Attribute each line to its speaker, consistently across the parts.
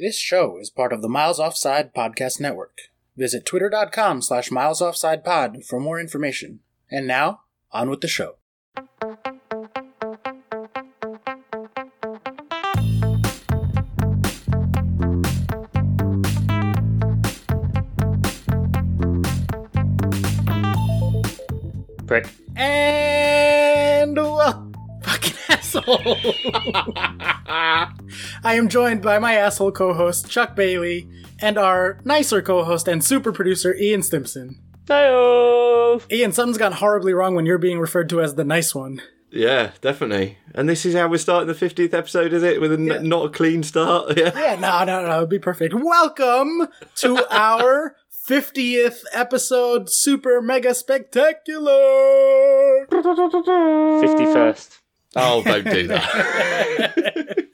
Speaker 1: This show is part of the Miles Offside Podcast Network. Visit twitter.com slash milesoffsidepod for more information. And now, on with the show.
Speaker 2: Prick.
Speaker 1: And well, fucking asshole. I am joined by my asshole co-host Chuck Bailey and our nicer co-host and super producer Ian Stimpson.
Speaker 2: Hey-oh.
Speaker 1: Ian, something's gone horribly wrong when you're being referred to as the nice one.
Speaker 3: Yeah, definitely. And this is how we're starting the 50th episode, is it? With a n- not a clean start? Yeah.
Speaker 1: Yeah, no, no, no, it'd be perfect. Welcome to our 50th episode, super mega spectacular.
Speaker 2: 51st.
Speaker 3: Oh, don't do that.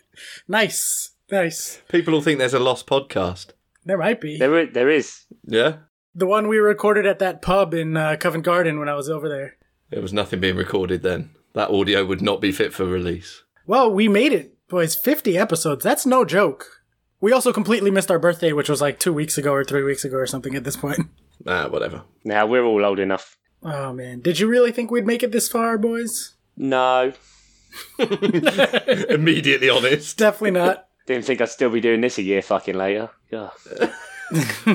Speaker 1: Nice, nice.
Speaker 3: People will think there's a lost podcast.
Speaker 1: There might be.
Speaker 2: There, i- there is.
Speaker 3: Yeah?
Speaker 1: The one we recorded at that pub in uh, Covent Garden when I was over there.
Speaker 3: There was nothing being recorded then. That audio would not be fit for release.
Speaker 1: Well, we made it, boys. 50 episodes. That's no joke. We also completely missed our birthday, which was like two weeks ago or three weeks ago or something at this point.
Speaker 3: Nah, Ah, whatever.
Speaker 2: Now we're all old enough.
Speaker 1: Oh, man. Did you really think we'd make it this far, boys?
Speaker 2: No,
Speaker 3: Immediately honest.
Speaker 1: Definitely not.
Speaker 2: didn't think I'd still be doing this a year fucking later. Yeah.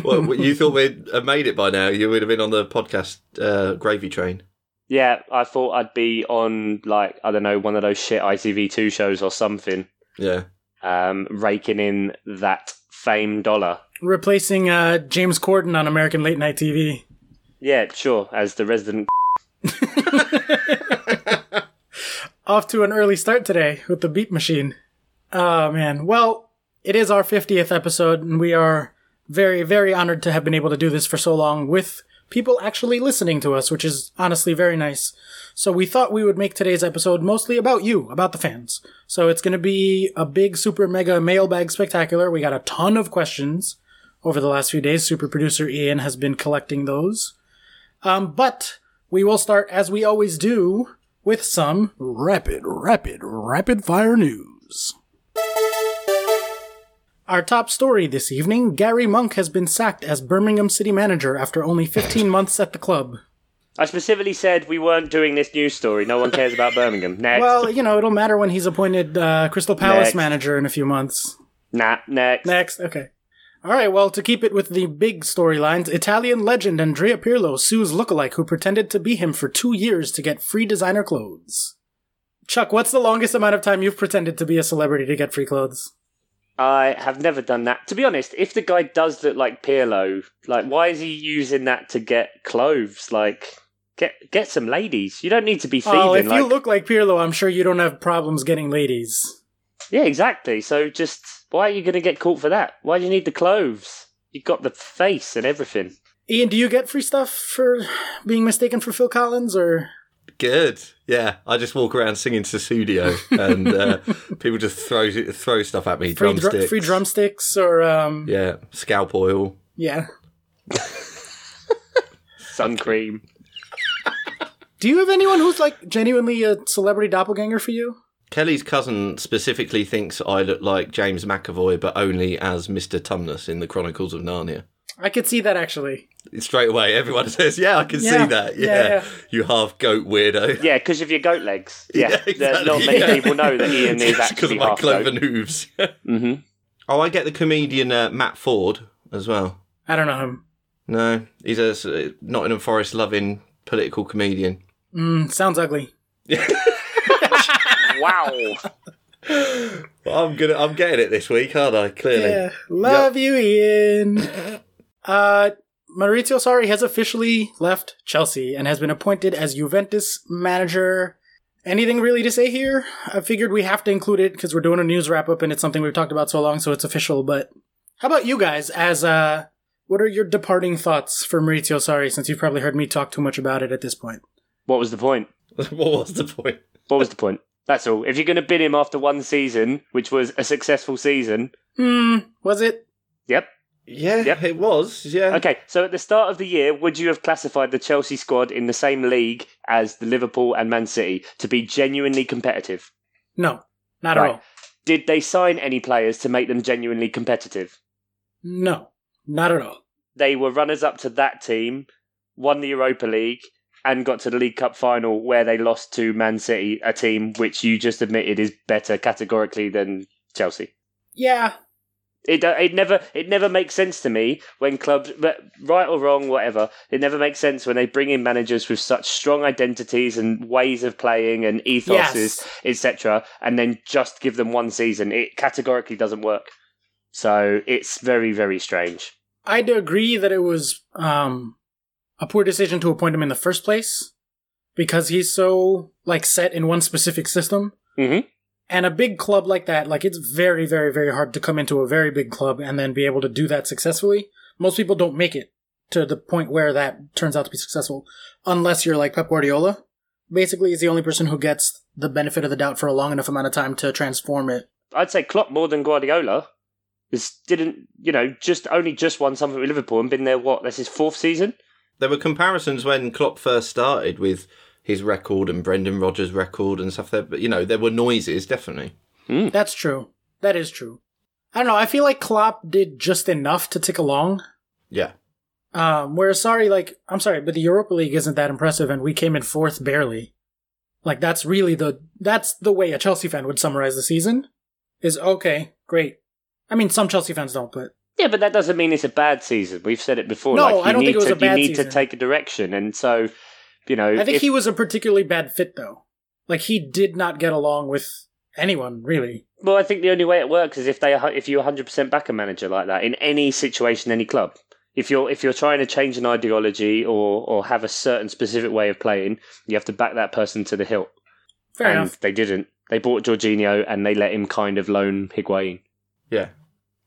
Speaker 3: Well, what- you thought we'd have made it by now. You would have been on the podcast uh, gravy train.
Speaker 2: Yeah, I thought I'd be on like I don't know one of those shit ITV2 shows or something,
Speaker 3: Yeah.
Speaker 2: um, raking in that fame dollar.
Speaker 1: Replacing uh, James Corden on American Late Night TV.
Speaker 2: Yeah, sure. As the resident,
Speaker 1: Off to an early start today with the beat machine. Oh, man. Well, it is our 50th episode, and we are very, very honored to have been able to do this for so long with people actually listening to us, which is honestly very nice. So we thought we would make today's episode mostly about you, about the fans. So it's going to be a big super mega mailbag spectacular. We got a ton of questions over the last few days. Super producer Ian has been collecting those. Um, but we will start as we always do with some rapid, rapid, rapid fire news. Our top story this evening Gary Monk has been sacked as Birmingham city manager after only 15 months at the club.
Speaker 2: I specifically said we weren't doing this news story. No one cares about Birmingham. Next,
Speaker 1: Well, you know, it'll matter when he's appointed uh, Crystal Palace
Speaker 2: Next.
Speaker 1: manager in a few months.
Speaker 2: nah, next.
Speaker 1: Next, okay. All right, well, to keep it with the big storylines, Italian legend Andrea Pirlo sues lookalike who pretended to be him for two years to get free designer clothes. Chuck, what's the longest amount of time you've pretended to be a celebrity to get free clothes?
Speaker 2: I have never done that. To be honest, if the guy does look like Pirlo, like why is he using that to get clothes? Like get get some ladies. You don't need to be thieving.
Speaker 1: oh, if
Speaker 2: like,
Speaker 1: you look like Pirlo, I'm sure you don't have problems getting ladies.
Speaker 2: yeah, exactly. So just why are you going to get caught for that? Why do you need the clothes? You got the face and everything.
Speaker 1: Ian, do you get free stuff for being mistaken for Phil Collins, or
Speaker 3: Good. Yeah. I just walk around singing to studio and uh, people just throw throw stuff at me.
Speaker 1: free, dru-
Speaker 3: drumsticks.
Speaker 1: free drumsticks, or um,
Speaker 3: Yeah. Scalp oil.
Speaker 1: yeah.
Speaker 2: Sun cream.
Speaker 1: Do you have anyone who's like genuinely a celebrity doppelganger for you?
Speaker 3: Kelly's cousin specifically thinks I look like James McAvoy, but only as Mr. Tumnus in the Chronicles of Narnia.
Speaker 1: I could see that actually.
Speaker 3: Straight away, everyone says, "Yeah, I can
Speaker 1: Yeah,
Speaker 3: see that.
Speaker 1: yeah,
Speaker 3: Yeah,
Speaker 1: yeah.
Speaker 3: you half goat weirdo."
Speaker 2: Yeah, because of your goat legs. Yeah,
Speaker 3: Yeah,
Speaker 2: there's not many
Speaker 3: exactly.
Speaker 2: people know that Ian is
Speaker 3: Just because
Speaker 2: actually
Speaker 3: of my
Speaker 2: half
Speaker 3: cloven
Speaker 2: goat.
Speaker 3: hooves.
Speaker 2: hmm
Speaker 3: oh, I get the comedian uh, Matt Ford as well.
Speaker 1: I don't know him.
Speaker 3: No, he's a s- uh, Nottingham Forest loving political comedian.
Speaker 1: Mm, sounds ugly.
Speaker 2: Wow.
Speaker 3: Well, I'm gonna, I'm getting it this week, aren't I? Clearly.
Speaker 1: Yeah. Love you, Ian. Uh, Maurizio Sarri has officially left Chelsea and has been appointed as Juventus manager. Anything really to say here? I figured we have to include it because we're doing a news wrap up and it's something we've talked about so long, so it's official. But how about you guys? As uh, what are your departing thoughts for Maurizio Sarri? Since you've probably heard me talk too much about it at this point.
Speaker 2: What was the point?
Speaker 3: what was the point?
Speaker 2: What was the point? That's all. If you're going to bin him after one season, which was a successful season,
Speaker 1: Hmm. Was it?
Speaker 2: yep.
Speaker 3: Yeah,
Speaker 2: Yep.
Speaker 3: it was. Yeah.
Speaker 2: Okay, so at the start of the year, would you have classified the Chelsea squad in the same league as the Liverpool and Man City to be genuinely competitive?
Speaker 1: No. Not at
Speaker 2: Right.
Speaker 1: all.
Speaker 2: Did they sign any players to make them genuinely competitive?
Speaker 1: No, not at all.
Speaker 2: They were runners up to that team, won the Europa League, and got to the League Cup final where they lost to Man City, a team which you just admitted is better categorically than Chelsea.
Speaker 1: Yeah,
Speaker 2: It don't- it never it never makes sense to me when clubs, but right or wrong, whatever, it never makes sense when they bring in managers with such strong identities and ways of playing and ethoses,
Speaker 1: Yes.
Speaker 2: etc., and then just give them one season. It categorically doesn't work. So it's very very strange.
Speaker 1: I'd agree that it was um, a poor decision to appoint him in the first place because he's so like set in one specific system.
Speaker 2: Mhm.
Speaker 1: And a big club like that, like it's very, very, very hard to come into a very big club and then be able to do that successfully. Most people don't make it to the point where that turns out to be successful, unless you're like Pep Guardiola. Basically, is the only person who gets the benefit of the doubt for a long enough amount of time to transform it.
Speaker 2: I'd say Klopp more than Guardiola. This didn't, you know, just only just won something with Liverpool and been there. What that's his fourth season.
Speaker 3: There were comparisons when Klopp first started with his record and Brendan Rodgers' record and stuff there, but you know, there were noises, definitely.
Speaker 1: That's true. That is true. I don't know. I feel like Klopp did just enough to tick along.
Speaker 3: Yeah.
Speaker 1: Um, whereas, sorry, like, I'm sorry, but the Europa League isn't that impressive, and we came in fourth barely. Like, that's really the that's the way a Chelsea fan would summarize the season. Is okay, great. I mean, some Chelsea fans don't, but
Speaker 2: Yeah, but that doesn't mean it's a bad season. We've said it before.
Speaker 1: No,
Speaker 2: like, you
Speaker 1: I don't
Speaker 2: need
Speaker 1: think it was
Speaker 2: to,
Speaker 1: a bad
Speaker 2: You need
Speaker 1: season.
Speaker 2: to take a direction, and so you know.
Speaker 1: I think
Speaker 2: if-
Speaker 1: he was a particularly bad fit, though. Like, he did not get along with anyone really.
Speaker 2: Well, I think the only way it works is if they are- if you 100 percent back a manager like that in any situation, any club. If you're if you're trying to change an ideology or or have a certain specific way of playing, you have to back that person to the hilt.
Speaker 1: Fair
Speaker 2: and
Speaker 1: enough.
Speaker 2: They didn't. They bought Jorginho and they let him kind of loan Higuain.
Speaker 3: Yeah.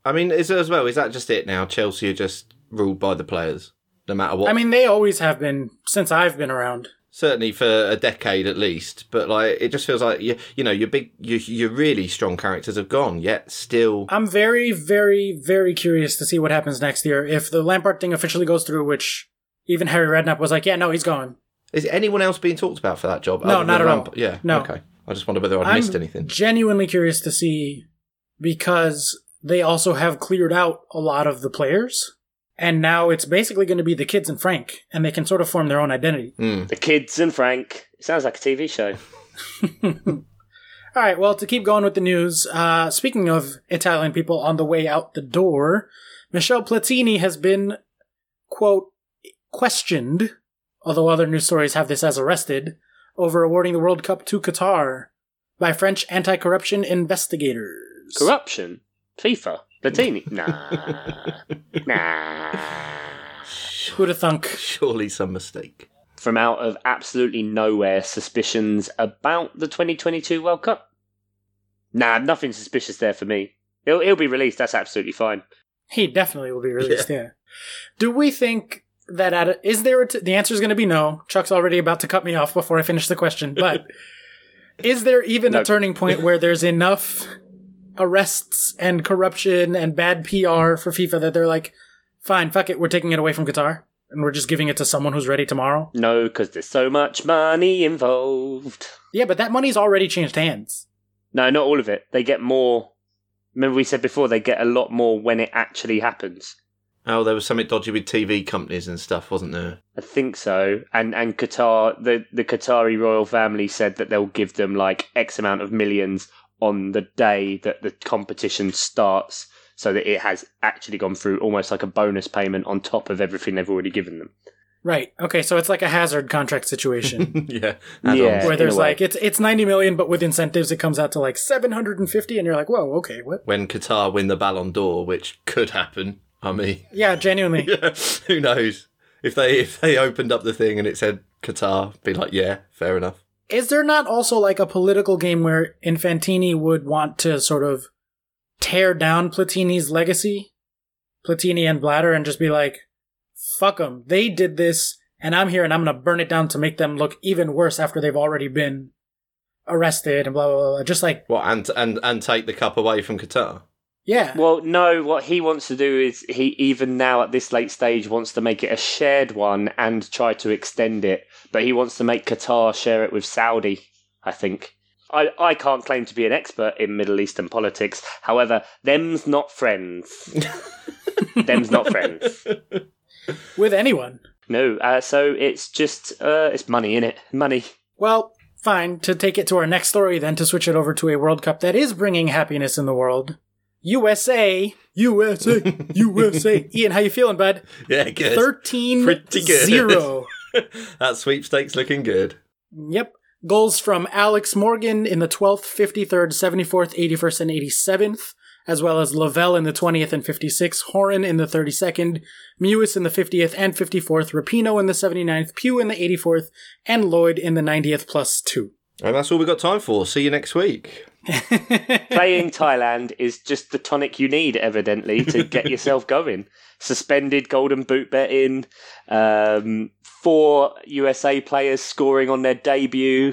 Speaker 3: I mean, is as well, is that just it now? Chelsea are just ruled by the players, no matter what.
Speaker 1: I mean, they always have been since I've been around.
Speaker 3: certainly for a decade at least. But like, it just feels like you, you know, your big, your, your really strong characters have gone, yet still.
Speaker 1: I'm very, very, very curious to see what happens next year if the Lampard thing officially goes through, which even Harry Redknapp was like, "Yeah, no, he's gone."
Speaker 3: Is anyone else being talked about for that job?
Speaker 1: No,
Speaker 3: other than
Speaker 1: not at all.
Speaker 3: Lampard? Yeah.
Speaker 1: No.
Speaker 3: Okay. I just wonder whether I
Speaker 1: I'm
Speaker 3: missed anything.
Speaker 1: Genuinely curious to see because they also have cleared out a lot of the players, and now it's basically going to be the kids and Frank, and they can sort of form their own identity.
Speaker 3: Mm.
Speaker 2: The kids and Frank. It sounds like a TV show.
Speaker 1: All right, well, to keep going with the news, uh, speaking of Italian people on the way out the door, Michelle Platini has been, quote, questioned, although other news stories have this as arrested, over awarding the World Cup to Qatar by French anti corruption investigators.
Speaker 2: Corruption. FIFA. Platini. Nah. nah.
Speaker 1: Who'd have thunk?
Speaker 3: Surely some mistake.
Speaker 2: From out of absolutely nowhere, suspicions about the 2022 World Cup. Nah, nothing suspicious there for me. He'll, he'll be released. That's absolutely fine.
Speaker 1: He definitely will be released. Yeah. Do we think that at a, is there a t- the answer is going to be no? Chuck's already about to cut me off before I finish the question. But is there even
Speaker 2: No.
Speaker 1: a turning point where there's enough arrests and corruption and bad PR for FIFA that they're like, fine, fuck it, we're taking it away from Qatar and we're just giving it to someone who's ready tomorrow?
Speaker 2: No, because there's so much money involved.
Speaker 1: Yeah, but that money's already changed hands.
Speaker 2: No, not all of it. They get more. Remember, we said before they get a lot more when it actually happens.
Speaker 3: Oh, there was something dodgy with TV companies and stuff, wasn't there?
Speaker 2: I think so. And and Qatar, the the Qatari royal family said that they'll give them like X amount of millions on the day that the competition starts, so that it has actually gone through almost like a bonus payment on top of everything they've already given them.
Speaker 1: Right. Okay. So it's like a hazard contract situation.
Speaker 3: yeah.
Speaker 1: Where
Speaker 2: Yeah. in a
Speaker 1: there's
Speaker 2: way.
Speaker 1: like it's it's ninety million, but with incentives it comes out to like seven hundred and fifty, and you're like, whoa, okay, what?
Speaker 3: When Qatar win the Ballon d'Or, which could happen. I mean,
Speaker 1: Yeah, genuinely.
Speaker 3: who knows? If they if they opened up the thing and it said Qatar, be like, yeah, fair enough.
Speaker 1: Is there not also like a political game where Infantini would want to sort of tear down Platini's legacy? Platini and Blatter and just be like, fuck them. They did this and I'm here and I'm going to burn it down to make them look even worse after they've already been arrested and blah, blah, blah. blah. Just like,
Speaker 3: What and and and take the cup away from Qatar?
Speaker 1: yeah.
Speaker 2: Well, no, what he wants to do is he even now at this late stage wants to make it a shared one and try to extend it, but he wants to make Qatar share it with Saudi, I think. I, I can't claim to be an expert in Middle Eastern politics. However, them's not friends. them's not friends.
Speaker 1: with anyone.
Speaker 2: No. Uh, so it's just uh, it's money in it. Money.
Speaker 1: Well, fine. To take it to our next story, then, to switch it over to a World Cup that is bringing happiness in the world. USA, USA, USA. Ian, how you feeling, bud?
Speaker 3: Yeah, good.
Speaker 1: 13
Speaker 3: Pretty good.
Speaker 1: 0.
Speaker 3: That sweepstakes looking good.
Speaker 1: Yep. Goals from Alex Morgan in the 12th, 53rd, 74th, 81st, and 87th, as well as Lavelle in the 20th and 56th, Horan in the 32nd, Mewis in the 50th and 54th, Rapino in the 79th, Pew in the 84th, and Lloyd in the 90th plus two.
Speaker 3: And that's all we got time for. See you next week.
Speaker 2: Playing Thailand is just the tonic you need, evidently, to get yourself going. Suspended golden boot betting, um, four USA players scoring on their debut,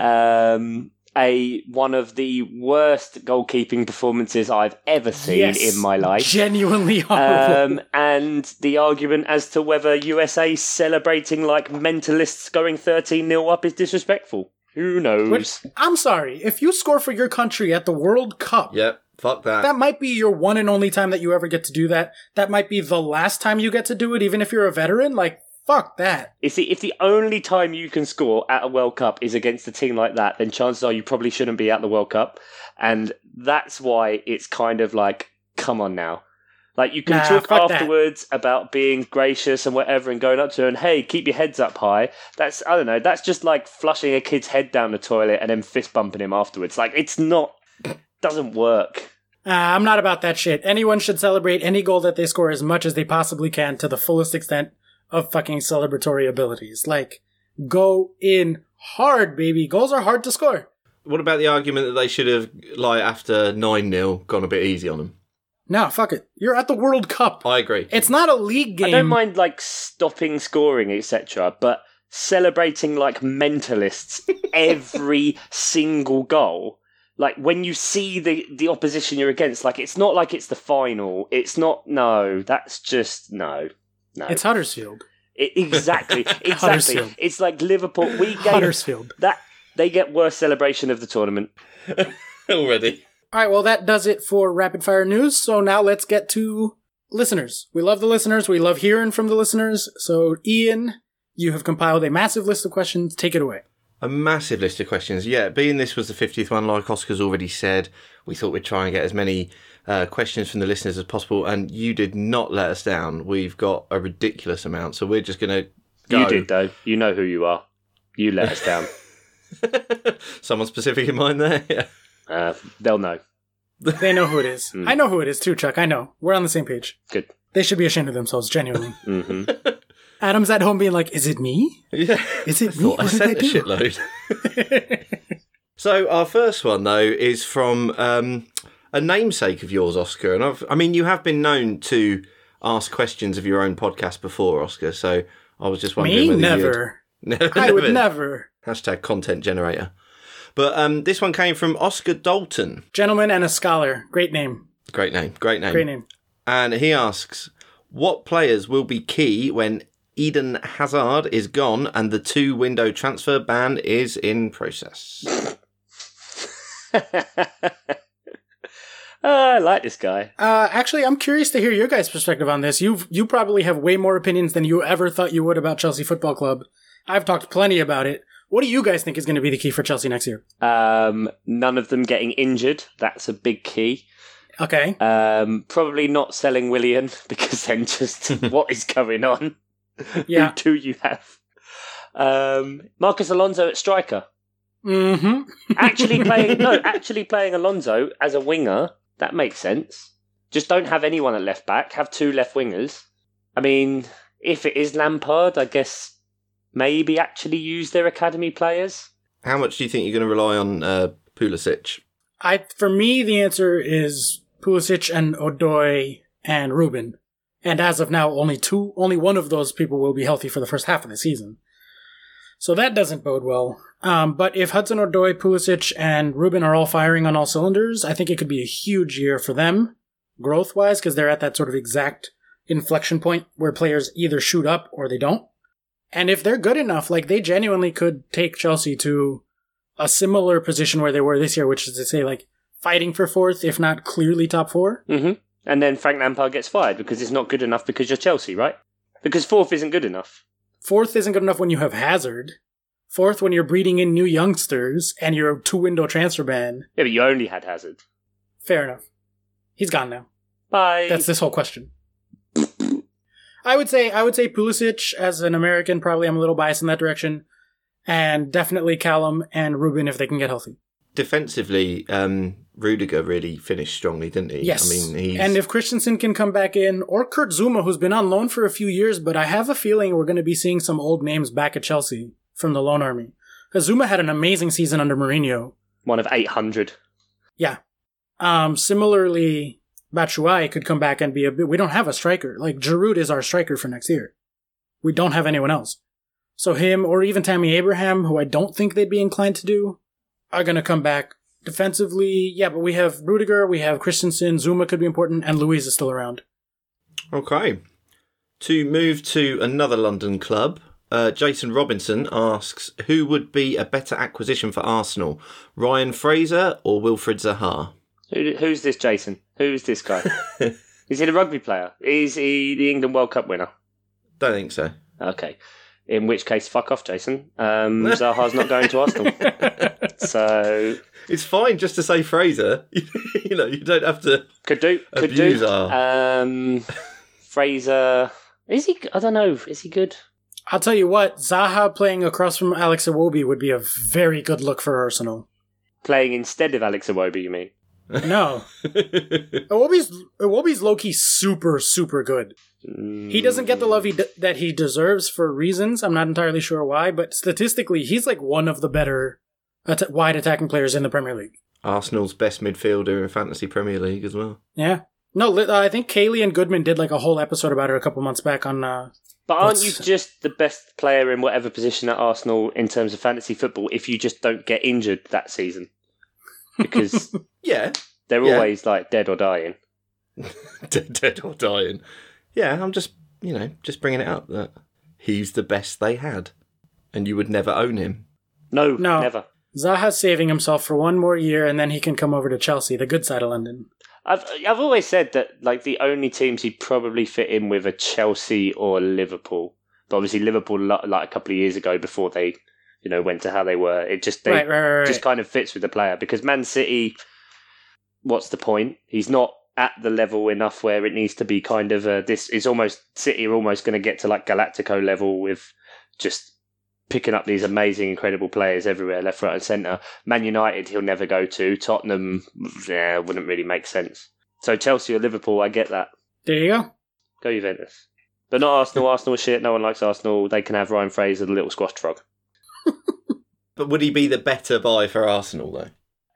Speaker 2: um, a one of the worst goalkeeping performances I've ever seen in my life.
Speaker 1: Genuinely horrible.
Speaker 2: um, and the argument as to whether USA celebrating like mentalists going 13 0 up is disrespectful. Who knows?
Speaker 1: Which, I'm sorry, if you score for your country at the World Cup,
Speaker 3: Yep. Fuck that.
Speaker 1: that might be your one and only time that you ever get to do that. That might be the last time you get to do it, even if you're a veteran. Like, fuck that.
Speaker 2: If the, if the only time you can score at a World Cup is against a team like that, then chances are you probably shouldn't be at the World Cup. And that's why it's kind of like, come on now. Like, you can
Speaker 1: Nah,
Speaker 2: talk
Speaker 1: fuck that.
Speaker 2: afterwards about being gracious and whatever and going up to her and, hey, keep your heads up high. That's, I don't know, that's just like flushing a kid's head down the toilet and then fist bumping him afterwards. Like, it's not, doesn't work.
Speaker 1: Uh, I'm not about that shit. Anyone should celebrate any goal that they score as much as they possibly can to the fullest extent of fucking celebratory abilities. Like, go in hard, baby. Goals are hard to score.
Speaker 3: What about the argument that they should have, like, after 9 0, gone a bit easy on them?
Speaker 1: No, fuck it. You're at the World Cup.
Speaker 3: I agree.
Speaker 1: It's not a league game.
Speaker 2: I don't mind like stopping scoring, etc., but celebrating like mentalists every single goal. Like when you see the the opposition you're against, like it's not like it's the final. It's not. No, that's just no. No,
Speaker 1: It's Huddersfield.
Speaker 2: It- exactly, exactly.
Speaker 1: Huddersfield.
Speaker 2: it's like Liverpool. We gave
Speaker 1: Huddersfield.
Speaker 2: that they get worse celebration of the tournament.
Speaker 3: Already.
Speaker 1: All right, well, that does it for rapid fire news. So now let's get to listeners. We love the listeners. We love hearing from the listeners. So, Ian, you have compiled a massive list of questions. Take it away.
Speaker 3: A massive list of questions. Yeah, being this was the 50th one, like Oscar's already said, we thought we'd try and get as many uh, questions from the listeners as possible, and you did not let us down. We've got a ridiculous amount, so we're just going to go.
Speaker 2: You did though. You know who you are. You let us down.
Speaker 3: Someone specific in mind there? Yeah.
Speaker 2: Uh, they'll know.
Speaker 1: They know who it is. I know who it is too, Chuck. I know. We're on the same page.
Speaker 2: Good.
Speaker 1: They should be ashamed of themselves, genuinely.
Speaker 2: hmm
Speaker 1: Adam's at home being like, Is it me?
Speaker 3: yeah.
Speaker 1: Is it me?
Speaker 3: thought I
Speaker 1: What did
Speaker 3: sent a
Speaker 1: do?"
Speaker 3: shitload. so our first one though is from um, a namesake of yours, Oscar, and I've, I mean you have been known to ask questions of your own podcast before, Oscar. So I was just wondering
Speaker 1: Me?
Speaker 3: whether
Speaker 1: Never.
Speaker 3: You'd... never,
Speaker 1: I would never.
Speaker 3: hashtag content generator. But um, this one came from Oscar Dalton.
Speaker 1: Gentleman and a scholar. Great name.
Speaker 3: Great name, great name,
Speaker 1: Great name.
Speaker 3: And he asks, what players will be key when Eden Hazard is gone and the two window transfer ban is in process?
Speaker 2: Ah, I like this guy.
Speaker 1: Uh, actually, I'm curious to hear your guys' perspective on this. You've you probably have way more opinions than you ever thought you would about Chelsea Football Club. I've talked plenty about it. What do you guys think is going to be the key for Chelsea next year?
Speaker 2: Um, none of them getting injured. That's a big key.
Speaker 1: Okay,
Speaker 2: Um, probably not selling Willian because then just what is going on?
Speaker 1: yeah.
Speaker 2: Who do you have? Um, Marcus Alonso at striker.
Speaker 1: hmm
Speaker 2: Actually playing no, actually playing Alonso as a winger. That makes sense. Just don't have anyone at left back. Have two left wingers. I mean, if it is Lampard, I guess maybe actually use their academy players.
Speaker 3: How much do you think you're going to rely on uh, Pulisic?
Speaker 1: I for me the answer is Pulisic and Odoi and Ruben. And as of now, only two, only one of those people will be healthy for the first half of the season. So that doesn't bode well. Um, but if Hudson Odoi, Pulisic, and Ruben are all firing on all cylinders, I think it could be a huge year for them, growth wise, because they're at that sort of exact inflection point where players either shoot up or they don't. And if they're good enough, like they genuinely could take Chelsea to a similar position where they were this year, which is to say, like fighting for fourth, if not clearly top four.
Speaker 2: hmm And then Frank Lampard gets fired because it's not good enough because you're Chelsea, right? Because fourth isn't good enough.
Speaker 1: Fourth isn't good enough when you have Hazard. Fourth, when you're breeding in new youngsters and you're a two window transfer ban.
Speaker 2: Yeah, but you only had Hazard.
Speaker 1: Fair enough. He's gone now.
Speaker 2: Bye.
Speaker 1: That's this whole question. I would say I would say Pulisic as an American. Probably I'm a little biased in that direction, and definitely Callum and Ruben if they can get healthy.
Speaker 3: Defensively, um, Rudiger really finished strongly, didn't he?
Speaker 1: Yes,
Speaker 3: I mean, he's,
Speaker 1: and if Christensen can come back in, or Kurt Zuma, who's been on loan for a few years, but I have a feeling we're going to be seeing some old names back at Chelsea from the loan army. 'Cause Zuma had an amazing season under Mourinho.
Speaker 2: One of 800.
Speaker 1: Yeah. Um, similarly, Batshuayi could come back and be a bit. We don't have a striker. Like Giroud is our striker for next year. We don't have anyone else. So him or even Tammy Abraham, who I don't think they'd be inclined to do, are going to come back defensively. Yeah, but we have Rudiger, we have Christensen, Zuma could be important, and Louise is still around.
Speaker 3: okay. To move to another London club, uh, Jason Robinson asks, who would be a better acquisition for Arsenal, Ryan Fraser or Wilfred Zaha?
Speaker 2: Who, who's this Jason? Who's this guy? Is he the rugby player? Is he the England World Cup winner?
Speaker 3: Don't think so.
Speaker 2: Okay. In which case, fuck off, Jason. Um, Zaha's not going to Arsenal. so,
Speaker 3: It's fine just to say Fraser. you know, you don't have to.
Speaker 2: could do. Could
Speaker 3: Abuse
Speaker 2: do.
Speaker 3: her.
Speaker 2: Um, Fraser. Is he? I don't know. Is he good?
Speaker 1: I'll tell you what, Zaha playing across from Alex Iwobi would be a very good look for Arsenal.
Speaker 2: Playing instead of Alex Iwobi, you mean?
Speaker 1: No, Iwobi's Iwobi's low key super super good. He doesn't get the love he d- that he deserves for reasons. I'm not entirely sure why, but statistically, he's like one of the better at- wide attacking players in the Premier League.
Speaker 3: Arsenal's best midfielder in Fantasy Premier League as well.
Speaker 1: Yeah. No, li- uh, I think Kaylee and Goodman did like a whole episode about it a couple months back on. Uh,
Speaker 2: But aren't you
Speaker 1: That's-
Speaker 2: just the best player in whatever position at Arsenal in terms of fantasy football if you just don't get injured that season? Because
Speaker 3: Yeah.
Speaker 2: they're
Speaker 3: Yeah.
Speaker 2: always like dead or dying.
Speaker 3: dead, dead or dying. Yeah, I'm just, you know, just bringing it up that he's the best they had, and you would never own him.
Speaker 2: No,
Speaker 1: No.
Speaker 2: never.
Speaker 1: Zaha's saving himself for one more year, and then he can come over to Chelsea, the good side of London.
Speaker 2: I've I've always said that like the only teams he'd probably fit in with are Chelsea or Liverpool. But obviously Liverpool lo- like a couple of years ago before they you know went to how they were. It just they
Speaker 1: right, right, right, right.
Speaker 2: just kind of fits with the player because Man City. What's the point? He's not at the level enough where it needs to be kind of a, this. It's almost City are almost going to get to like Galactico level with just picking up these amazing, incredible players everywhere, left, right, and centre. Man United, he'll never go to. Tottenham, yeah, wouldn't really make sense. So Chelsea or Liverpool, I get that.
Speaker 1: there you go.
Speaker 2: Go Juventus, but not Arsenal. Arsenal are shit. No one likes Arsenal. They can have Ryan Fraser, the little squash frog.
Speaker 3: But would he be the better buy for Arsenal though?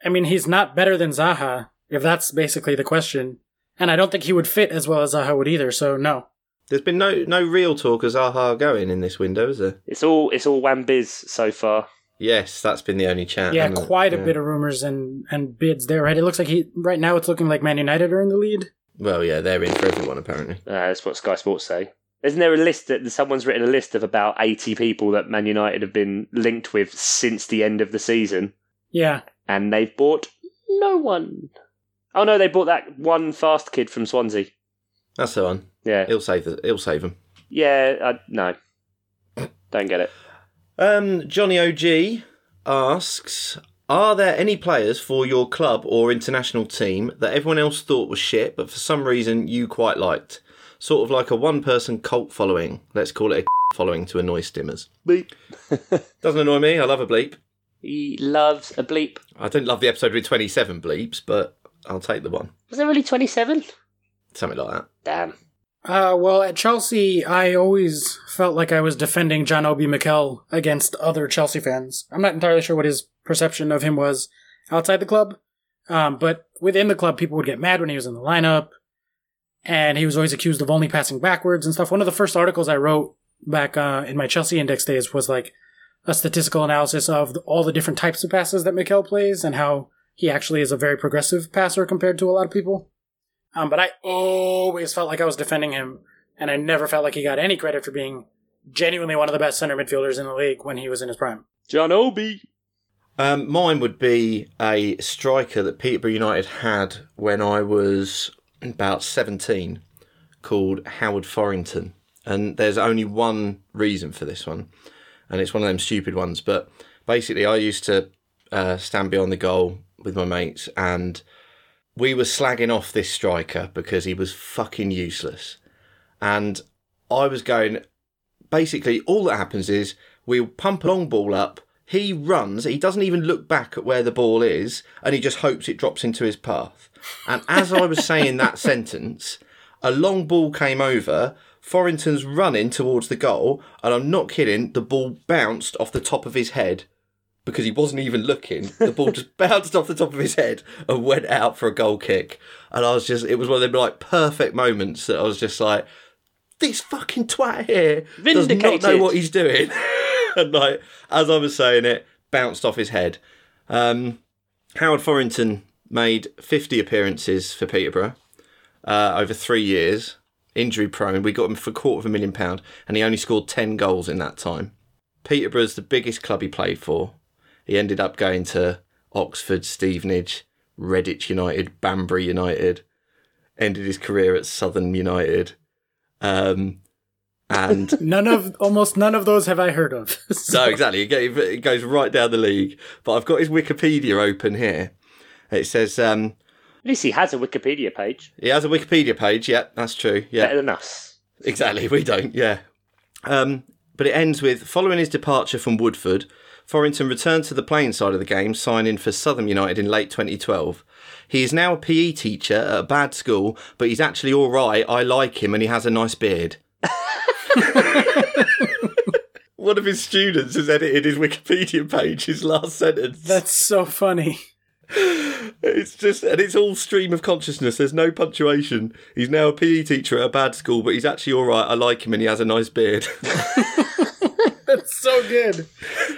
Speaker 1: I mean, he's not better than Zaha, if that's basically the question. And I don't think he would fit as well as Zaha would either, so no.
Speaker 3: There's been no no real talk of Zaha going in this window, is there?
Speaker 2: It's all it's all wham biz so far.
Speaker 3: Yes, that's been the only chat.
Speaker 1: Yeah,
Speaker 3: hasn't it?
Speaker 1: quite a
Speaker 3: Yeah.
Speaker 1: bit of rumors and, and bids there, right? It looks like he right now it's looking like Man United are in the lead.
Speaker 3: Well, yeah, they're in for everyone apparently.
Speaker 2: Uh, that's what Sky Sports say. Isn't there a list that someone's written a list of about 80 people that Man United have been linked with since the end of the season
Speaker 1: Yeah.
Speaker 2: and they've bought no one? Oh no, they bought that one fast kid from Swansea.
Speaker 3: That's the one.
Speaker 2: Yeah.
Speaker 3: He'll save the, he'll save them.
Speaker 2: Yeah, I, no. Don't get it.
Speaker 3: Um, Johnny OG asks, are there any players for your club or international team that everyone else thought was shit, but for some reason you quite liked? Sort of like a one-person cult following. Let's call it a following to annoy stimmers.
Speaker 2: Bleep.
Speaker 3: Doesn't annoy me. I love a bleep.
Speaker 2: He loves a bleep.
Speaker 3: I don't love the episode with 27 bleeps, but I'll take the one.
Speaker 2: Was there really 27?
Speaker 3: Something like that.
Speaker 2: Damn.
Speaker 1: Uh, well, at Chelsea, I always felt like I was defending John Obi Mikel against other Chelsea fans. I'm not entirely sure what his perception of him was outside the club, um, but within the club, people would get mad when he was in the lineup, and he was always accused of only passing backwards and stuff. One of the first articles I wrote back uh, in my Chelsea Index days was like a statistical analysis of the, all the different types of passes that Mikel plays and how he actually is a very progressive passer compared to a lot of people. Um, but I always felt like I was defending him, and I never felt like he got any credit for being genuinely one of the best center midfielders in the league when he was in his prime.
Speaker 2: John Obi.
Speaker 3: Um, mine would be a striker that Peterborough United had when I was about 17 called Howard Forrington. And there's only one reason for this one, and it's one of them stupid ones. But basically, I used to uh, stand beyond the goal with my mates, and we were slagging off this striker because he was fucking useless. And I was going, basically all that happens is we'll pump a long ball up. He runs. He doesn't even look back at where the ball is, and he just hopes it drops into his path. And as I was saying that sentence, a long ball came over. Forrington's running towards the goal, and I'm not kidding. The ball bounced off the top of his head because he wasn't even looking. The ball just bounced off the top of his head and went out for a goal kick. And I was just, it was one of them like perfect moments that I was just like, this fucking twat here does
Speaker 2: Vindicated.
Speaker 3: not know what he's doing. and like, as I was saying it, bounced off his head. Um, Howard Forrington made 50 appearances for Peterborough uh, over three years, injury prone. We got him for a quarter of a million pound, and he only scored 10 goals in that time. Peterborough's the biggest club he played for. He ended up going to Oxford, Stevenage, Redditch United, Banbury United. Ended his career at Southern United. Um, and
Speaker 1: None of almost none of those have I heard of.
Speaker 3: no, exactly. It go- It goes right down the league. But I've got his Wikipedia open here. It says um,
Speaker 2: At least he has a Wikipedia page.
Speaker 3: he has a Wikipedia page. Yeah, that's true. Yeah,
Speaker 2: Better than us.
Speaker 3: Exactly, we don't, yeah. Um, but it ends with following his departure from Woodford, Forrington returned to the playing side of the game, signing for Southern United in late 2012. He is now a PE teacher at a bad school, but he's actually all right. I like him and he has a nice beard. One of his students has edited his Wikipedia page, his last sentence.
Speaker 1: That's so funny.
Speaker 3: It's just, and it's all stream of consciousness. There's no punctuation. He's now a PE teacher at a bad school, but he's actually all right. I like him, and he has a nice beard.
Speaker 1: That's so good.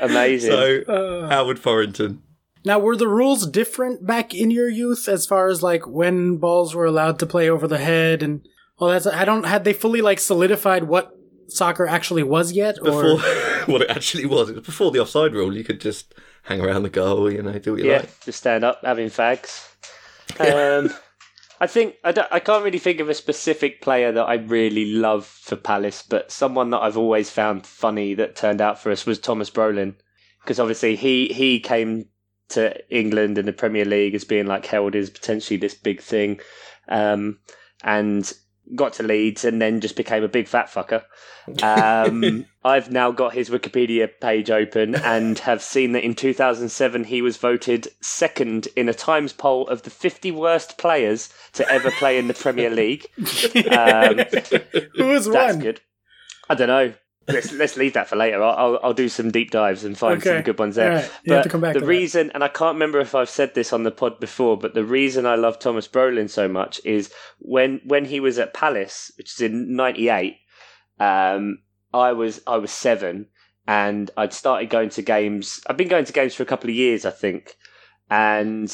Speaker 2: Amazing.
Speaker 3: so Howard Forrington.
Speaker 1: Now, were the rules different back in your youth as far as like when balls were allowed to play over the head and all that? I don't had they fully like solidified what soccer actually was yet,
Speaker 3: Before
Speaker 1: or
Speaker 3: what it actually was, it was before the offside rule. You could just hang around the goal, you know, do what you
Speaker 2: yeah,
Speaker 3: like.
Speaker 2: just stand up having fags. Um, I think I, don't- I can't really think of a specific player that I really love for Palace, but someone that I've always found funny that turned out for us was Thomas Brolin, because obviously he he came to England in the Premier League as being like held as potentially this big thing, um, and got to Leeds and then just became a big fat fucker. Um, I've now got his Wikipedia page open and have seen that in 2007 he was voted second in a Times poll of the 50 worst players to ever play in the Premier League. Um,
Speaker 1: who was
Speaker 2: that's
Speaker 1: one?
Speaker 2: good. I don't know. Let's let's leave that for later. I'll I'll, I'll do some deep dives and find
Speaker 1: Okay.
Speaker 2: some good ones there.
Speaker 1: All right. You have to come back
Speaker 2: the
Speaker 1: to that.
Speaker 2: reason, and I can't remember if I've said this on the pod before, but the reason I love Thomas Brolin so much is when when he was at Palace, which is in '98. Um, I was I was seven, and I'd started going to games. I've been going to games for a couple of years, I think, and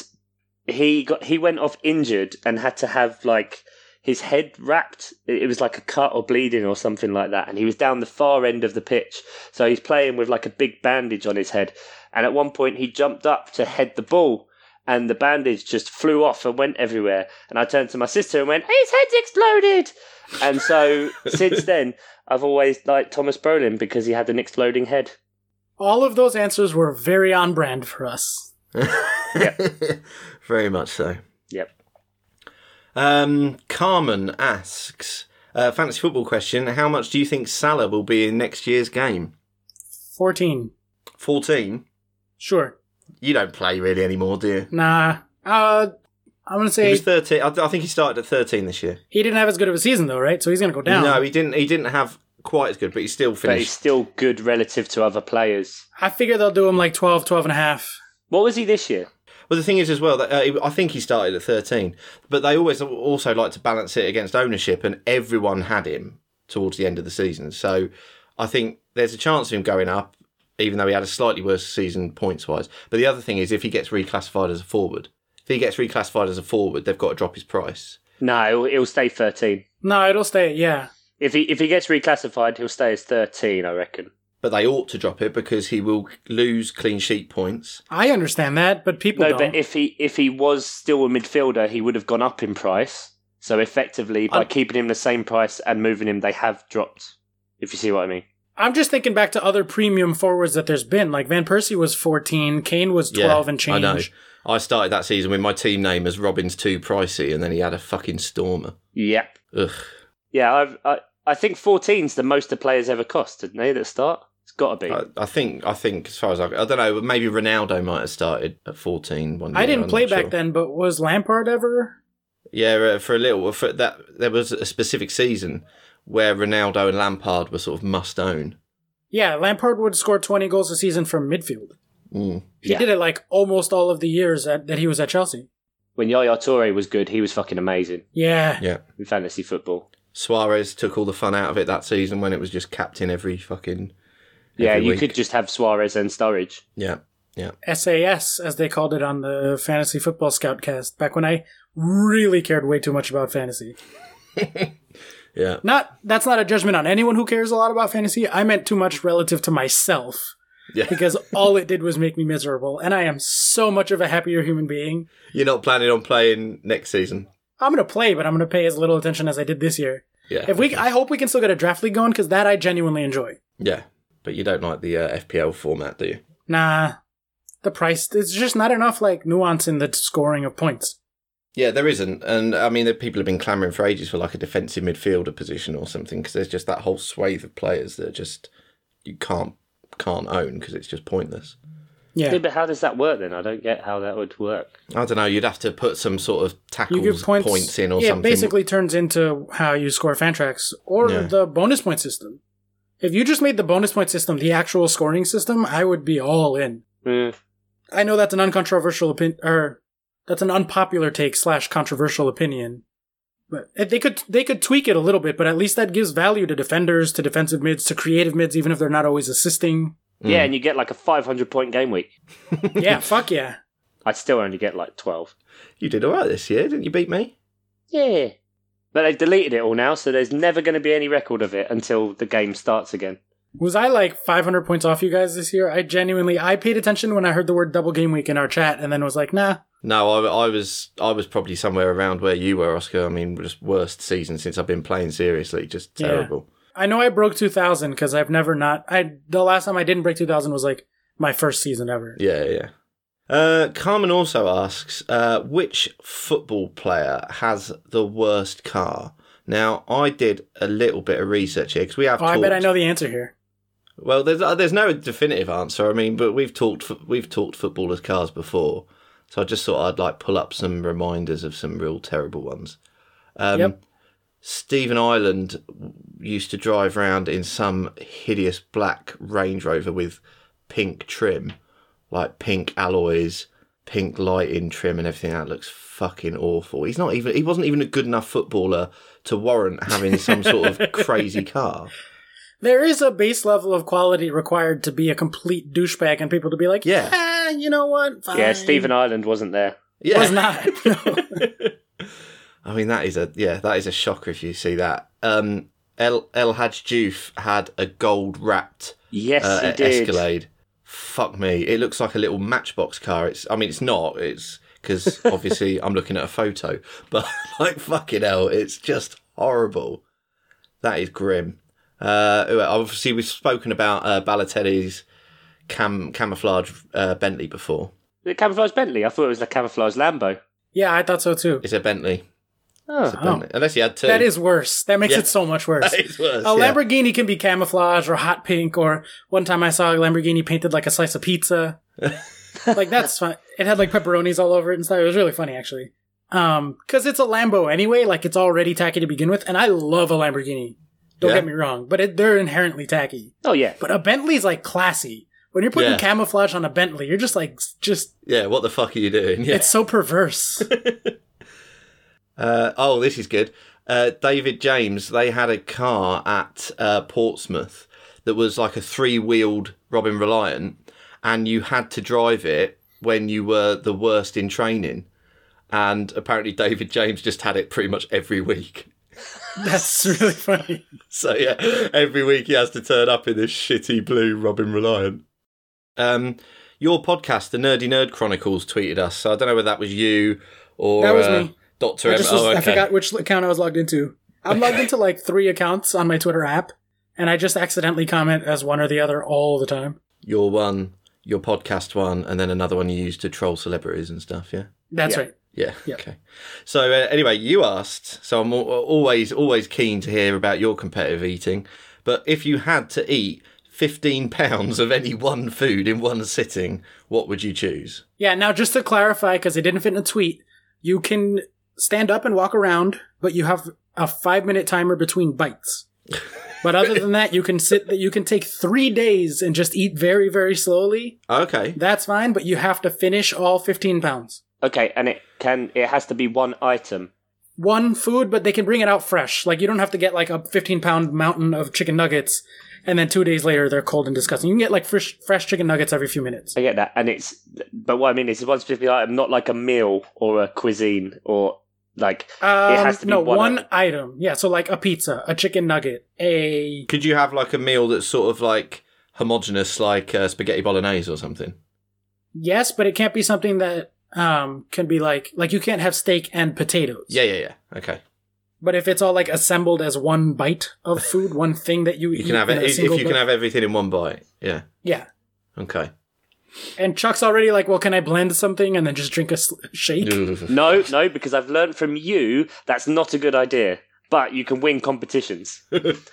Speaker 2: he got he went off injured and had to have like his head wrapped. It it was like a cut or bleeding or something like that, and he was down the far end of the pitch. So he's playing with like a big bandage on his head, and at one point he jumped up to head the ball. And the bandage just flew off and went everywhere. And I turned to my sister and went, "His head's exploded!" And so since then, I've always liked Thomas Brolin because he had an exploding head.
Speaker 1: All of those answers were very on brand for us.
Speaker 3: Very much so.
Speaker 2: Yep.
Speaker 3: Um, Carmen asks, uh, fantasy football question: How much do you think Salah will be in next year's game?
Speaker 1: Fourteen,
Speaker 3: Fourteen.
Speaker 1: sure.
Speaker 3: You don't play really anymore, do you?
Speaker 1: Nah, uh, I'm gonna
Speaker 3: He
Speaker 1: say
Speaker 3: was
Speaker 1: he,
Speaker 3: thirteen. I, I think he started at thirteen this year.
Speaker 1: didn't have as good of a season though, right? So he's gonna go down.
Speaker 3: No, he didn't. He didn't have quite as good, but he still
Speaker 2: But he's
Speaker 3: finished.
Speaker 2: still good relative to other players.
Speaker 1: I figure they'll do him like 12, 12 and a half.
Speaker 2: What was he this year?
Speaker 3: Well, the thing is as well that uh, I think he started at thirteen, but they always also like to balance it against ownership, and everyone had him towards the end of the season. So I think there's a chance of him going up, even though he had a slightly worse season points wise. But the other thing is if he gets reclassified as a forward, if he gets reclassified as a forward, they've got to drop his price.
Speaker 2: No, he'll, he'll stay thirteen.
Speaker 1: No, it'll stay. Yeah,
Speaker 2: If he if he gets reclassified, he'll stay as thirteen, I reckon.
Speaker 3: but they ought to drop it because he will lose clean sheet points.
Speaker 1: I understand that, but people
Speaker 2: No,
Speaker 1: don't.
Speaker 2: but if he if he was still a midfielder, he would have gone up in price. So effectively, by
Speaker 1: I'm-
Speaker 2: keeping him the same price and moving him, they have dropped. If you see what I mean.
Speaker 1: I'm just thinking back to other premium forwards that there's been. Like Van Persie was 14, Kane was 12 and change.
Speaker 3: I know. I started that season with my team name as Robin's too pricey, and then he had a fucking stormer.
Speaker 2: Yep.
Speaker 3: Ugh.
Speaker 2: Yeah, I've, I I think 14's the most a player's ever cost, didn't they? That start. It's got to be.
Speaker 1: Uh,
Speaker 3: I, I think. I think as far as I, I don't know, maybe Ronaldo might have started at fourteen one year.
Speaker 1: I didn't
Speaker 3: I'm
Speaker 1: play
Speaker 3: not
Speaker 1: back
Speaker 3: sure.
Speaker 1: then, but was Lampard ever?
Speaker 3: Yeah, uh, for a little. For that, there was a specific season where Ronaldo and Lampard were sort of must own.
Speaker 1: Yeah, Lampard would score 20 goals a season from midfield.
Speaker 3: Mm.
Speaker 1: He
Speaker 2: Yeah.
Speaker 1: did it like almost all of the years that, that he was at Chelsea.
Speaker 2: when Yaya Toure was good, he was fucking amazing
Speaker 1: Yeah.
Speaker 3: Yeah.
Speaker 2: in fantasy football.
Speaker 3: Suarez took all the fun out of it that season when it was just captain every fucking.
Speaker 2: Yeah,
Speaker 3: every
Speaker 2: you
Speaker 3: week.
Speaker 2: could just have Suarez and Sturridge.
Speaker 3: Yeah, yeah.
Speaker 1: SAS, as they called it on the Fantasy Football Scoutcast, back when I really cared way too much about fantasy.
Speaker 3: Yeah.
Speaker 1: Not that's not a judgment on anyone who cares a lot about fantasy. I meant too much relative to myself.
Speaker 3: Yeah.
Speaker 1: Because all it did was make me miserable, and I am so much of a happier human being.
Speaker 3: You're not planning on playing next season.
Speaker 1: I'm gonna play, but I'm gonna pay as little attention as I did this year.
Speaker 3: Yeah.
Speaker 1: If we, I hope we can still get a draft league going because that I genuinely enjoy.
Speaker 3: Yeah, but you don't like the uh, FPL format, do you?
Speaker 1: Nah, the price it's just not enough like nuance in the scoring of points.
Speaker 3: Yeah, there isn't, and I mean, the people have been clamouring for ages for like a defensive midfielder position or something because there's just that whole swathe of players that just you can't can't own because it's just pointless.
Speaker 1: Yeah,
Speaker 2: Yeah, but how does that work then? I don't get how that would work.
Speaker 3: I don't know. You'd have to put some sort of
Speaker 1: you
Speaker 3: tackles
Speaker 1: give points,
Speaker 3: in or
Speaker 1: yeah,
Speaker 3: something.
Speaker 1: It basically turns into how you score fan tracks or
Speaker 3: Yeah.
Speaker 1: the bonus point system. If you just made the bonus point system the actual scoring system, I would be all in.
Speaker 2: Mm.
Speaker 1: I know that's an uncontroversial opinion, or that's an unpopular take slash controversial opinion. But if they could they could tweak it a little bit, but at least that gives value to defenders, to defensive mids, to creative mids, even if they're not always assisting.
Speaker 2: Yeah, and you get like a 500 point game week.
Speaker 1: yeah, fuck yeah.
Speaker 2: I'd still only get like 12.
Speaker 3: you did all right this year, didn't you? Beat me.
Speaker 2: Yeah. But they've deleted it all now, so there's never going to be any record of it until the game starts again.
Speaker 1: Was I like 500 points off you guys this year? I genuinely I paid attention when I heard the word double game week in our chat, and then was like, nah,
Speaker 3: No, I, I was I was probably somewhere around where you were, Oscar. I mean, just worst season since I've been playing seriously, just
Speaker 1: Yeah.
Speaker 3: terrible.
Speaker 1: I know I broke 2000 because I've never not. I the last time I didn't break 2000 was like my first season ever.
Speaker 3: Yeah, yeah. Uh, Carmen also asks, uh, which football player has the worst car? Now, I did a little bit of research here because we have.
Speaker 1: Oh, I bet
Speaker 3: talked-
Speaker 1: I know the answer here.
Speaker 3: Well, there's uh, there's no definitive answer. I mean, but we've talked fo- we've talked footballers' cars before, so I just thought I'd like pull up some reminders of some real terrible ones. Um,
Speaker 1: Yep.
Speaker 3: Stephen Island used to drive around in some hideous black Range Rover with pink trim, like pink alloys, pink lighting trim, and everything. That looks fucking awful. He's not even. He wasn't even a good enough footballer to warrant having some sort of crazy car.
Speaker 1: There is a base level of quality required to be a complete douchebag and people to be like,
Speaker 3: Yeah.
Speaker 1: yeah, you know what? Fine.
Speaker 2: Yeah, Stephen Ireland wasn't there.
Speaker 3: Yeah.
Speaker 1: was not.
Speaker 3: I mean, that is a yeah, that is a shocker if you see that. Um, El El Haj Juf had a gold wrapped
Speaker 2: Yes,
Speaker 3: uh,
Speaker 2: he did.
Speaker 3: Escalade. Fuck me, it looks like a little matchbox car. It's I mean, it's not. It's because obviously I'm looking at a photo, but like fucking hell, it's just horrible. That is grim. Uh, obviously we've spoken about uh, Balotelli's cam camouflage uh, Bentley before.
Speaker 2: The camouflage Bentley. I thought it was the camouflage Lambo.
Speaker 1: yeah, I thought so too.
Speaker 3: It's a Bentley. It's a
Speaker 2: Oh.
Speaker 3: Bentley. Unless he had two.
Speaker 1: Uh-huh. That is worse. That makes
Speaker 3: Yeah.
Speaker 1: it so much worse.
Speaker 3: That is worse.
Speaker 1: A
Speaker 3: yeah.
Speaker 1: Lamborghini can be camouflage or hot pink, or one time I saw a Lamborghini painted like a slice of pizza. like that's fun. It had like pepperonis all over it and stuff. It was really funny actually. Um, cause it's a Lambo anyway, like it's already tacky to begin with, and I love a Lamborghini. Don't
Speaker 3: Yeah.
Speaker 1: get me wrong, but it, they're inherently tacky.
Speaker 2: Oh, yeah.
Speaker 1: But a Bentley's like classy. When you're putting
Speaker 3: Yeah.
Speaker 1: camouflage on a Bentley, you're just like, just,
Speaker 3: Yeah, what the fuck are you doing? Yeah.
Speaker 1: it's so perverse.
Speaker 3: Uh, oh, this is good. Uh, David James, they had a car at uh, Portsmouth that was like a three wheeled Robin Reliant, and you had to drive it when you were the worst in training. And apparently, David James just had it pretty much every week.
Speaker 1: That's really funny.
Speaker 3: So yeah, every week he has to turn up in this shitty blue Robin Reliant. Um, your podcast, the Nerdy Nerd Chronicles, tweeted us. So I don't know whether that was you or
Speaker 1: That was
Speaker 3: uh,
Speaker 1: me.
Speaker 3: Doctor.
Speaker 1: I,
Speaker 3: M-
Speaker 1: just was,
Speaker 3: oh, okay.
Speaker 1: I forgot which account I was logged into. I'm logged into like three accounts on my Twitter app, and I just accidentally comment as one or the other all the time.
Speaker 3: Your one, your podcast one, and then another one you use to troll celebrities and stuff. Yeah.
Speaker 1: That's
Speaker 2: Yeah.
Speaker 1: right.
Speaker 3: Yeah.
Speaker 1: Yeah.
Speaker 3: Okay. So uh, anyway, you asked, so I'm al- always always keen to hear about your competitive eating. But if you had to eat 15 pounds of any one food in one sitting, what would you choose?
Speaker 1: Yeah, now just to clarify, because it didn't fit in a tweet, you can stand up and walk around, but you have a five minute timer between bites. but other than that, you can sit that you can take three days and just eat very, very slowly.
Speaker 3: Okay.
Speaker 1: That's fine, but you have to finish all 15 pounds.
Speaker 2: Okay, and it can it has to be one item.
Speaker 1: One food, but they can bring it out fresh. Like you don't have to get like a 15 pound mountain of chicken nuggets and then two days later they're cold and disgusting. You can get like fresh, fresh chicken nuggets every few minutes.
Speaker 2: I get that, and it's but what I mean is one specific item, not like a meal or a cuisine or like
Speaker 1: Um,
Speaker 2: has to be
Speaker 1: no,
Speaker 2: one
Speaker 1: one
Speaker 2: item.
Speaker 1: item. Yeah, so like a pizza, a chicken nugget, a
Speaker 3: Could you have like a meal that's sort of like homogenous, like uh, spaghetti bolognese or something?
Speaker 1: Yes, but it can't be something that um can be like like you can't have steak and potatoes.
Speaker 3: Yeah, yeah, yeah. Okay.
Speaker 1: But if it's all like assembled as one bite of food, one thing that you,
Speaker 3: You
Speaker 1: eat
Speaker 3: can have
Speaker 1: in
Speaker 3: it
Speaker 1: a
Speaker 3: if if
Speaker 1: single
Speaker 3: you can
Speaker 1: bite-
Speaker 3: have everything in one bite. Yeah.
Speaker 1: yeah.
Speaker 3: Okay.
Speaker 1: And Chuck's already like, well, can I blend something and then just drink a s- shake?
Speaker 2: no, no, because I've learned from you that's not a good idea. But you can win competitions.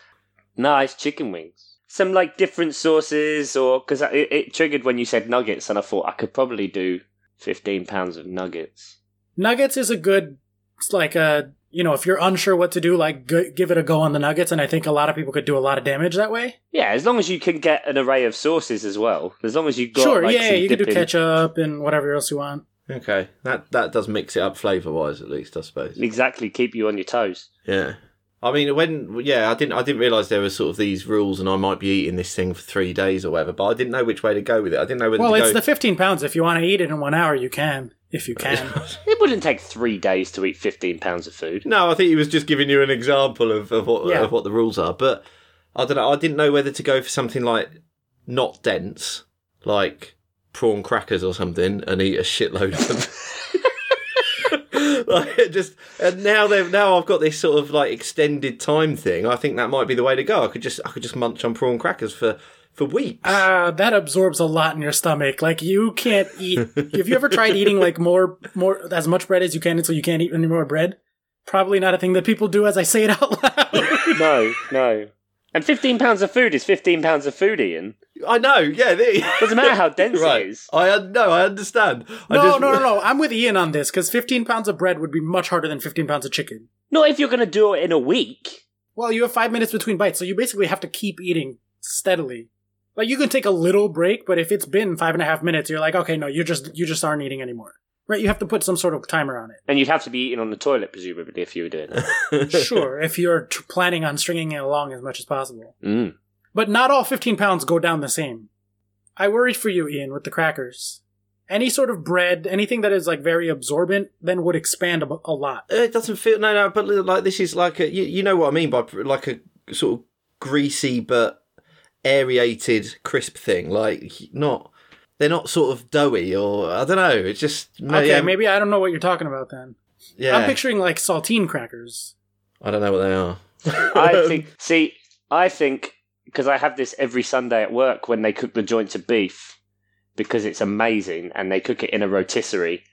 Speaker 2: nice chicken wings. Some like different sauces, or because it, it triggered when you said nuggets, and I thought I could probably do fifteen pounds of nuggets.
Speaker 1: Nuggets is a good, it's like a you know, if you're unsure what to do, like g- give it a go on the nuggets, and I think a lot of people could do a lot of damage that way.
Speaker 2: Yeah, as long as you can get an array of sauces as well. As long as you got
Speaker 1: sure,
Speaker 2: like,
Speaker 1: yeah,
Speaker 2: some
Speaker 1: you can do
Speaker 2: dipping-
Speaker 1: ketchup and whatever else you want.
Speaker 3: okay. That that does mix it up flavour wise, at least I suppose.
Speaker 2: Exactly, keep you on your toes.
Speaker 3: Yeah. I mean, when yeah, I didn't I didn't realise there were sort of these rules, and I might be eating this thing for three days or whatever. But I didn't know which way to go with it. I didn't know whether
Speaker 1: Well,
Speaker 3: to
Speaker 1: it's
Speaker 3: go.
Speaker 1: the 15 pounds. If you want to eat it in one hour, you can. If you can.
Speaker 2: It wouldn't take three days to eat fifteen pounds of food.
Speaker 3: no, I think he was just giving you an example of, of what
Speaker 1: Yeah.
Speaker 3: of what the rules are. But I don't know. I didn't know whether to go for something like not dense, like prawn crackers or something, and eat a shitload of them. like it just and now they have now I've got this sort of like extended time thing. I think that might be the way to go. I could just I could just munch on prawn crackers for for weeks.
Speaker 1: Uh, that absorbs a lot in your stomach. Like you can't eat. Have you ever tried eating like more, more as much bread as you can until you can't eat any more bread? Probably not a thing that people do. As I say it out loud,
Speaker 2: No, no. And fifteen pounds of food is fifteen pounds of food, Ian.
Speaker 3: I know, yeah. There,
Speaker 2: Doesn't matter how dense
Speaker 3: right.
Speaker 2: it is.
Speaker 3: I un- no, I understand. I
Speaker 1: no,
Speaker 3: just-
Speaker 1: no, no, no. I'm with Ian on this because 15 pounds of bread would be much harder than 15 pounds of chicken.
Speaker 2: Not if you're going to do it in a week.
Speaker 1: Well, you have five minutes between bites, so you basically have to keep eating steadily. Like you can take a little break, but if it's been five and a half minutes, you're like, okay, no, you just you just aren't eating anymore, right? You have to put some sort of timer on it.
Speaker 2: And you'd have to be eating on the toilet, presumably, if you were doing that.
Speaker 1: sure, if you're t- planning on stringing it along as much as possible.
Speaker 2: Mm.
Speaker 1: But not all 15 pounds go down the same. I worried for you, Ian, with the crackers. Any sort of bread, anything that is like very absorbent, then would expand a, b- a lot.
Speaker 3: It doesn't feel no, no. But like this is like a you, you know what I mean by pr- like a sort of greasy but aerated crisp thing. Like not they're not sort of doughy or I don't know. It's just
Speaker 1: Okay,
Speaker 3: yeah,
Speaker 1: maybe I don't know what you're talking about then.
Speaker 3: yeah.
Speaker 1: I'm picturing like saltine crackers.
Speaker 3: I don't know what they are.
Speaker 2: I think. See, I think because I have this every Sunday at work when they cook the joints of beef because it's amazing, and they cook it in a rotisserie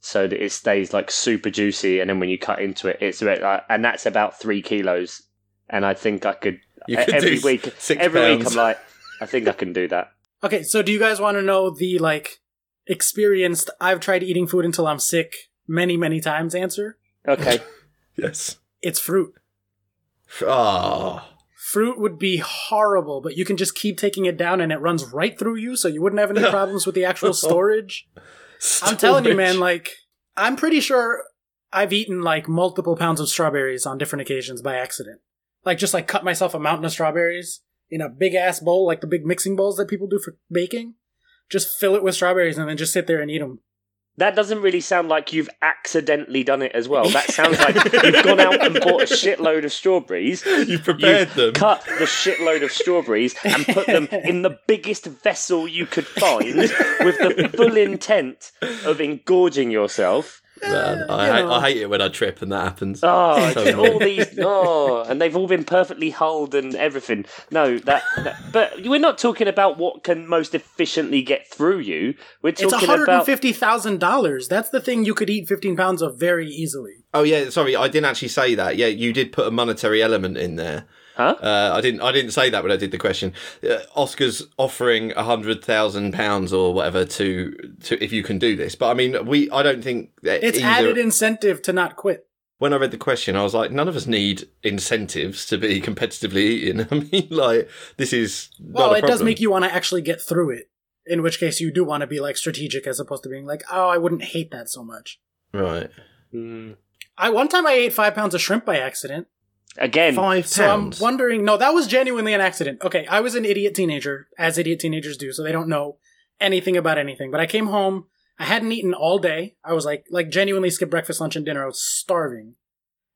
Speaker 2: so that it stays like super juicy, and then when you cut into it, it's like, and that's about three kilos. And I think I could
Speaker 3: You
Speaker 2: E-
Speaker 3: could
Speaker 2: every
Speaker 3: do
Speaker 2: week.
Speaker 3: six
Speaker 2: every week,
Speaker 3: pounds.
Speaker 2: I'm like, I think I can do that.
Speaker 1: Okay, so do you guys want to know the like experienced I've tried eating food until I'm sick many, many times answer?
Speaker 2: Okay,
Speaker 3: yes.
Speaker 1: It's fruit.
Speaker 3: Ah.
Speaker 1: Fruit would be horrible, but you can just keep taking it down and it runs right through you, so you wouldn't have any problems with the actual storage. I'm telling you, man, like, I'm pretty sure I've eaten like multiple pounds of strawberries on different occasions by accident. Like, just like cut myself a mountain of strawberries in a big ass bowl, like the big mixing bowls that people do for baking. Just fill it with strawberries and then just sit there and eat them.
Speaker 2: That doesn't really sound like you've accidentally done it as well. That sounds like you've gone out and bought a shitload of strawberries.
Speaker 3: You've prepared them.
Speaker 2: Cut the shitload of strawberries and put them in the biggest vessel you could find with the full intent of engorging yourself.
Speaker 3: Man, I, hate, I hate it when I trip and that happens.
Speaker 2: Oh,
Speaker 3: So
Speaker 2: it's all
Speaker 3: annoying.
Speaker 2: these. Oh, and they've all been perfectly hulled and everything. No, that, that. But we're not talking about what can most efficiently get through you. We're
Speaker 1: It's
Speaker 2: talking about.
Speaker 1: $150,000. That's the thing you could eat 15 pounds of very easily.
Speaker 3: Oh yeah, sorry, I didn't actually say that. Yeah, you did put a monetary element in there.
Speaker 2: Huh?
Speaker 3: Uh, I didn't. I didn't say that when I did the question. Uh, Oscar's offering a hundred thousand pounds or whatever to to if you can do this. But I mean, we. I don't think that
Speaker 1: It's
Speaker 3: either-
Speaker 1: added incentive to not quit.
Speaker 3: When I read the question, I was like, none of us need incentives to be competitively eating. I mean, like this is
Speaker 1: Well,
Speaker 3: not a
Speaker 1: it does
Speaker 3: problem.
Speaker 1: make you want to actually get through it. In which case, you do want to be like strategic as opposed to being like, oh, I wouldn't hate that so much.
Speaker 3: right.
Speaker 2: Hmm.
Speaker 1: I one time I ate five pounds of shrimp by accident.
Speaker 2: Again,
Speaker 3: Five
Speaker 1: So I'm
Speaker 3: pounds.
Speaker 1: wondering. No, that was genuinely an accident. Okay, I was an idiot teenager, as idiot teenagers do, so they don't know anything about anything. But I came home. I hadn't eaten all day. I was like, like genuinely skipped breakfast, lunch, and dinner. I was starving,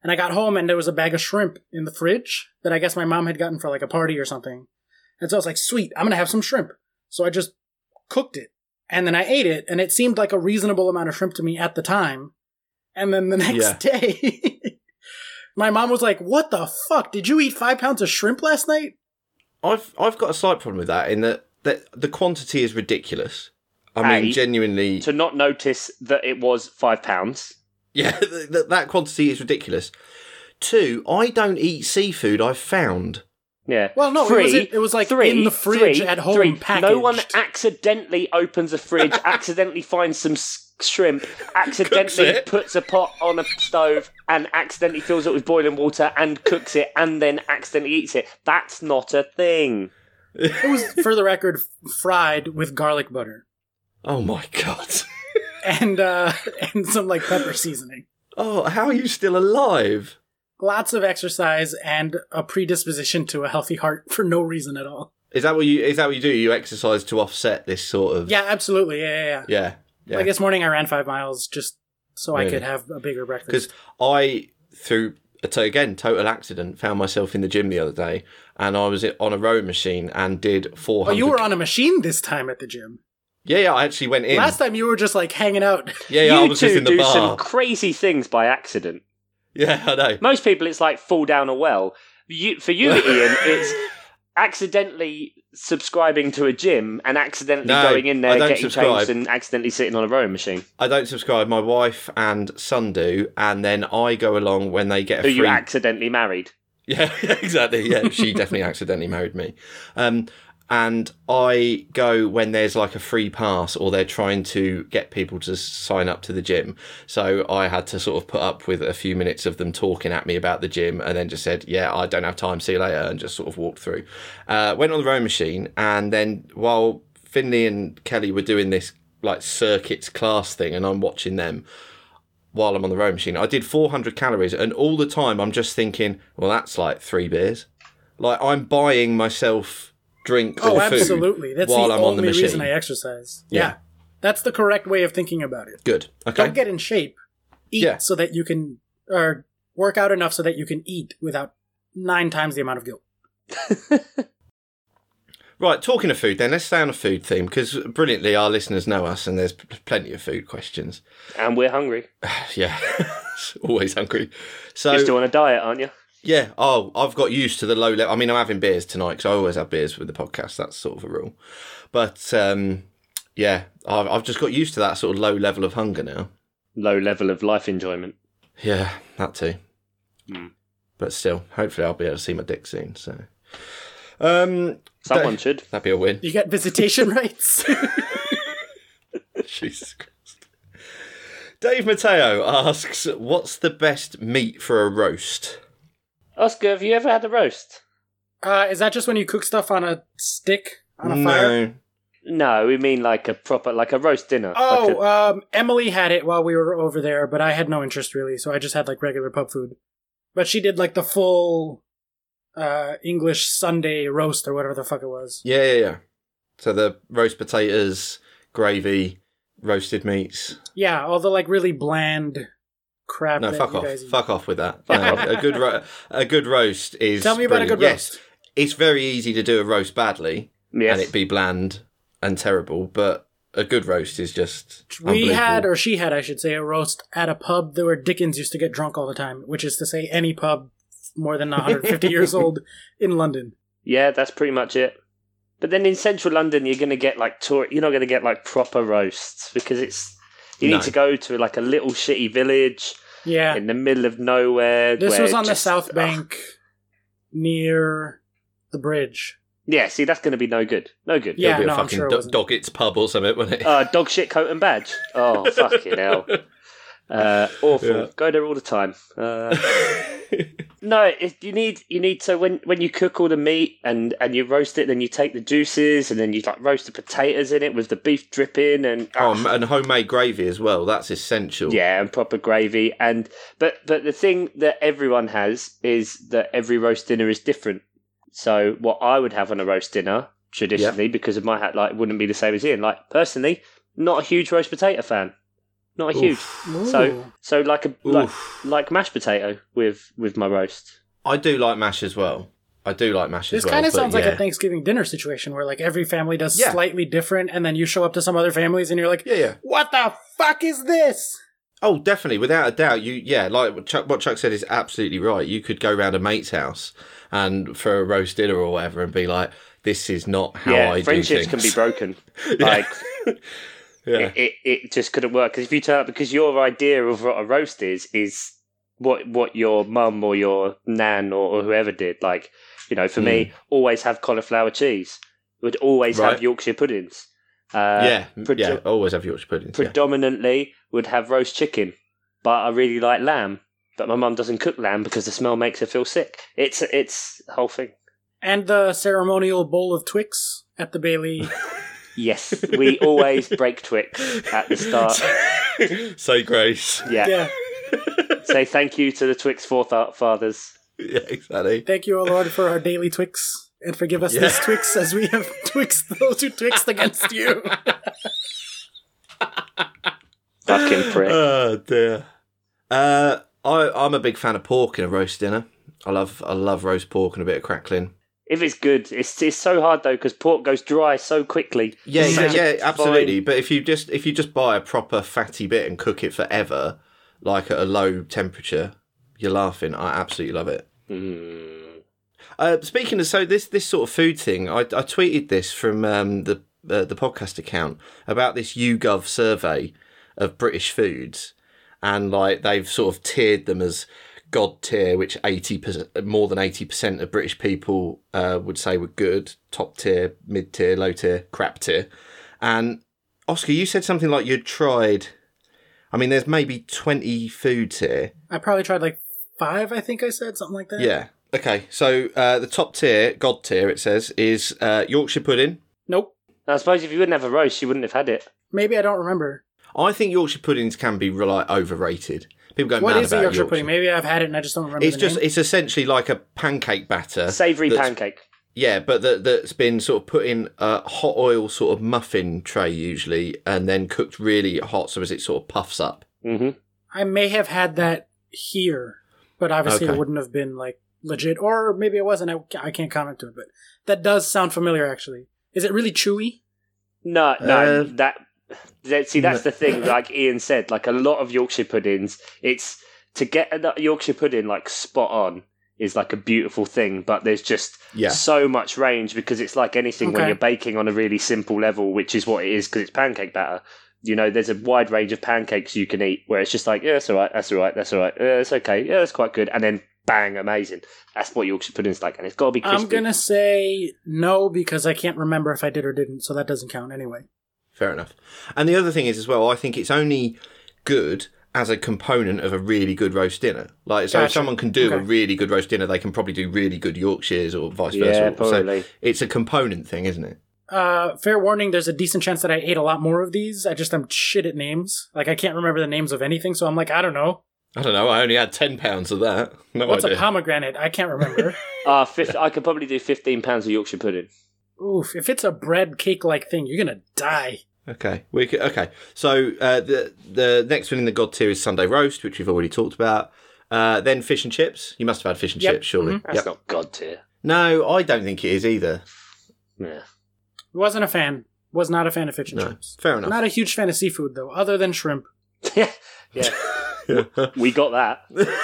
Speaker 1: and I got home and there was a bag of shrimp in the fridge that I guess my mom had gotten for like a party or something. And so I was like, sweet, I'm gonna have some shrimp. So I just cooked it and then I ate it, and it seemed like a reasonable amount of shrimp to me at the time. And then the next day, my mom was like, "What the fuck? Did you eat five pounds of shrimp last night?"
Speaker 3: I've I've got a slight problem with that in that that the quantity is ridiculous. I mean,
Speaker 2: A,
Speaker 3: genuinely,
Speaker 2: to not notice that it was five pounds.
Speaker 3: Yeah, that, that quantity is ridiculous. Two, I don't eat seafood. I've found.
Speaker 2: Yeah.
Speaker 1: Well, no, it
Speaker 2: three,
Speaker 1: wasn't- it was, like,
Speaker 2: three,
Speaker 1: in the fridge
Speaker 2: three,
Speaker 1: at home,
Speaker 2: three. No one
Speaker 1: packaged.
Speaker 2: accidentally opens a fridge, accidentally finds some s- shrimp, accidentally
Speaker 3: it.
Speaker 2: puts a pot on a stove, and accidentally fills it with boiling water and cooks it, and then accidentally eats it. That's not a thing.
Speaker 1: It was, for the record, fried with garlic butter
Speaker 3: Oh my god.
Speaker 1: and uh, and some like pepper seasoning.
Speaker 3: Oh, how are you still alive?
Speaker 1: Lots of exercise and a predisposition to a healthy heart for no reason at all.
Speaker 3: Is that what you? Is that what you do? You exercise to offset this sort of.
Speaker 1: Yeah, absolutely. Yeah, yeah, yeah.
Speaker 3: Yeah. Yeah.
Speaker 1: Like this morning, I ran five miles just so I
Speaker 3: Really?
Speaker 1: could have a bigger breakfast.
Speaker 3: Because I, through uh, to, again total accident, found myself in the gym the other day, and I was on a rowing machine and did four
Speaker 1: Oh,
Speaker 3: hundred.
Speaker 1: you were on a machine this time at the gym.
Speaker 3: Yeah, yeah. I actually went in.
Speaker 1: Last time you were just like hanging out.
Speaker 3: yeah, yeah.
Speaker 2: you
Speaker 3: I was
Speaker 2: two
Speaker 3: just in the
Speaker 2: do
Speaker 3: bar.
Speaker 2: some crazy things by accident.
Speaker 3: Yeah, I know.
Speaker 2: Most people, it's like fall down a well. You, for you, Ian, it's accidentally subscribing to a gym and accidentally
Speaker 3: No,
Speaker 2: going in
Speaker 3: I
Speaker 2: there,
Speaker 3: don't
Speaker 2: getting
Speaker 3: subscribe.
Speaker 2: changed, and accidentally sitting on a rowing machine.
Speaker 3: I don't subscribe. My wife and son do, and then I go along when they get a
Speaker 2: Who
Speaker 3: free
Speaker 2: you accidentally married?
Speaker 3: Yeah, yeah, exactly. Yeah, she definitely accidentally married me. Um, and I go when there's like a free pass or they're trying to get people to s- sign up to the gym. So I had to sort of put up with a few minutes of them talking at me about the gym and then just said, Yeah, I don't have time. See you later. And just sort of walked through. Uh, went on the rowing machine. And then while Finley and Kelly were doing this like circuits class thing and I'm watching them, while I'm on the rowing machine. I did 400 calories, and all the time I'm just thinking, well, that's like three beers. Like I'm buying myself drink
Speaker 1: Oh,
Speaker 3: or food
Speaker 1: absolutely. That's
Speaker 3: while
Speaker 1: the
Speaker 3: I'm
Speaker 1: only
Speaker 3: on the machine.
Speaker 1: reason I exercise. Yeah.
Speaker 3: Yeah.
Speaker 1: That's the correct way of thinking about it.
Speaker 3: Good. Okay.
Speaker 1: Don't get in shape. Eat
Speaker 3: Yeah.
Speaker 1: so that you can, or work out enough so that you can eat without nine times the amount of guilt.
Speaker 3: Right, talking of food, then let's stay on a food theme because brilliantly our listeners know us, and there's p- plenty of food questions.
Speaker 2: And we're hungry.
Speaker 3: Yeah, always hungry. So
Speaker 2: You're still on a diet, aren't you?
Speaker 3: Yeah. Oh, I've got used to the low level. I mean, I'm having beers tonight because I always have beers with the podcast. That's sort of a rule. But um, yeah, I've, I've just got used to that sort of low level of hunger now.
Speaker 2: Low level of life enjoyment.
Speaker 3: Yeah, that too.
Speaker 2: Hmm.
Speaker 3: But still, hopefully, I'll be able to see my dick soon. So, um,
Speaker 2: Someone
Speaker 3: Don't-
Speaker 2: should.
Speaker 3: that'd be a win.
Speaker 1: You got visitation rights.
Speaker 3: Jesus Christ. Dave Mateo asks, "What's the best meat for a roast?"
Speaker 2: Oscar, have you ever had a roast?
Speaker 1: uh, is that just when you cook stuff on a stick on a
Speaker 3: no,
Speaker 1: fire?
Speaker 2: No, we mean like a proper, like a roast dinner. like
Speaker 1: Oh,
Speaker 2: a-
Speaker 1: um, Emily had it while we were over there, but I had no interest really, so I just had like regular pub food. But she did like the full uh, English Sunday roast or whatever the fuck it was.
Speaker 3: Yeah, yeah, yeah. So the roast potatoes, gravy, roasted meats.
Speaker 1: Yeah, all the like really bland crap.
Speaker 3: No,
Speaker 1: that
Speaker 3: fuck
Speaker 1: you
Speaker 3: off.
Speaker 1: guys eat.
Speaker 3: Fuck off with that. No, a good ro- a good roast is.
Speaker 1: Tell me about a
Speaker 3: brilliant.
Speaker 1: good
Speaker 3: Yes, it's very easy to do a roast badly
Speaker 2: Yes.
Speaker 3: and it be bland and terrible, but a good roast is just.
Speaker 1: We had,
Speaker 3: unbelievable.
Speaker 1: or she had, I should say, a roast at a pub that where Dickens used to get drunk all the time, which is to say, any pub more than 150 years old in London.
Speaker 2: Yeah, that's pretty much it. But then in central London, you're going to get like tour. You're not going to get like proper roasts because it's you
Speaker 3: No.
Speaker 2: need to go to like a little shitty village
Speaker 1: Yeah,
Speaker 2: in the middle of nowhere.
Speaker 1: this
Speaker 2: where
Speaker 1: was on the
Speaker 2: just-
Speaker 1: South
Speaker 2: ugh.
Speaker 1: Bank near the bridge.
Speaker 2: Yeah, see, that's going to be no good. No good.
Speaker 1: Yeah,
Speaker 3: It'll be
Speaker 1: no,
Speaker 3: a
Speaker 1: I'm
Speaker 3: fucking
Speaker 1: sure it
Speaker 3: Do-
Speaker 1: wasn't.
Speaker 3: Doggett's pub or something, wasn't it?
Speaker 2: Uh, dog shit coat and badge. Oh fucking hell. Uh, awful.
Speaker 3: Yeah.
Speaker 2: Go there all the time. Uh, no, if you need you need to when when you cook all the meat and and you roast it, then you take the juices and then you like roast the potatoes in it with the beef dripping and
Speaker 3: oh, and- and homemade gravy as well. That's essential.
Speaker 2: Yeah, and proper gravy. And but but the thing that everyone has is that every roast dinner is different. So what I would have on a roast dinner traditionally, because of my hat, like wouldn't be the same as Ian. Like personally, not a huge roast potato fan. Not a huge. So
Speaker 1: Ooh.
Speaker 2: so like a like,
Speaker 3: Oof.
Speaker 2: like mashed potato with with my roast.
Speaker 3: I do like mash as well. I do like mash
Speaker 1: This
Speaker 3: as well.
Speaker 1: kind of
Speaker 3: but
Speaker 1: sounds like
Speaker 3: yeah.
Speaker 1: a Thanksgiving dinner situation where like every family does
Speaker 3: Yeah.
Speaker 1: slightly different, and then you show up to some other families and you're like,
Speaker 3: Yeah, yeah.
Speaker 1: "What the fuck is this?"
Speaker 3: Oh, definitely, without a doubt. You, yeah, like what Chuck, what Chuck said is absolutely right. You could go round a mate's house and for a roast dinner or whatever, and be like, "This is not how
Speaker 2: yeah,
Speaker 3: I
Speaker 2: friendships
Speaker 3: do
Speaker 2: can be
Speaker 3: things."
Speaker 2: broken.
Speaker 3: Yeah.
Speaker 2: Like
Speaker 3: yeah.
Speaker 2: it, it, it just couldn't work because if you turn up because your idea of what a roast is is what what your mum or your nan or, or whoever did like you know for me always have cauliflower cheese would always
Speaker 3: Hmm. Right.
Speaker 2: have yorkshire puddings uh,
Speaker 3: yeah,
Speaker 2: predo-
Speaker 3: yeah. Always have Yorkshire puddings. yeah.
Speaker 2: predominantly would have roast chicken but I really like lamb but my mum doesn't cook lamb because the smell makes her feel sick it's it's the whole thing
Speaker 1: And the ceremonial bowl of Twix at the Bailey.
Speaker 2: yes we always break Twix at the start
Speaker 3: Say grace.
Speaker 2: yeah
Speaker 1: yeah.
Speaker 2: say thank you to the Twix forefathers
Speaker 3: Yeah, exactly.
Speaker 1: Thank you, O Lord, for our daily Twix, and forgive us
Speaker 3: Yeah.
Speaker 1: this Twix as we have Twixed those who Twixed against you.
Speaker 2: Fucking prick.
Speaker 3: Oh dear. Uh, I, I'm a big fan of pork in a roast dinner. I love, I love roast pork and a bit of crackling.
Speaker 2: if it's good, it's it's so hard though because pork goes dry so quickly.
Speaker 3: Yeah,
Speaker 2: It's
Speaker 3: yeah,
Speaker 2: such a
Speaker 3: yeah,
Speaker 2: fine-
Speaker 3: absolutely. But if you just if you just buy a proper fatty bit and cook it forever, like at a low temperature, you're laughing. I absolutely love it.
Speaker 2: Mm.
Speaker 3: Uh, speaking of so this this sort of food thing, I, I tweeted this from um, the uh, the podcast account about this YouGov survey of British foods, and like they've sort of tiered them as God tier, which eighty percent more than eighty percent of British people uh, would say were good, top tier, mid tier, low tier, crap tier, and Oscar, you said something like you'd tried. I mean, there's maybe twenty foods here.
Speaker 1: I probably tried like five, I think I said, something like that.
Speaker 3: Yeah. Okay. So uh, the top tier, God tier, it says, is uh, Yorkshire pudding.
Speaker 1: Nope.
Speaker 2: I suppose if you wouldn't have a roast, you wouldn't have had it.
Speaker 1: Maybe I don't remember.
Speaker 3: I think Yorkshire puddings can be like overrated. People go
Speaker 1: What
Speaker 3: mad
Speaker 1: is a
Speaker 3: about
Speaker 1: Yorkshire, pudding? Maybe I've had it and I just don't remember
Speaker 3: It's
Speaker 1: the
Speaker 3: just
Speaker 1: name.
Speaker 3: it's essentially like a pancake batter,
Speaker 2: Savory
Speaker 3: that's-
Speaker 2: pancake.
Speaker 3: Yeah, but that that's been sort of put in a hot oil sort of muffin tray usually, and then cooked really hot, so as it sort of puffs up.
Speaker 2: Mm-hmm.
Speaker 1: I may have had that here, but obviously
Speaker 3: Okay.
Speaker 1: it wouldn't have been like legit, or maybe it wasn't. I, I can't comment to it, but that does sound familiar, actually. Is it really chewy?
Speaker 2: No, no,
Speaker 3: Uh,
Speaker 2: that, that. See, that's the thing. Like Ian said, like a lot of Yorkshire puddings, it's to get a Yorkshire pudding like spot on is like a beautiful thing, but there's just
Speaker 3: Yeah.
Speaker 2: so much range because it's like anything when
Speaker 1: Okay.
Speaker 2: you're baking on a really simple level, which is what it is because it's pancake batter. You know, there's a wide range of pancakes you can eat where it's just like, yeah, that's all right, that's all right, that's all right, yeah, that's okay, yeah, that's quite good, and then bang, amazing. That's what Yorkshire pudding's like, and it's got to be crispy.
Speaker 1: I'm going to say no because I can't remember if I did or didn't, so that doesn't count anyway.
Speaker 3: Fair enough. And the other thing is as well, I think it's only good as a component of a really good roast dinner. Like so if
Speaker 1: Gotcha.
Speaker 3: someone can do a
Speaker 1: Okay.
Speaker 3: really good roast dinner, they can probably do really good Yorkshires or vice
Speaker 2: Yeah,
Speaker 3: versa.
Speaker 2: probably.
Speaker 3: So it's a component thing, isn't it?
Speaker 1: Uh, fair warning, there's a decent chance that I ate a lot more of these. I just am shit at names. Like, I can't remember the names of anything, so I'm like, I don't know.
Speaker 3: I don't know, I only had ten pounds of that. No
Speaker 1: What's a
Speaker 3: idea.
Speaker 1: pomegranate? I can't remember.
Speaker 2: Ah, fif- I could probably do 15 pounds of Yorkshire pudding.
Speaker 1: Oof, if it's a bread cake like thing, you're gonna die.
Speaker 3: Okay, we c okay. So uh, the the next one in the God tier is Sunday roast, which we've already talked about. Uh, then fish and chips. You must have had fish and
Speaker 1: Yep. Mm-hmm.
Speaker 3: chips, surely.
Speaker 2: That's
Speaker 3: Yep.
Speaker 2: not God tier.
Speaker 3: No, I don't think it is either.
Speaker 2: Yeah.
Speaker 1: Mm-hmm. Wasn't a fan. Was not a fan of fish and
Speaker 3: No,
Speaker 1: chips.
Speaker 3: fair enough.
Speaker 1: Not a huge fan of seafood though, other than shrimp.
Speaker 2: yeah. We got that.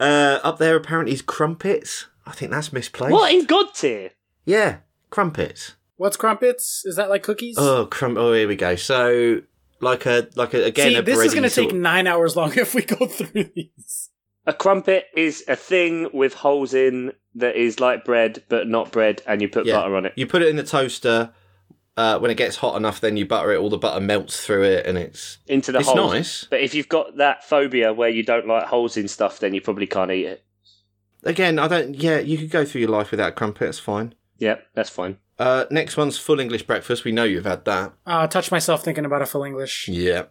Speaker 3: uh, up there apparently is crumpets. I think that's misplaced.
Speaker 2: What in God tier?
Speaker 3: Yeah, crumpets.
Speaker 1: What's crumpets? Is that like cookies?
Speaker 3: Oh, crump. Oh, here we go. So like a like a again.
Speaker 1: See,
Speaker 3: a
Speaker 1: this is
Speaker 3: bready
Speaker 1: going to
Speaker 3: sort
Speaker 1: take nine hours long if we go through these.
Speaker 2: A crumpet is a thing with holes in that is like bread but not bread, and you put
Speaker 3: Yeah.
Speaker 2: butter on it.
Speaker 3: You put it in the toaster. Uh, when it gets hot enough, then you butter it. All the butter melts through it, and it's
Speaker 2: into the
Speaker 3: It's
Speaker 2: holes.
Speaker 3: nice.
Speaker 2: But if you've got that phobia where you don't like holes in stuff, then you probably can't eat it.
Speaker 3: again. I don't. Yeah, you could go through your life without crumpet. It's fine.
Speaker 2: Yep, that's fine.
Speaker 3: Uh, next one's full English breakfast. We know you've had that.
Speaker 1: Uh, touch myself thinking about a full English.
Speaker 3: Yeah,
Speaker 2: Yeah,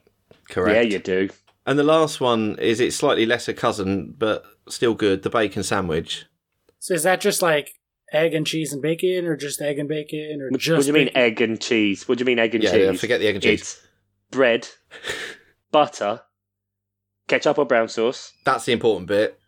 Speaker 3: correct.
Speaker 2: you do.
Speaker 3: And the last one is its slightly lesser cousin, but still good. The bacon sandwich.
Speaker 1: So is that just like egg and cheese and bacon, or just egg and bacon, or
Speaker 2: What,
Speaker 1: just?
Speaker 2: what do you mean
Speaker 1: bacon?
Speaker 2: egg and cheese? What do you mean egg and
Speaker 3: Yeah,
Speaker 2: cheese?
Speaker 3: yeah, forget the egg and cheese.
Speaker 2: It's bread, butter, ketchup or brown sauce,
Speaker 3: That's the important bit.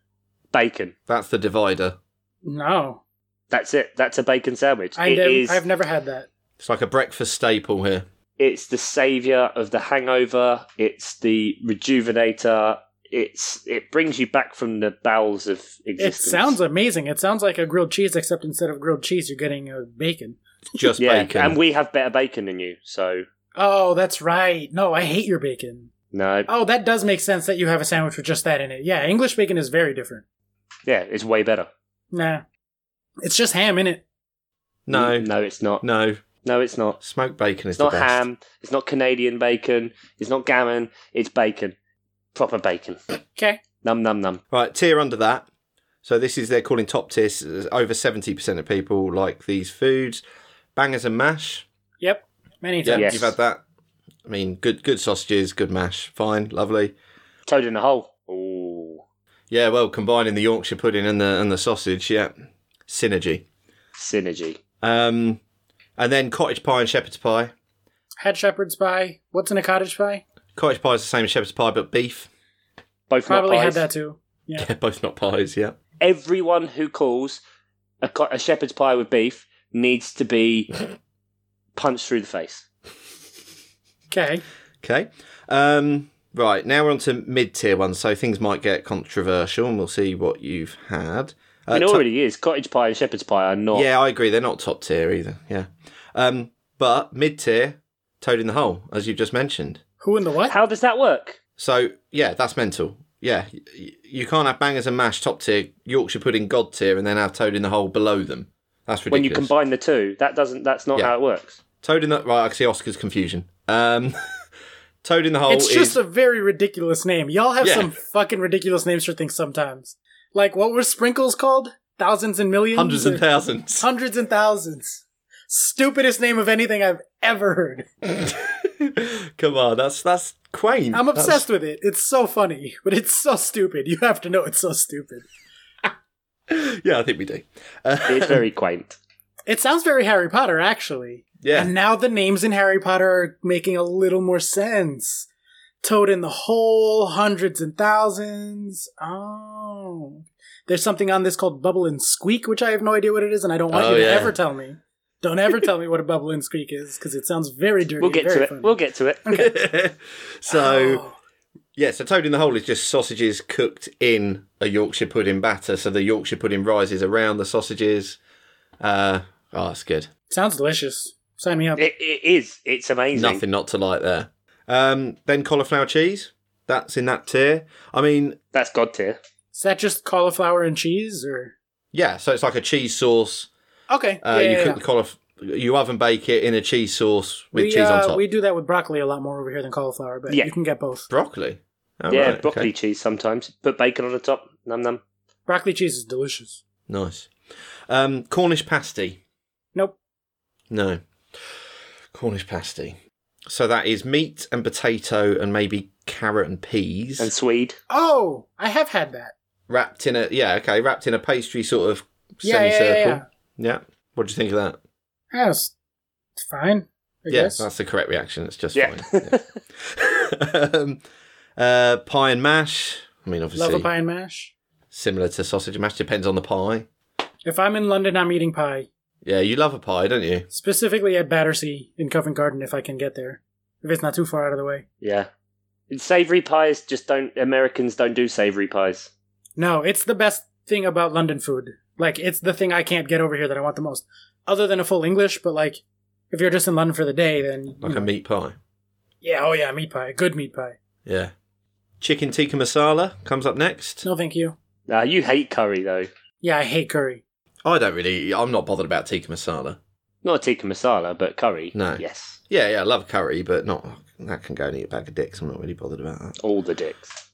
Speaker 2: bacon.
Speaker 3: That's the divider.
Speaker 1: No,
Speaker 2: That's it. That's a bacon sandwich.
Speaker 1: I
Speaker 2: It
Speaker 1: nev-
Speaker 2: is-
Speaker 1: I've never had that.
Speaker 3: It's like a breakfast staple here.
Speaker 2: it's the savior of the hangover. It's the rejuvenator. It's it brings you back from the bowels of
Speaker 1: It
Speaker 2: existence.
Speaker 1: sounds amazing. It sounds like a grilled cheese, except instead of grilled cheese, you're getting a bacon.
Speaker 3: It's just
Speaker 2: yeah,
Speaker 3: bacon.
Speaker 2: and we have better bacon than you. So
Speaker 1: Oh, that's right. No, I hate your bacon.
Speaker 2: no,
Speaker 1: Oh, that does make sense that you have a sandwich with just that in it. Yeah, English bacon is very different.
Speaker 2: yeah, it's way better.
Speaker 1: Nah, it's just ham in it.
Speaker 3: no, no,
Speaker 2: no, it's not.
Speaker 3: no.
Speaker 2: No, it's not.
Speaker 3: Smoked bacon is
Speaker 2: It's not
Speaker 3: the best.
Speaker 2: ham. It's not Canadian bacon. It's not gammon. It's bacon, proper bacon.
Speaker 1: Okay,
Speaker 2: Num num num.
Speaker 3: Right, tier under that. So this is they're calling top tier. s- Over seventy percent of people like these foods. Bangers and mash.
Speaker 1: yep, many
Speaker 3: Yeah,
Speaker 1: times.
Speaker 2: Yes.
Speaker 3: you've had that. I mean, good good sausages, good mash, fine, lovely.
Speaker 2: Toad in the hole. Ooh,
Speaker 3: Yeah, well, combining the Yorkshire pudding and the and the sausage, yeah, synergy.
Speaker 2: synergy.
Speaker 3: Um, and then cottage pie and shepherd's pie.
Speaker 1: Had shepherd's pie. What's in a cottage pie?
Speaker 3: Cottage pie is the same as shepherd's pie, but beef.
Speaker 2: Both not
Speaker 1: Probably had
Speaker 2: pies.
Speaker 1: that too. Yeah.
Speaker 3: Yeah, both not pies. Yeah.
Speaker 2: everyone who calls a, co- a shepherd's pie with beef needs to be punched through the face.
Speaker 1: Okay.
Speaker 3: Okay. Um, right, now we're on to mid tier ones, so things might get controversial and we'll see what you've had. Uh,
Speaker 2: it
Speaker 3: to-
Speaker 2: already is. Cottage pie and shepherd's pie are not.
Speaker 3: yeah, I agree. They're not top tier either. Yeah. Um, but mid tier, Toad in the Hole, as you've just mentioned.
Speaker 1: Who in the what?
Speaker 2: How does that work?
Speaker 3: So, yeah, that's mental. Yeah, y- y- you can't have bangers and mash top tier, Yorkshire pudding god tier, and then have Toad in the Hole below them. That's ridiculous.
Speaker 2: When you combine the two, that doesn't. That's not
Speaker 3: Yeah.
Speaker 2: how it works.
Speaker 3: Toad in the right, I can see Oscar's confusion. Um, Toad in the Hole
Speaker 1: it's just
Speaker 3: is
Speaker 1: a very ridiculous name. Y'all have
Speaker 3: Yeah.
Speaker 1: some fucking ridiculous names for things sometimes. Like what were sprinkles called? Thousands and millions.
Speaker 3: hundreds and
Speaker 1: Or-
Speaker 3: thousands.
Speaker 1: Hundreds and thousands. Stupidest name of anything I've ever heard.
Speaker 3: Come on, that's that's quaint.
Speaker 1: I'm
Speaker 3: That's-
Speaker 1: obsessed with it. It's so funny, but it's so stupid. You have to know it's so stupid.
Speaker 3: yeah, I think we do.
Speaker 2: It's very quaint.
Speaker 1: It sounds very Harry Potter, actually.
Speaker 3: Yeah.
Speaker 1: And now the names in Harry Potter are making a little more sense. Toad in the hole, hundreds and thousands. Oh. There's something on this called Bubble and Squeak, which I have no idea what it is, and I don't want
Speaker 3: Oh,
Speaker 1: you to
Speaker 3: yeah.
Speaker 1: ever tell me. Don't ever tell me what a Bubble and Squeak is, because it sounds very dirty.
Speaker 2: We'll get
Speaker 1: very
Speaker 2: to it.
Speaker 1: funny.
Speaker 2: We'll get to it.
Speaker 3: so
Speaker 1: Oh.
Speaker 3: yeah, so toad in the hole is just sausages cooked in a Yorkshire pudding batter, so the Yorkshire pudding rises around the sausages. Uh, oh, that's good.
Speaker 1: Sounds delicious. Sign me up.
Speaker 2: It, it is. It's amazing.
Speaker 3: Nothing not to like there. Um, then cauliflower cheese. That's in that tier. I mean,
Speaker 2: That's god tier.
Speaker 1: Is that just cauliflower and cheese, or
Speaker 3: yeah. So it's like a cheese sauce.
Speaker 1: okay?
Speaker 3: Uh,
Speaker 1: yeah,
Speaker 3: you
Speaker 1: yeah,
Speaker 3: cook the
Speaker 1: yeah.
Speaker 3: cauliflower. You oven bake it in a cheese sauce with
Speaker 1: we,
Speaker 3: cheese
Speaker 1: uh,
Speaker 3: on top.
Speaker 1: We do that with broccoli a lot more over here than cauliflower, but
Speaker 2: Yeah.
Speaker 1: you can get both.
Speaker 3: Broccoli. Oh,
Speaker 2: yeah,
Speaker 3: right, okay.
Speaker 2: broccoli cheese sometimes. Put bacon on the top. Num num.
Speaker 1: Broccoli cheese is delicious.
Speaker 3: Nice. Um, Cornish pasty.
Speaker 1: Nope.
Speaker 3: No. Cornish pasty. So that is meat and potato and maybe carrot and peas
Speaker 2: And Swede.
Speaker 1: Oh, I have had that.
Speaker 3: wrapped in a yeah okay wrapped in a pastry sort of
Speaker 1: Yeah, yeah, yeah,
Speaker 3: semicircle. Yeah. What do you think of that?
Speaker 1: Yeah, it's it's fine. I
Speaker 3: Yes,
Speaker 1: guess.
Speaker 3: that's the correct reaction. It's just
Speaker 2: Yeah.
Speaker 3: fine. Yeah. um, uh, pie and mash. I mean, obviously,
Speaker 1: Love a pie and mash.
Speaker 3: similar to sausage and mash. Depends on the pie.
Speaker 1: If I'm in London, I'm eating pie.
Speaker 3: Yeah, you love a pie, don't you?
Speaker 1: Specifically at Battersea in Covent Garden, if I can get there. If it's not too far out of the way.
Speaker 2: Yeah. Savory pies just don't. Americans don't do savory pies.
Speaker 1: No, it's the best thing about London food. Like, it's the thing I can't get over here that I want the most. Other than a full English, but like, if you're just in London for the day, then. you
Speaker 3: Like a
Speaker 1: know.
Speaker 3: meat pie.
Speaker 1: Yeah, oh yeah, meat pie. Good meat pie.
Speaker 3: Yeah. Chicken tikka masala comes up next.
Speaker 1: No, thank you.
Speaker 2: Nah, you hate curry though.
Speaker 1: Yeah, I hate curry.
Speaker 3: I don't really. I'm not bothered about tikka masala.
Speaker 2: Not tikka masala, but curry.
Speaker 3: No.
Speaker 2: Yes.
Speaker 3: Yeah, yeah, I love curry, but not that can go and eat a bag of dicks. I'm not really bothered about that.
Speaker 2: All the dicks.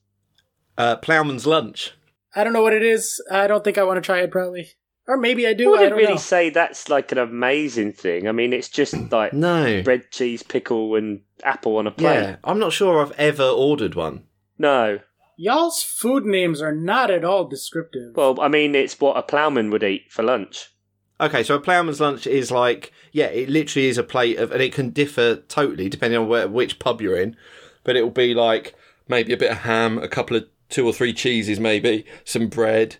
Speaker 3: Uh, Plowman's lunch.
Speaker 1: I don't know what it is. I don't think I want to try it, probably. Or maybe I do.
Speaker 2: I
Speaker 1: I
Speaker 2: wouldn't
Speaker 1: don't
Speaker 2: really
Speaker 1: know.
Speaker 2: say that's like an amazing thing. I mean, it's just like
Speaker 3: Mm, No.
Speaker 2: bread, cheese, pickle, and apple on a plate.
Speaker 3: Yeah, I'm not sure I've ever ordered one.
Speaker 2: No.
Speaker 1: Y'all's food names are not at all descriptive.
Speaker 2: Well, I mean, it's what a ploughman would eat for lunch.
Speaker 3: Okay, so a ploughman's lunch is like, yeah, it literally is a plate of, and it can differ totally depending on where, which pub you're in, but it'll be like maybe a bit of ham, a couple of two or three cheeses, maybe some bread,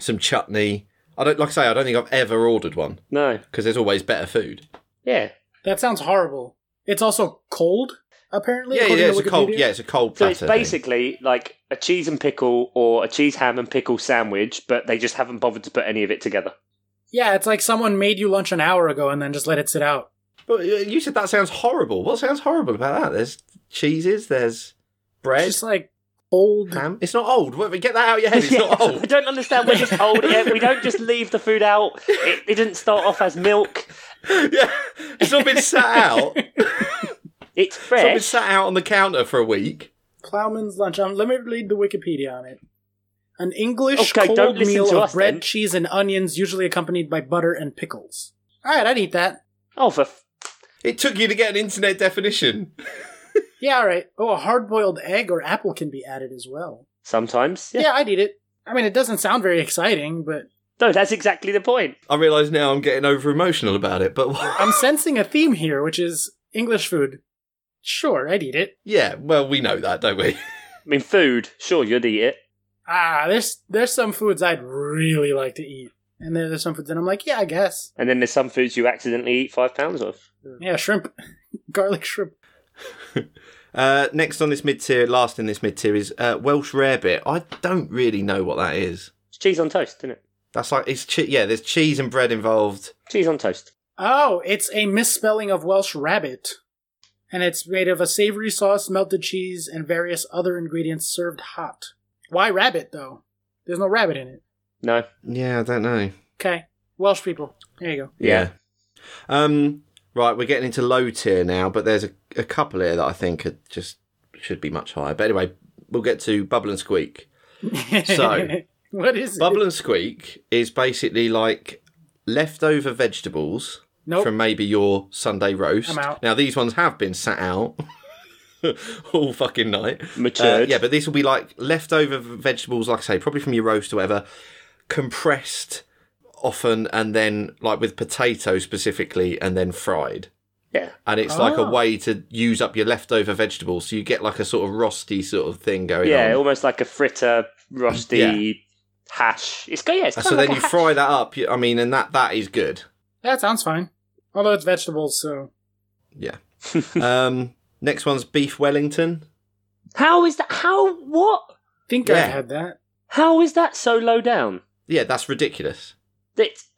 Speaker 3: some chutney. I don't like I say, I don't think I've ever ordered one
Speaker 2: No.
Speaker 3: because there's always better food.
Speaker 2: Yeah.
Speaker 1: that sounds horrible. It's also cold, apparently.
Speaker 3: Yeah, yeah,
Speaker 1: according to
Speaker 3: it's a cold,
Speaker 1: Wikipedia.
Speaker 3: yeah, it's a
Speaker 2: So
Speaker 3: cold platter.
Speaker 2: it's
Speaker 3: thing.
Speaker 2: basically like a cheese and pickle or a cheese, ham, and pickle sandwich, but they just haven't bothered to put any of it together.
Speaker 1: Yeah, it's like someone made you lunch an hour ago and then just let it sit out.
Speaker 3: But uh, you said that sounds horrible. What sounds horrible about that? There's cheeses, there's
Speaker 1: It's
Speaker 3: bread,
Speaker 1: just like cold.
Speaker 3: ham. It's not old. Whatever, Get that out of your head. It's
Speaker 2: Yeah,
Speaker 3: not old.
Speaker 2: I don't understand. We're just old. Yeah, we don't just leave the food out. It, it didn't start off as milk.
Speaker 3: yeah, it's not been sat out. It's
Speaker 2: It's
Speaker 3: not been
Speaker 2: fresh.
Speaker 3: sat out on the counter for a week.
Speaker 1: Plowman's lunch. Um, let me read the Wikipedia on it. An English
Speaker 2: Okay, don't
Speaker 1: cold
Speaker 2: listen
Speaker 1: meal
Speaker 2: to
Speaker 1: of
Speaker 2: us
Speaker 1: bread,
Speaker 2: then.
Speaker 1: cheese, and onions, usually accompanied by butter and pickles. All right, I'd eat that.
Speaker 2: Oh, for f-
Speaker 3: It took you to get an internet definition.
Speaker 1: Yeah, all right. Oh, a hard-boiled egg or apple can be added as well.
Speaker 2: sometimes.
Speaker 1: Yeah,
Speaker 2: Yeah.
Speaker 1: I'd eat it. I mean, it doesn't sound very exciting, but
Speaker 2: No, that's exactly the point.
Speaker 3: I realise now I'm getting over emotional about it, but
Speaker 1: I'm sensing a theme here, which is English food. Sure, I'd eat it.
Speaker 3: yeah, well, we know that, don't we?
Speaker 2: I mean, food. Sure, you'd eat it.
Speaker 1: Ah, there's there's some foods I'd really like to eat, and then there's some foods that I'm like, yeah, I guess.
Speaker 2: And then there's some foods you accidentally eat five pounds of.
Speaker 1: Yeah, shrimp, garlic shrimp.
Speaker 3: Uh, next on this mid tier, last in this mid tier is uh, Welsh rarebit. I don't really know what that is.
Speaker 2: It's cheese on toast, isn't it?
Speaker 3: That's like it's che- yeah. There's cheese and bread involved.
Speaker 2: Cheese on toast.
Speaker 1: Oh, it's a misspelling of Welsh rabbit. And it's made of a savory sauce, melted cheese, and various other ingredients served hot. Why rabbit, though? There's no rabbit in it.
Speaker 2: No.
Speaker 3: Yeah, I don't know.
Speaker 1: Okay. Welsh people. There you go.
Speaker 2: Yeah.
Speaker 3: Um. Right, we're getting into low tier now, but there's a, a couple here that I think are just should be much higher. But anyway, we'll get to bubble and squeak. So-
Speaker 1: what is it?
Speaker 3: Bubble and squeak is basically like leftover vegetables
Speaker 1: Nope.
Speaker 3: from maybe your Sunday roast.
Speaker 1: I'm out.
Speaker 3: Now these ones have been sat out all fucking night.
Speaker 2: Matured.
Speaker 3: Uh, yeah, but these will be like leftover v- vegetables, like I say, probably from your roast or whatever, compressed often and then like with potato specifically and then fried.
Speaker 2: Yeah.
Speaker 3: And it's like a
Speaker 1: Ah.
Speaker 3: way to use up your leftover vegetables. So you get like a sort of rusty sort of thing going on.
Speaker 2: Yeah, almost like a fritter, rusty
Speaker 3: Yeah.
Speaker 2: hash. It's got yeah. It's
Speaker 3: And
Speaker 2: kind
Speaker 3: so
Speaker 2: of like
Speaker 3: then
Speaker 2: a
Speaker 3: you
Speaker 2: hash.
Speaker 3: fry that up. you- I mean, and that that is good.
Speaker 1: That sounds fine. Although it's vegetables, so.
Speaker 3: Yeah. um, next one's beef Wellington.
Speaker 2: How is that? How what?
Speaker 1: think
Speaker 3: Yeah.
Speaker 1: I've had that.
Speaker 2: How is that so low down?
Speaker 3: Yeah, that's ridiculous.
Speaker 2: It's,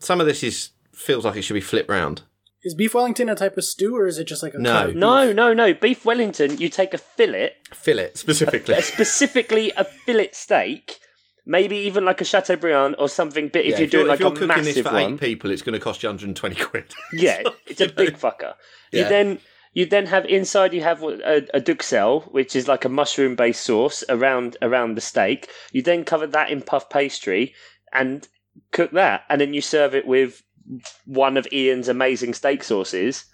Speaker 3: Some of this is feels like it should be flipped round.
Speaker 1: Is beef Wellington a type of stew, or is it just like a
Speaker 3: No.
Speaker 1: cut of
Speaker 2: no,
Speaker 1: beef?
Speaker 2: no, no. Beef Wellington. You take a fillet,
Speaker 3: Fillet specifically.
Speaker 2: uh, specifically a fillet steak, maybe even like a Chateaubriand or something. But
Speaker 3: Yeah,
Speaker 2: if you're doing like
Speaker 3: if you're
Speaker 2: a
Speaker 3: cooking
Speaker 2: massive
Speaker 3: this for
Speaker 2: one,
Speaker 3: eight people, it's going to cost you 120 quid.
Speaker 2: yeah, it's a big fucker.
Speaker 3: Yeah.
Speaker 2: You then you then have inside you have a, a duxelle, which is like a mushroom based sauce around around the steak. You then cover that in puff pastry and cook that, and then you serve it with one of Ian's amazing steak sauces.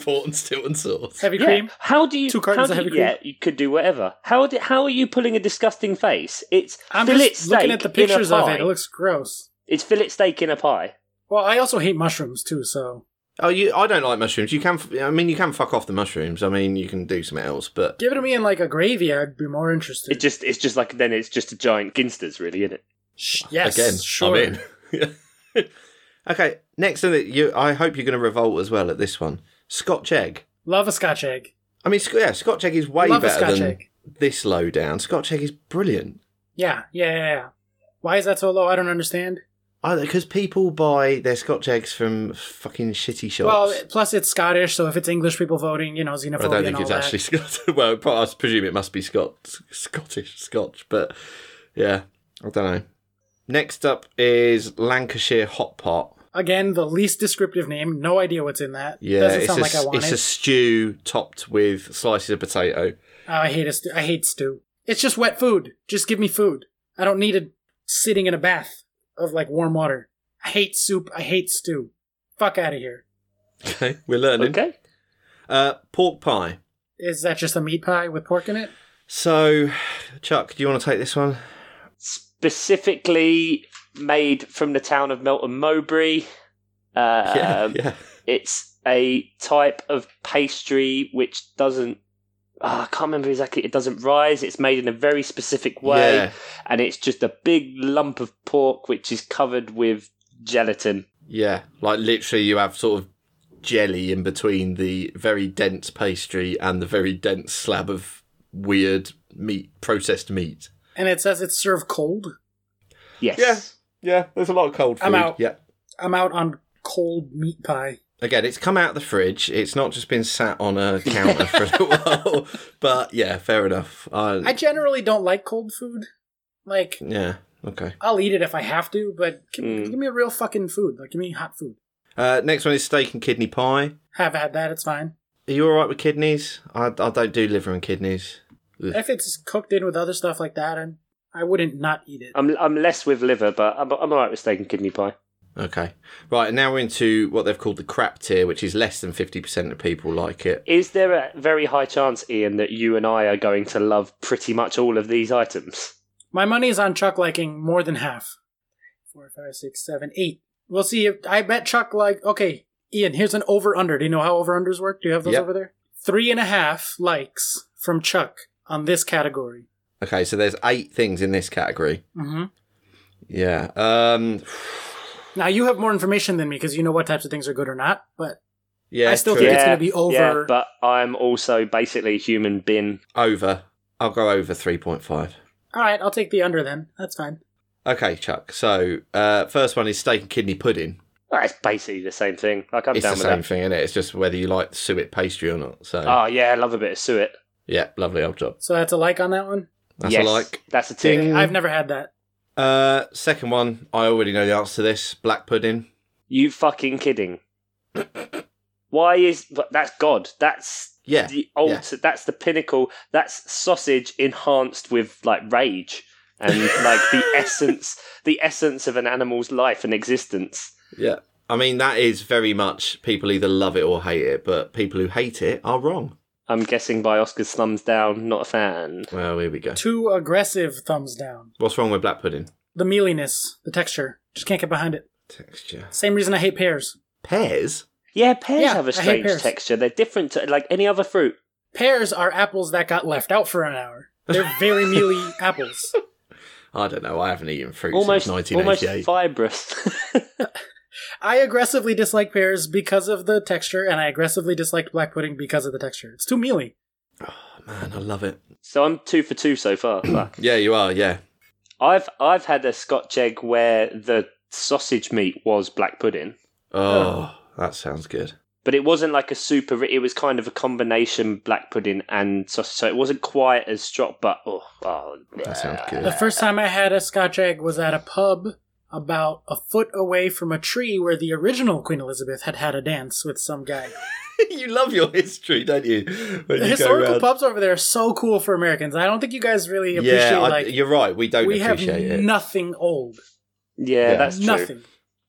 Speaker 3: Port and still and sauce.
Speaker 1: Heavy
Speaker 2: Yeah.
Speaker 1: cream?
Speaker 2: How do you?
Speaker 1: Two cartons
Speaker 2: how
Speaker 1: of
Speaker 2: do
Speaker 1: heavy
Speaker 2: you- Yeah, you could do whatever. How did? How are you pulling a disgusting face? It's
Speaker 1: I'm
Speaker 2: fillet
Speaker 1: just
Speaker 2: steak
Speaker 1: looking at the
Speaker 2: in a
Speaker 1: pictures of
Speaker 2: pie.
Speaker 1: it. It looks gross.
Speaker 2: It's fillet steak in a pie.
Speaker 1: Well, I also hate mushrooms, too, so.
Speaker 3: Oh, you, I don't like mushrooms. You can, f- I mean, you can fuck off the mushrooms. I mean, you can do something else, but
Speaker 1: Give it to me in like a gravy, I'd be more interested.
Speaker 2: It just it's just like then it's just a giant ginsters, really, isn't it?
Speaker 1: Sh- yes,
Speaker 3: again,
Speaker 1: sure.
Speaker 3: I'm in. okay, next thing that you, I hope you're going to revolt as well at this one. Scotch egg.
Speaker 1: Love a Scotch egg.
Speaker 3: I mean, sc- yeah, Scotch egg is way
Speaker 1: Love a
Speaker 3: better
Speaker 1: Scotch
Speaker 3: than
Speaker 1: egg.
Speaker 3: this low down. Scotch egg is brilliant.
Speaker 1: Yeah, yeah, yeah, yeah. Why is that so low? I don't understand.
Speaker 3: Because people buy their Scotch eggs from fucking shitty shops.
Speaker 1: Well, plus it's Scottish, so if it's English people voting, you know, xenophobia
Speaker 3: I don't
Speaker 1: and
Speaker 3: think
Speaker 1: all
Speaker 3: it's
Speaker 1: that.
Speaker 3: actually Scotch. Well, pro- I presume it must be Scot- Scottish Scotch, but yeah, I don't know. Next up is Lancashire Hot Pot.
Speaker 1: Again, the least descriptive name. No idea what's in that.
Speaker 3: Yeah,
Speaker 1: doesn't
Speaker 3: it's,
Speaker 1: sound
Speaker 3: a,
Speaker 1: like I want
Speaker 3: it's
Speaker 1: it.
Speaker 3: a stew topped with slices of potato.
Speaker 1: Oh, I hate a st- I hate stew. It's just wet food. Just give me food. I don't need it sitting in a bath of like warm water. I hate soup. I hate stew. Fuck out of here.
Speaker 3: Okay, we're learning.
Speaker 2: Okay.
Speaker 3: Uh, pork pie.
Speaker 1: Is that just a meat pie with pork in it?
Speaker 3: So, Chuck, do you want to take this one?
Speaker 2: Specifically made from the town of Melton Mowbray. Um,
Speaker 3: yeah, yeah.
Speaker 2: It's a type of pastry which doesn't. ah, I can't remember exactly. It doesn't rise. It's made in a very specific way,
Speaker 3: Yeah,
Speaker 2: and it's just a big lump of pork which is covered with gelatin.
Speaker 3: yeah. Like literally, you have sort of jelly in between the very dense pastry and the very dense slab of weird meat, processed meat.
Speaker 1: And it says it's served cold.
Speaker 2: Yes.
Speaker 3: Yeah. Yeah, there's a lot of cold food.
Speaker 1: I'm out.
Speaker 3: Yeah.
Speaker 1: I'm out on cold meat pie.
Speaker 3: Again, it's come out of the fridge. It's not just been sat on a counter for a while. But yeah, fair enough. I,
Speaker 1: I generally don't like cold food. Like
Speaker 3: yeah, okay.
Speaker 1: I'll eat it if I have to, but give,
Speaker 2: Mm.
Speaker 1: give me a real fucking food. Like give me hot food.
Speaker 3: Uh, next one is steak and kidney pie.
Speaker 1: Have had that. It's fine.
Speaker 3: Are you all right with kidneys? I, I don't do liver and kidneys. Ugh.
Speaker 1: If it's cooked in with other stuff like that, I'm, I wouldn't not eat it.
Speaker 2: I'm I'm less with liver, but I'm I'm alright with steak and kidney pie.
Speaker 3: Okay. Right, and now we're into what they've called the crap tier, which is less than 50% of people like it.
Speaker 2: Is there a very high chance, Ian, that you and I are going to love pretty much all of these items?
Speaker 1: My money is on Chuck liking more than half. Four, five, six, seven, eight. We'll see. If, I bet Chuck like. Okay, Ian. Here's an over under. Do you know how over unders work? Do you have those
Speaker 3: Yep.
Speaker 1: over there? Three and a half likes from Chuck on this category.
Speaker 3: Okay, so there's eight things in this category.
Speaker 1: hmm
Speaker 3: Yeah. Um,
Speaker 1: Now you have more information than me because you know what types of things are good or not. But
Speaker 3: yeah,
Speaker 1: I still
Speaker 3: true.
Speaker 1: think it's gonna be over-
Speaker 2: Yeah, but I'm also basically a human bin.
Speaker 3: over. I'll go over 3.5.
Speaker 1: all right, I'll take the under then. That's fine.
Speaker 3: Okay, Chuck. So uh, first one is steak and kidney pudding.
Speaker 2: Well, it's basically the same thing. Like I'm
Speaker 3: it's
Speaker 2: down
Speaker 3: the
Speaker 2: with
Speaker 3: same
Speaker 2: that.
Speaker 3: thing, isn't it? It's just whether you like suet pastry or not. So
Speaker 2: Oh yeah, I love a bit of suet.
Speaker 3: yeah, lovely old job.
Speaker 1: So that's a like on that one.
Speaker 3: That's
Speaker 2: yes,
Speaker 3: a like.
Speaker 2: That's a tick.
Speaker 3: Ding.
Speaker 1: I've never had that.
Speaker 3: Uh, second one, I already know the answer to this. Black pudding.
Speaker 2: You fucking kidding? Why is but that's God? That's
Speaker 3: Yeah,
Speaker 2: the alt. That's the pinnacle. That's sausage enhanced with like rage and like the essence, the essence of an animal's life and existence.
Speaker 3: yeah. I mean, that is very much people either love it or hate it, but people who hate it are wrong.
Speaker 2: I'm guessing by Oscar's thumbs down. Not a fan.
Speaker 3: Well, here we go.
Speaker 1: Too aggressive. Thumbs down.
Speaker 3: What's wrong with black pudding?
Speaker 1: The mealiness, the texture. Just can't get behind it.
Speaker 3: Texture.
Speaker 1: Same reason I hate pears.
Speaker 3: Pears.
Speaker 2: Yeah, pears
Speaker 1: Yeah,
Speaker 2: have
Speaker 1: I
Speaker 2: a
Speaker 1: hate
Speaker 2: strange
Speaker 1: pears.
Speaker 2: texture. They're different to like any other fruit.
Speaker 1: Pears are apples that got left out for an hour. They're very mealy apples.
Speaker 3: I don't know. I haven't eaten fruit
Speaker 2: Almost,
Speaker 3: since
Speaker 2: almost
Speaker 3: 1988.
Speaker 2: fibrous.
Speaker 1: I aggressively dislike pears because of the texture, and I aggressively disliked black pudding because of the texture. It's too mealy.
Speaker 3: Man, I love it.
Speaker 2: so I'm two for two so far. Fuck.
Speaker 3: Yeah, you are. Yeah.
Speaker 2: I've I've had a Scotch egg where the sausage meat was black pudding,
Speaker 3: Oh, that sounds good.
Speaker 2: but it wasn't like a super. ri- It was kind of a combination black pudding and sausage, so it wasn't quite as strong. But oh, oh
Speaker 3: That sounds good.
Speaker 1: The first time I had a scotch egg was at a pub about a foot away from a tree where the original Queen Elizabeth had had a dance with some guy.
Speaker 3: you love your history, don't you? When
Speaker 1: The
Speaker 3: you go
Speaker 1: historical
Speaker 3: round-
Speaker 1: pubs over there are so cool for Americans. I don't think you guys really appreciate
Speaker 3: yeah, I-
Speaker 1: like
Speaker 3: you're right. We don't
Speaker 1: we have
Speaker 3: appreciate it.
Speaker 1: nothing old.
Speaker 2: yeah,
Speaker 3: Yeah.
Speaker 2: that's true.
Speaker 1: nothing.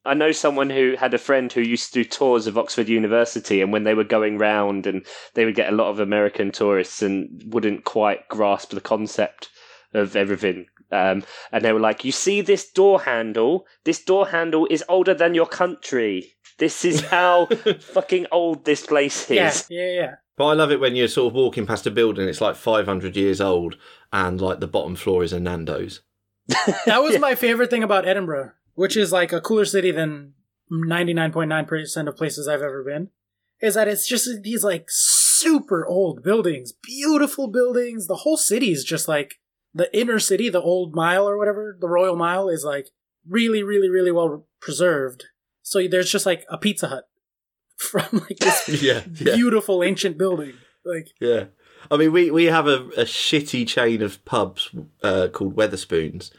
Speaker 2: I know someone who had a friend who used to do tours of Oxford University, and when they were going round, and they would get a lot of American tourists and wouldn't quite grasp the concept of everything Um, and they were like, "You see this door handle? This door handle is older than your country. This is how fucking old this place is."
Speaker 1: Yeah, yeah, yeah.
Speaker 3: But I love it when you're sort of walking past a building, it's like 500 years old, and like the bottom floor is a Nando's.
Speaker 1: That was my favorite thing about Edinburgh, which is like a cooler city than 99.9% of places I've ever been, is that it's just these like super old buildings, beautiful buildings. The whole city is just like the inner city, the old mile or whatever, the Royal Mile is like really, really, really well preserved. So there's just like a Pizza Hut from like this
Speaker 3: Yeah,
Speaker 1: beautiful ancient building. Like,
Speaker 3: Yeah. I mean, we, we have a, a shitty chain of pubs uh, called Weatherspoons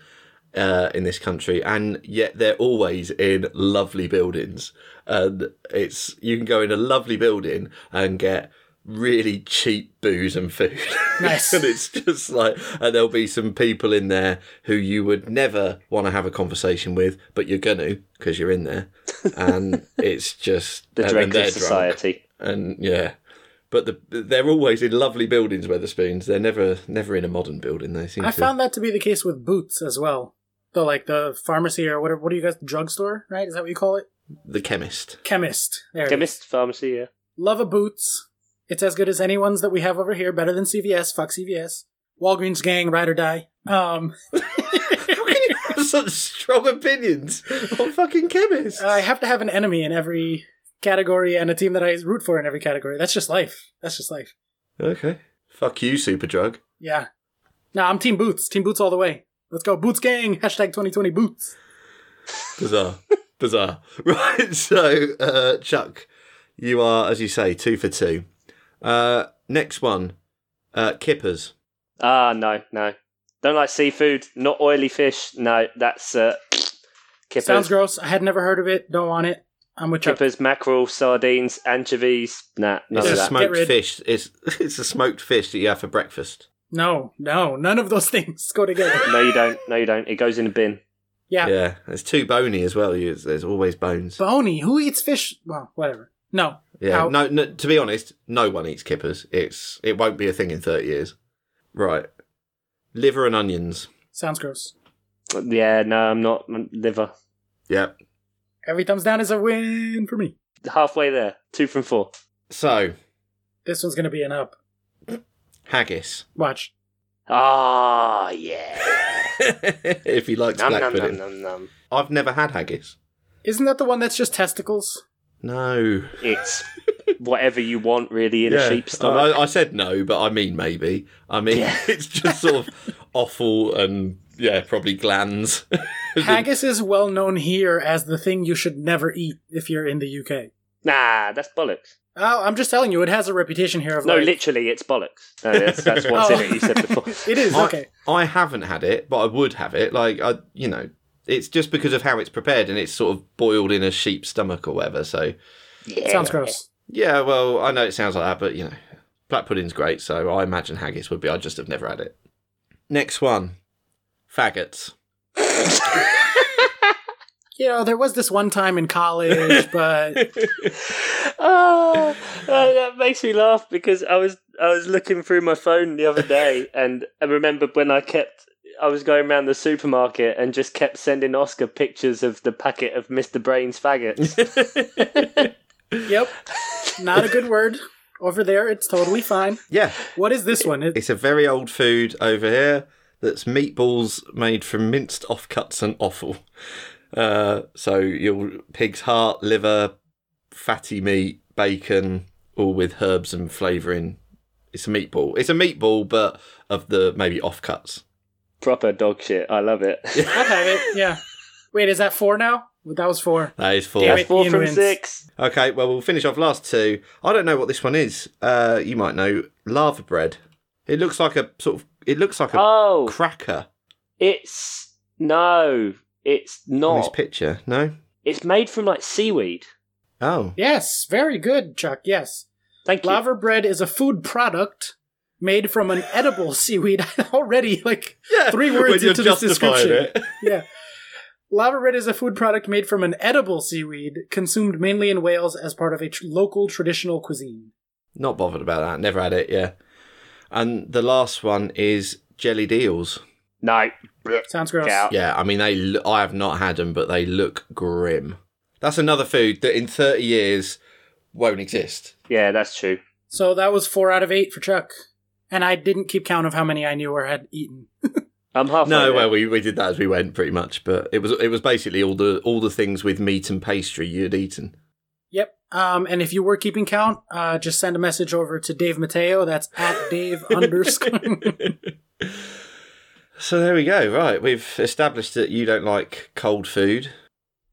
Speaker 3: uh, in this country, and yet they're always in lovely buildings. And it's you can go in a lovely building and get really cheap booze and food.
Speaker 1: Nice.
Speaker 3: and it's just like, and there'll be some people in there who you would never want to have a conversation with, but you're going to because you're in there. And it's just
Speaker 2: The
Speaker 3: and-
Speaker 2: Drake
Speaker 3: and they're
Speaker 2: of
Speaker 3: drunk
Speaker 2: Society.
Speaker 3: and yeah, but the, they're always in lovely buildings. Weatherspoons. They're never never in a modern building. They seem.
Speaker 1: I
Speaker 3: to,
Speaker 1: found that to be the case with Boots as well. The like the pharmacy or whatever, what do you guys, drugstore, right? Is that what you call it?
Speaker 3: the chemist.
Speaker 1: Chemist. There it is.
Speaker 2: Chemist, pharmacy, yeah.
Speaker 1: Love a Boots. It's as good as any ones that we have over here. Better than CVS. Fuck CVS. Walgreens gang, ride or die. Um,
Speaker 3: Such strong opinions on fucking chemists.
Speaker 1: I have to have an enemy in every category and a team that I root for in every category. That's just life. That's just life.
Speaker 3: okay. Fuck you, Superdrug.
Speaker 1: Yeah. Nah, I'm Team Boots. Team Boots all the way. Let's go, Boots gang. Hashtag 2020 Boots.
Speaker 3: Bizarre. Bizarre. Right. So, uh, Chuck, you are, as you say, two for two. Uh, next one, uh, kippers.
Speaker 2: Ah, no, no. Don't like seafood. Not oily fish. No, that's uh, kippers,
Speaker 1: Sounds gross. I had never heard of it. Don't want it. I'm with Chuck.
Speaker 2: kippers, mackerel, sardines, anchovies. Nah, none of
Speaker 3: It's a
Speaker 1: Yeah.
Speaker 2: that.
Speaker 1: Get
Speaker 3: smoked
Speaker 1: rid.
Speaker 3: fish. It's it's a smoked fish that you have for breakfast.
Speaker 1: No, no, none of those things go together.
Speaker 2: no, you don't. No, you don't. It goes in a bin.
Speaker 1: Yeah.
Speaker 3: Yeah, it's too bony as well. You, there's always bones.
Speaker 1: Bony. Who eats fish? Well, whatever. No.
Speaker 3: yeah,
Speaker 1: How-
Speaker 3: no, no. To be honest, no one eats kippers. It's it won't be a thing in thirty years. Right, liver and onions.
Speaker 1: Sounds gross.
Speaker 2: Yeah, no, I'm not. I'm liver.
Speaker 3: Yep.
Speaker 1: Every thumbs down is a win for me.
Speaker 2: Halfway there. Two from four.
Speaker 3: So
Speaker 1: This one's gonna be an up.
Speaker 3: haggis.
Speaker 1: Watch.
Speaker 2: Ah, yeah.
Speaker 3: if he likes
Speaker 2: Num
Speaker 3: black
Speaker 2: num
Speaker 3: pudding,
Speaker 2: num num num.
Speaker 3: I've never had haggis.
Speaker 1: Isn't that the one that's just testicles?
Speaker 3: No.
Speaker 2: It's whatever you want, really, in a sheep stomach.
Speaker 3: I, I said no, but I mean maybe. I mean
Speaker 2: Yeah.
Speaker 3: it's just sort of offal and yeah, probably glands.
Speaker 1: Haggis is well known here as the thing you should never eat if you're in the UK.
Speaker 2: Nah, that's bollocks.
Speaker 1: Oh, I'm just telling you, it has a reputation here of
Speaker 2: No,
Speaker 1: like-
Speaker 2: literally, it's bollocks. No, that's, that's what's in it. You said before.
Speaker 1: it is
Speaker 3: I-
Speaker 1: okay.
Speaker 3: I haven't had it, but I would have it. Like I, you know, it's just because of how it's prepared and it's sort of boiled in a sheep's stomach or whatever. So
Speaker 2: Yeah.
Speaker 1: Sounds gross.
Speaker 3: yeah, well, I know it sounds like that, but you know, black pudding's great. So I imagine haggis would be. I just have never had it. Next one, faggots.
Speaker 1: You know, there was this one time in college, but
Speaker 2: Ah, uh, that makes me laugh because I was I was looking through my phone the other day and I remembered when I kept I was going around the supermarket and just kept sending Oscar pictures of the packet of Mr. Brain's faggots.
Speaker 1: yep, not a good word over there. It's totally fine.
Speaker 3: Yeah,
Speaker 1: What is this one? It,
Speaker 3: it's a very old food over here. That's meatballs made from minced off cuts and offal. Uh, so your pig's heart, liver, fatty meat, bacon, all with herbs and flavouring. It's a meatball. It's a meatball, but of the maybe offcuts.
Speaker 2: Proper dog shit. I love it.
Speaker 1: I'll have it. Yeah. Wait, is that four now? That was four.
Speaker 3: That is four.
Speaker 1: Damn
Speaker 2: That's
Speaker 1: it,
Speaker 2: four
Speaker 1: Ian
Speaker 2: from
Speaker 1: wins.
Speaker 2: six.
Speaker 3: Okay, well we'll finish off last two. I don't know what this one is. Uh, you might know lava bread. It looks like a sort of. It looks like a
Speaker 2: Oh,
Speaker 3: cracker
Speaker 2: it's no, it's
Speaker 3: on this
Speaker 2: not.
Speaker 3: picture. No.
Speaker 2: It's made from like seaweed.
Speaker 3: Oh.
Speaker 1: Yes, very good, Chuck. Yes.
Speaker 2: Thank you.
Speaker 1: Lava bread is a food product made from an edible seaweed. Already, like three words into this description. Yeah. Lava bread is a food product made from an edible seaweed consumed mainly in Wales as part of a tr- local traditional cuisine.
Speaker 3: Not bothered about that. Never had it. Yeah. And the last one is jelly deals.
Speaker 2: No,
Speaker 1: Sounds gross.
Speaker 2: Get out.
Speaker 3: Yeah, I mean, they. Lo- I have not had them, but they look grim. That's another food that in 30 years won't exist.
Speaker 2: Yeah, that's true.
Speaker 1: So that was four out of eight for Chuck. And I didn't keep count of how many I knew or had eaten.
Speaker 2: I'm halfway.
Speaker 3: No,
Speaker 2: there.
Speaker 3: well, we, we did that as we went, pretty much. But it was it was basically all the all the things with meat and pastry you'd eaten.
Speaker 1: Yep. Um, and if you were keeping count, uh, just send a message over to Dave Mateo. That's at Dave underscore.
Speaker 3: So there we go. Right, we've established that you don't like cold food.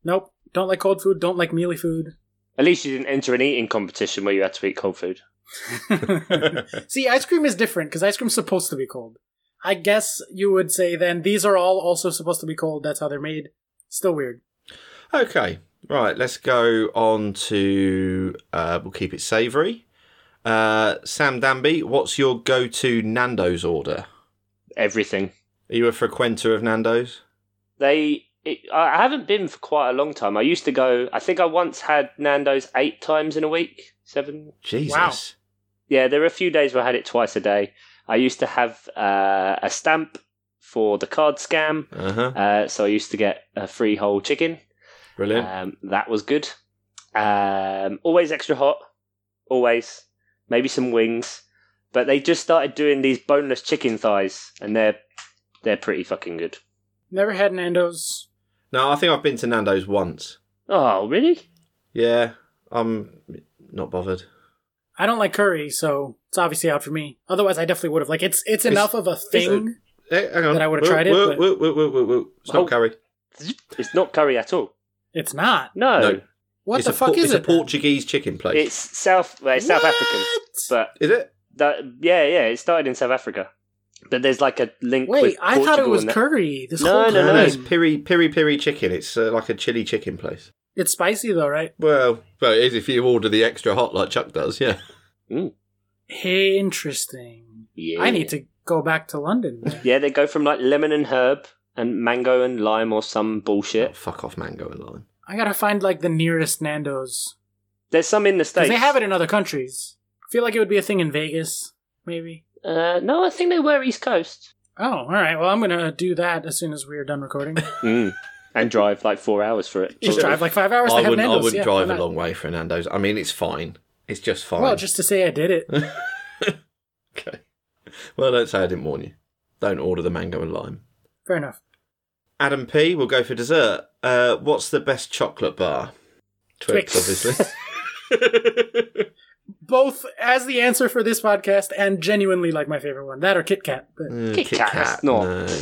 Speaker 1: Nope. Don't like cold food. Don't like mealy food.
Speaker 2: At least you didn't enter an eating competition where you had to eat cold food.
Speaker 1: See, ice cream is different because ice cream's supposed to be cold. I guess you would say then these are all also supposed to be cold. That's how they're made. Still weird.
Speaker 3: Okay, right. Let's go on to. Uh, we'll keep it savoury. Uh, Sam Danby, what's your go-to Nando's order?
Speaker 2: Everything.
Speaker 3: Are you a frequenter of Nando's?
Speaker 2: They. It, I I haven't been for quite a long time. I used to go. I think I once had Nando's eight times in a week, seven.
Speaker 3: Jesus.
Speaker 2: Yeah, there were a few days where I had it twice a day. I used to have uh, a stamp for the card scam,
Speaker 3: Uh huh.
Speaker 2: uh, so I used to get a free whole chicken.
Speaker 3: Brilliant.
Speaker 2: Um, that was good. Um, always extra hot. Always. Maybe some wings. But they just started doing these boneless chicken thighs, and they're they're pretty fucking good.
Speaker 1: Never had Nando's.
Speaker 3: no, I think I've been to Nando's once.
Speaker 2: Oh, really?
Speaker 3: Yeah, I'm not bothered.
Speaker 1: I don't like curry, so it's obviously out for me. Otherwise, I definitely would have. Like, it's it's
Speaker 3: Is-
Speaker 1: enough of a thing.
Speaker 3: Eh, hang on.
Speaker 1: That I would've
Speaker 3: Whoa,
Speaker 1: tried it,
Speaker 3: whoa,
Speaker 1: but-
Speaker 3: whoa, whoa, whoa, whoa, whoa. It's not
Speaker 2: Oh.
Speaker 3: curry.
Speaker 2: It's not curry at all.
Speaker 1: It's not.
Speaker 2: No,
Speaker 3: No.
Speaker 1: What
Speaker 3: it's
Speaker 1: the
Speaker 3: a
Speaker 1: fuck
Speaker 3: por-
Speaker 1: is
Speaker 3: it's
Speaker 1: it?
Speaker 3: a
Speaker 1: then?
Speaker 3: Portuguese chicken place.
Speaker 2: it's South well, it's South
Speaker 1: What?
Speaker 2: African. But
Speaker 3: Is it?
Speaker 2: that, yeah, yeah, it started in South Africa. But there's like a link.
Speaker 1: Wait,
Speaker 2: with
Speaker 1: I thought it
Speaker 2: Portugal
Speaker 1: was
Speaker 2: and that-
Speaker 1: curry. This
Speaker 2: No,
Speaker 1: whole
Speaker 2: no,
Speaker 1: time.
Speaker 2: no,
Speaker 3: it's piri piri piri chicken. It's uh, like a chili chicken place.
Speaker 1: It's spicy though, right?
Speaker 3: Well, well, it is if you order the extra hot like Chuck does. Yeah.
Speaker 1: Interesting.
Speaker 2: Yeah.
Speaker 1: I need to go back to London. then.
Speaker 2: Yeah, they go from like lemon and herb and mango and lime or some bullshit.
Speaker 3: Oh, fuck off, mango and lime.
Speaker 1: I gotta find like the nearest Nando's
Speaker 2: There's some in the states.
Speaker 1: because they have it in other countries. I feel like it would be a thing in Vegas, maybe.
Speaker 2: Uh, no, I think they were East Coast.
Speaker 1: Oh, all right. Well, I'm gonna do that as soon as we are done recording.
Speaker 2: And drive like four hours for it.
Speaker 1: Just drive like five hours. they
Speaker 3: I
Speaker 1: have
Speaker 3: wouldn't.
Speaker 1: Nando's.
Speaker 3: I wouldn't
Speaker 1: yeah,
Speaker 3: drive
Speaker 1: why
Speaker 3: a
Speaker 1: not?
Speaker 3: long way for Nando's. I mean, it's fine. It's just fine.
Speaker 1: Well, just to say I did it.
Speaker 3: okay. Well, don't say I didn't warn you. Don't order the mango and lime.
Speaker 1: Fair enough.
Speaker 3: Adam P. will go for dessert. Uh, what's the best chocolate bar? Twix,
Speaker 1: Twix.
Speaker 3: obviously.
Speaker 1: Both as the answer for this podcast and genuinely like my favorite one. That or Kit Kat. But
Speaker 3: Mm,
Speaker 2: Kit Kat, it's not.
Speaker 3: no.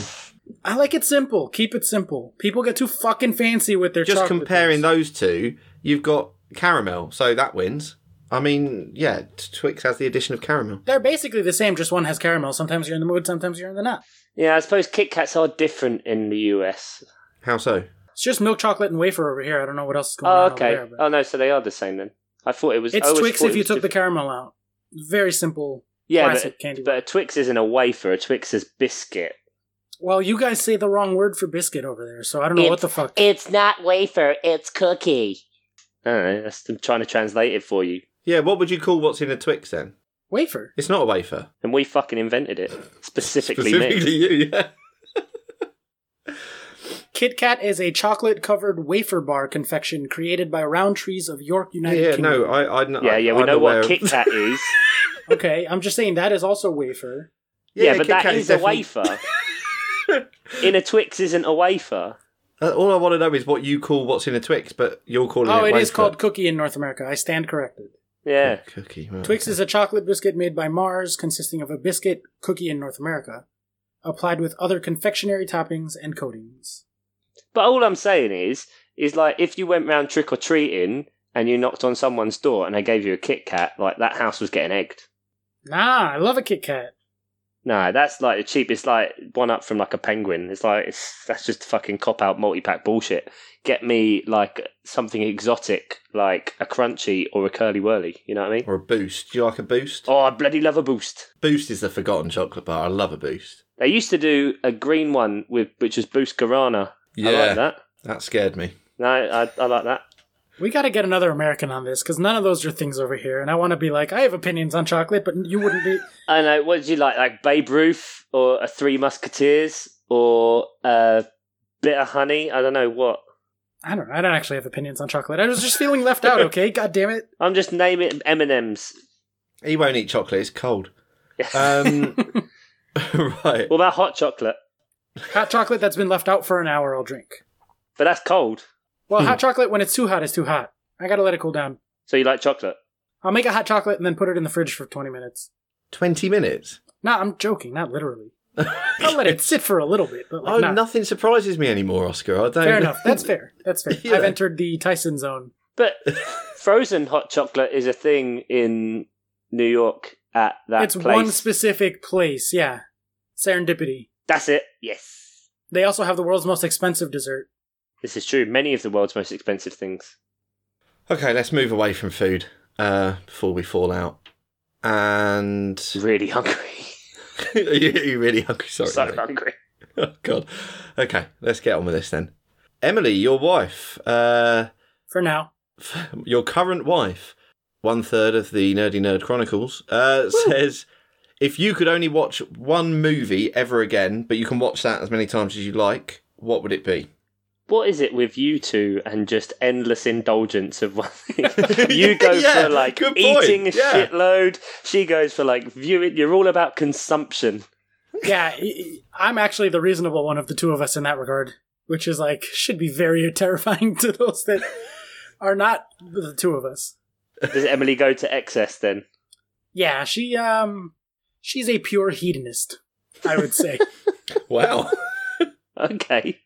Speaker 1: I like it simple. Keep it simple. People get too fucking fancy with their
Speaker 3: just
Speaker 1: chocolate
Speaker 3: comparing
Speaker 1: things.
Speaker 3: those two, you've got caramel, so that wins. I mean, yeah, t- Twix has the addition of caramel.
Speaker 1: They're basically the same, just one has caramel. Sometimes you're in the mood, sometimes you're in the not.
Speaker 2: Yeah, I suppose Kit Kats are different in the US.
Speaker 3: How so?
Speaker 1: It's just milk chocolate and wafer over here. I don't know what else is going
Speaker 2: Oh,
Speaker 1: on
Speaker 2: okay.
Speaker 1: over there. But
Speaker 2: oh no, so they are the same then. I thought it was. I
Speaker 1: it's
Speaker 2: always
Speaker 1: Twix
Speaker 2: thought
Speaker 1: if
Speaker 2: it
Speaker 1: you
Speaker 2: was
Speaker 1: took the
Speaker 2: different.
Speaker 1: caramel out. Very simple.
Speaker 2: yeah,
Speaker 1: classic
Speaker 2: but,
Speaker 1: candy
Speaker 2: but a Twix isn't a wafer. A Twix is biscuit.
Speaker 1: Well, you guys say the wrong word for biscuit over there, so I don't know what the fuck.
Speaker 2: It's not wafer. It's cookie. I don't know. that's- I'm trying to translate it for you,
Speaker 3: Yeah, what would you call what's in a Twix then?
Speaker 1: wafer.
Speaker 3: It's not a wafer.
Speaker 2: and we fucking invented it specifically. me.
Speaker 3: Specifically you, yeah.
Speaker 1: Kit Kat is a chocolate covered wafer bar confection created by round trees of York, United
Speaker 3: yeah,
Speaker 1: Kingdom.
Speaker 3: no, I, I, kn-
Speaker 2: Yeah,
Speaker 3: I-
Speaker 2: yeah, we
Speaker 3: I'm
Speaker 2: know
Speaker 3: aware
Speaker 2: what
Speaker 3: of-
Speaker 2: Kit Kat is.
Speaker 1: Okay, I'm just saying that is also wafer.
Speaker 2: yeah, but
Speaker 3: Kit
Speaker 2: that
Speaker 3: Kat
Speaker 2: is, a
Speaker 3: definitely-
Speaker 2: wafer. in a Twix isn't a wafer.
Speaker 3: Uh, all I want to know is what you call what's in a Twix, but you're calling
Speaker 1: Oh,
Speaker 3: it
Speaker 1: it
Speaker 3: wafer. Oh,
Speaker 1: is called cookie in North America. I stand corrected.
Speaker 2: Yeah.
Speaker 3: cookie. right.
Speaker 1: Twix is a chocolate biscuit made by Mars consisting of a biscuit cookie in North America, applied with other confectionery toppings and coatings.
Speaker 2: But all I'm saying is, is like if you went round trick or treating and you knocked on someone's door and they gave you a Kit Kat, like that house was getting egged.
Speaker 1: Nah, I love a Kit Kat.
Speaker 2: No, that's like the cheapest, like one up from like a penguin. It's like it's that's just fucking cop out multi pack bullshit. Get me like something exotic, like a crunchy or a curly whirly. You know what I mean?
Speaker 3: Or a boost. Do you like a boost?
Speaker 2: Oh, I bloody love a boost.
Speaker 3: Boost is the forgotten chocolate bar. I love a boost.
Speaker 2: They used to do a green one with which was Boost Guarana. I
Speaker 3: Yeah.
Speaker 2: like that.
Speaker 3: That scared me.
Speaker 2: No, I, I like that.
Speaker 1: We got to get another American on this because none of those are things over here. And I want to be like, I have opinions on chocolate, but you wouldn't be.
Speaker 2: I know. What did you like? Like Babe Ruth or a Three Musketeers? or uh, bit of honey. I don't know what.
Speaker 1: I don't. know. I don't actually have opinions on chocolate. I was just feeling left out. Okay, god damn it.
Speaker 2: I'm just naming M and M's.
Speaker 3: He won't eat chocolate. It's cold. Um, right.
Speaker 2: Well, that hot chocolate,
Speaker 1: Hot chocolate that's been left out for an hour, I'll drink.
Speaker 2: but that's cold.
Speaker 1: Well, hot chocolate when it's too hot is too hot. I gotta let it cool down.
Speaker 2: So you like chocolate?
Speaker 1: I'll make a hot chocolate and then put it in the fridge for 20 minutes.
Speaker 3: Twenty minutes.
Speaker 1: No, I'm joking, not literally. I'll let it sit for a little bit, but like,
Speaker 3: oh,
Speaker 1: not.
Speaker 3: nothing surprises me anymore, Oscar. I don't.
Speaker 1: Fair enough. That's fair. That's fair.
Speaker 3: Yeah.
Speaker 1: I've entered the Tyson zone.
Speaker 2: But frozen hot chocolate is a thing in New York at that
Speaker 1: it's
Speaker 2: place.
Speaker 1: one specific place. Yeah. Serendipity.
Speaker 2: That's it. Yes,
Speaker 1: They also have the world's most expensive dessert.
Speaker 2: this is true. Many of the world's most expensive things.
Speaker 3: Okay, let's move away from food uh, before we fall out. And
Speaker 2: Really hungry.
Speaker 3: are you are you really hungry? Sorry.
Speaker 2: so
Speaker 3: mate.
Speaker 2: hungry.
Speaker 3: Oh God. Okay, let's get on with this then. Emily, your wife, uh,
Speaker 1: For now.
Speaker 3: your current wife, one third of the Nerdy Nerd Chronicles, uh, says if you could only watch one movie ever again, but you can watch that as many times as you like, what would it be?
Speaker 2: What is it with you two and just endless indulgence of one thing? You go
Speaker 3: Yeah,
Speaker 2: for like
Speaker 3: good point.
Speaker 2: eating a
Speaker 3: Yeah.
Speaker 2: shitload. She goes for like viewing. You're all about consumption.
Speaker 1: Yeah, y- y- I'm actually the reasonable one of the two of us in that regard, which is like, should be very terrifying to those that are not the two of us.
Speaker 2: Does Emily go to excess then?
Speaker 1: Yeah, she um she's a pure hedonist, I would say.
Speaker 3: Wow.
Speaker 2: Okay.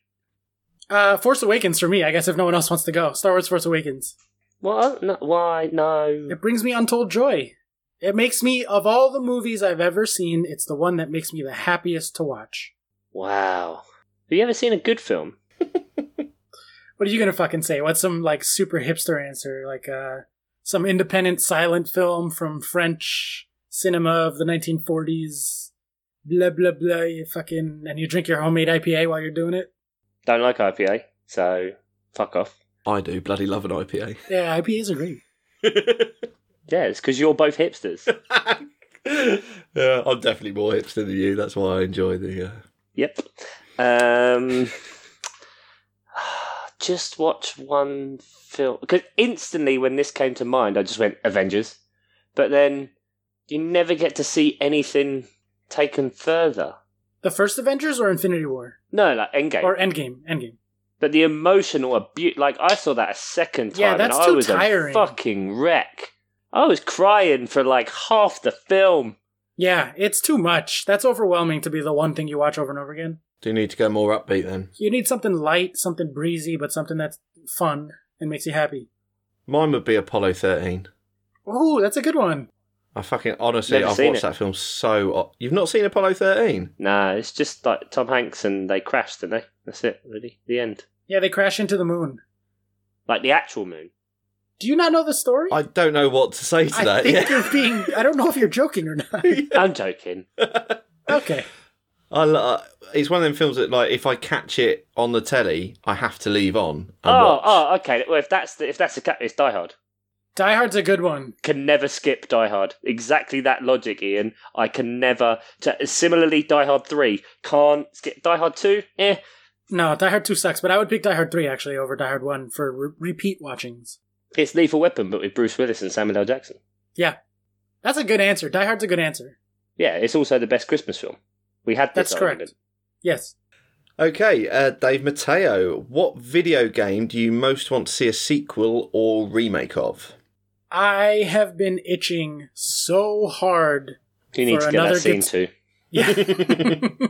Speaker 1: uh Force Awakens for me, I guess if no one else wants to go. Star Wars Force Awakens.
Speaker 2: What? No, why? No.
Speaker 1: It brings me untold joy. It makes me of all the movies I've ever seen, it's the one that makes me the happiest to watch.
Speaker 2: Wow. Have you ever seen a good film?
Speaker 1: What are you gonna fucking say? What's some like super hipster answer? Like uh some independent silent film from French cinema of the nineteen forties. Blah blah blah. You fucking and you drink your homemade IPA while you're doing it.
Speaker 2: Don't like IPA, so fuck off.
Speaker 3: I do bloody love an IPA.
Speaker 1: Yeah, IPAs are great.
Speaker 2: Yeah, it's because you're both hipsters.
Speaker 3: Yeah, I'm definitely more hipster than you. That's why I enjoy the. Uh...
Speaker 2: yep. Um, just watch one film because instantly when this came to mind, I just went Avengers. But then you never get to see anything taken further.
Speaker 1: The first Avengers or Infinity War?
Speaker 2: No, like Endgame.
Speaker 1: Or Endgame. Endgame.
Speaker 2: but the emotional abuse, like I saw that a second time,
Speaker 1: Yeah, that's
Speaker 2: and I
Speaker 1: too
Speaker 2: was
Speaker 1: tiring.
Speaker 2: a fucking wreck. I was crying for like half the film.
Speaker 1: Yeah, it's too much. That's overwhelming to be the one thing you watch over and over again.
Speaker 3: Do you need to go more upbeat then?
Speaker 1: You need something light, something breezy, but something that's fun and makes you happy.
Speaker 3: Mine would be Apollo 13.
Speaker 1: Ooh, that's a good one.
Speaker 3: I fucking honestly,
Speaker 2: Never
Speaker 3: I've
Speaker 2: seen
Speaker 3: watched
Speaker 2: it.
Speaker 3: that film so. o- You've not seen Apollo 13?
Speaker 2: Nah, it's just like Tom Hanks and they crashed, didn't they? That's it, really. The end.
Speaker 1: Yeah, they crash into the moon.
Speaker 2: Like the actual moon.
Speaker 1: Do you not know the story?
Speaker 3: I don't know what to say to
Speaker 1: I
Speaker 3: that.
Speaker 1: think
Speaker 3: Yeah.
Speaker 1: you're being. I don't know if you're joking or not.
Speaker 2: I'm joking.
Speaker 1: Okay.
Speaker 3: I, lo- uh, it's one of them films that, like, if I catch it on the telly, I have to leave on. And
Speaker 2: Oh,
Speaker 3: watch.
Speaker 2: oh, okay. Well, if that's the, if that's the cat, it's Die Hard.
Speaker 1: Die Hard's a good one.
Speaker 2: Can never skip Die Hard. Exactly that logic, Ian. I can never. T- similarly, Die Hard three can't skip. Die Hard two, eh?
Speaker 1: No, Die Hard 2 sucks, but I would pick Die Hard 3 actually over Die Hard 1 for re- repeat watchings.
Speaker 2: It's Lethal Weapon, but with Bruce Willis and Samuel L. Jackson.
Speaker 1: Yeah. That's a good answer. Die Hard's a good answer.
Speaker 2: Yeah, it's also the best Christmas film. We had this
Speaker 1: That's correct.
Speaker 2: argument.
Speaker 1: Yes.
Speaker 3: Okay, uh, Dave Mateo, what video game do you most want to see a sequel or remake of?
Speaker 1: I have been itching so hard
Speaker 2: You need
Speaker 1: For
Speaker 2: to get that
Speaker 1: another
Speaker 2: scene
Speaker 1: good-
Speaker 2: too.
Speaker 1: Yeah.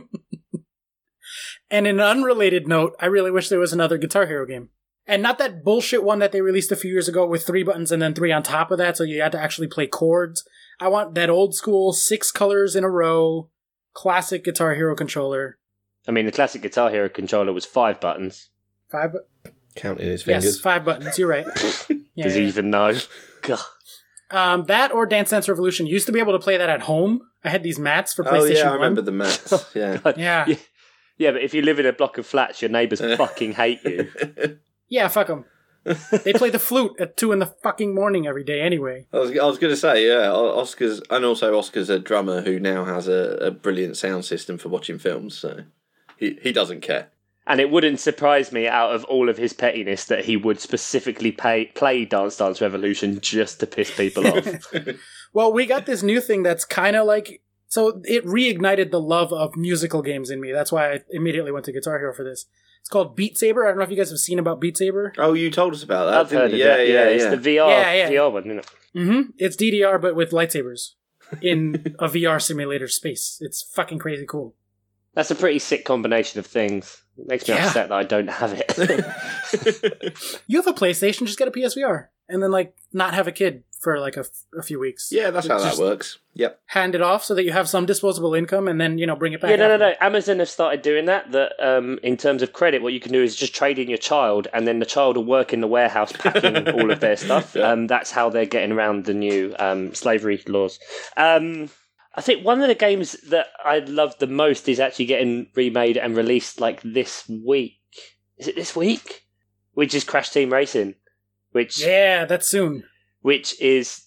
Speaker 1: and in an unrelated note, I really wish there was another Guitar Hero game. And not that bullshit one that they released a few years ago with three buttons and then three on top of that, so you had to actually play chords. I want that old school six colors in a row, classic Guitar Hero controller.
Speaker 2: I mean, the classic Guitar Hero controller was five buttons.
Speaker 1: Five, bu-
Speaker 3: Counting his
Speaker 1: yes,
Speaker 3: fingers.
Speaker 1: five buttons. You're right. Yeah,
Speaker 2: Does
Speaker 1: yeah,
Speaker 2: he
Speaker 1: yeah.
Speaker 2: even know? God.
Speaker 1: Um, that or Dance Dance Revolution used to be able to play that at home. I had these mats for PlayStation.
Speaker 3: oh, yeah, I
Speaker 1: 1.
Speaker 3: remember the mats. Yeah.
Speaker 1: Yeah,
Speaker 2: Yeah. Yeah, but if you live in a block of flats, your neighbours
Speaker 3: Uh.
Speaker 2: fucking hate you.
Speaker 1: yeah, fuck them. they play the flute at two in the fucking morning every day, anyway.
Speaker 3: I was, I was going to say, yeah, O- Oscar's, and also Oscar's a drummer who now has a, a brilliant sound system for watching films, so He he doesn't care.
Speaker 2: And it wouldn't surprise me, out of all of his pettiness, that he would specifically pay, play Dance Dance Revolution just to piss people off.
Speaker 1: Well, we got this new thing that's kind of like so it reignited the love of musical games in me. That's why I immediately went to Guitar Hero for this. It's called Beat Saber. I don't know if you guys have seen about Beat Saber.
Speaker 3: Oh, you told us about that.
Speaker 2: I've
Speaker 3: didn't
Speaker 2: heard of
Speaker 3: you?
Speaker 2: it.
Speaker 3: yeah,
Speaker 2: It's the VR,
Speaker 1: Yeah, yeah.
Speaker 2: VR one, isn't it?
Speaker 1: Mm-hmm. It's DDR but with lightsabers in a VR simulator space. It's fucking crazy cool.
Speaker 2: That's a pretty sick combination of things. It makes me
Speaker 1: Yeah.
Speaker 2: upset that I don't have it.
Speaker 1: You have a PlayStation, just get a PSVR, and then like not have a kid for like a, f- a few weeks.
Speaker 3: Yeah, that's how
Speaker 1: Just
Speaker 3: that works. Yep.
Speaker 1: Hand it off so that you have some disposable income, and then you know bring it back.
Speaker 2: yeah, no, no,
Speaker 1: after.
Speaker 2: no. Amazon have started doing that. That um, in terms of credit, what you can do is just trade in your child, and then the child will work in the warehouse packing all of their stuff. Um, that's how they're getting around the new um, slavery laws. Um, I think one of the games that I love the most is actually getting remade and released like this week. Is it this week? Which is Crash Team Racing, which
Speaker 1: Yeah, that's soon.
Speaker 2: which is,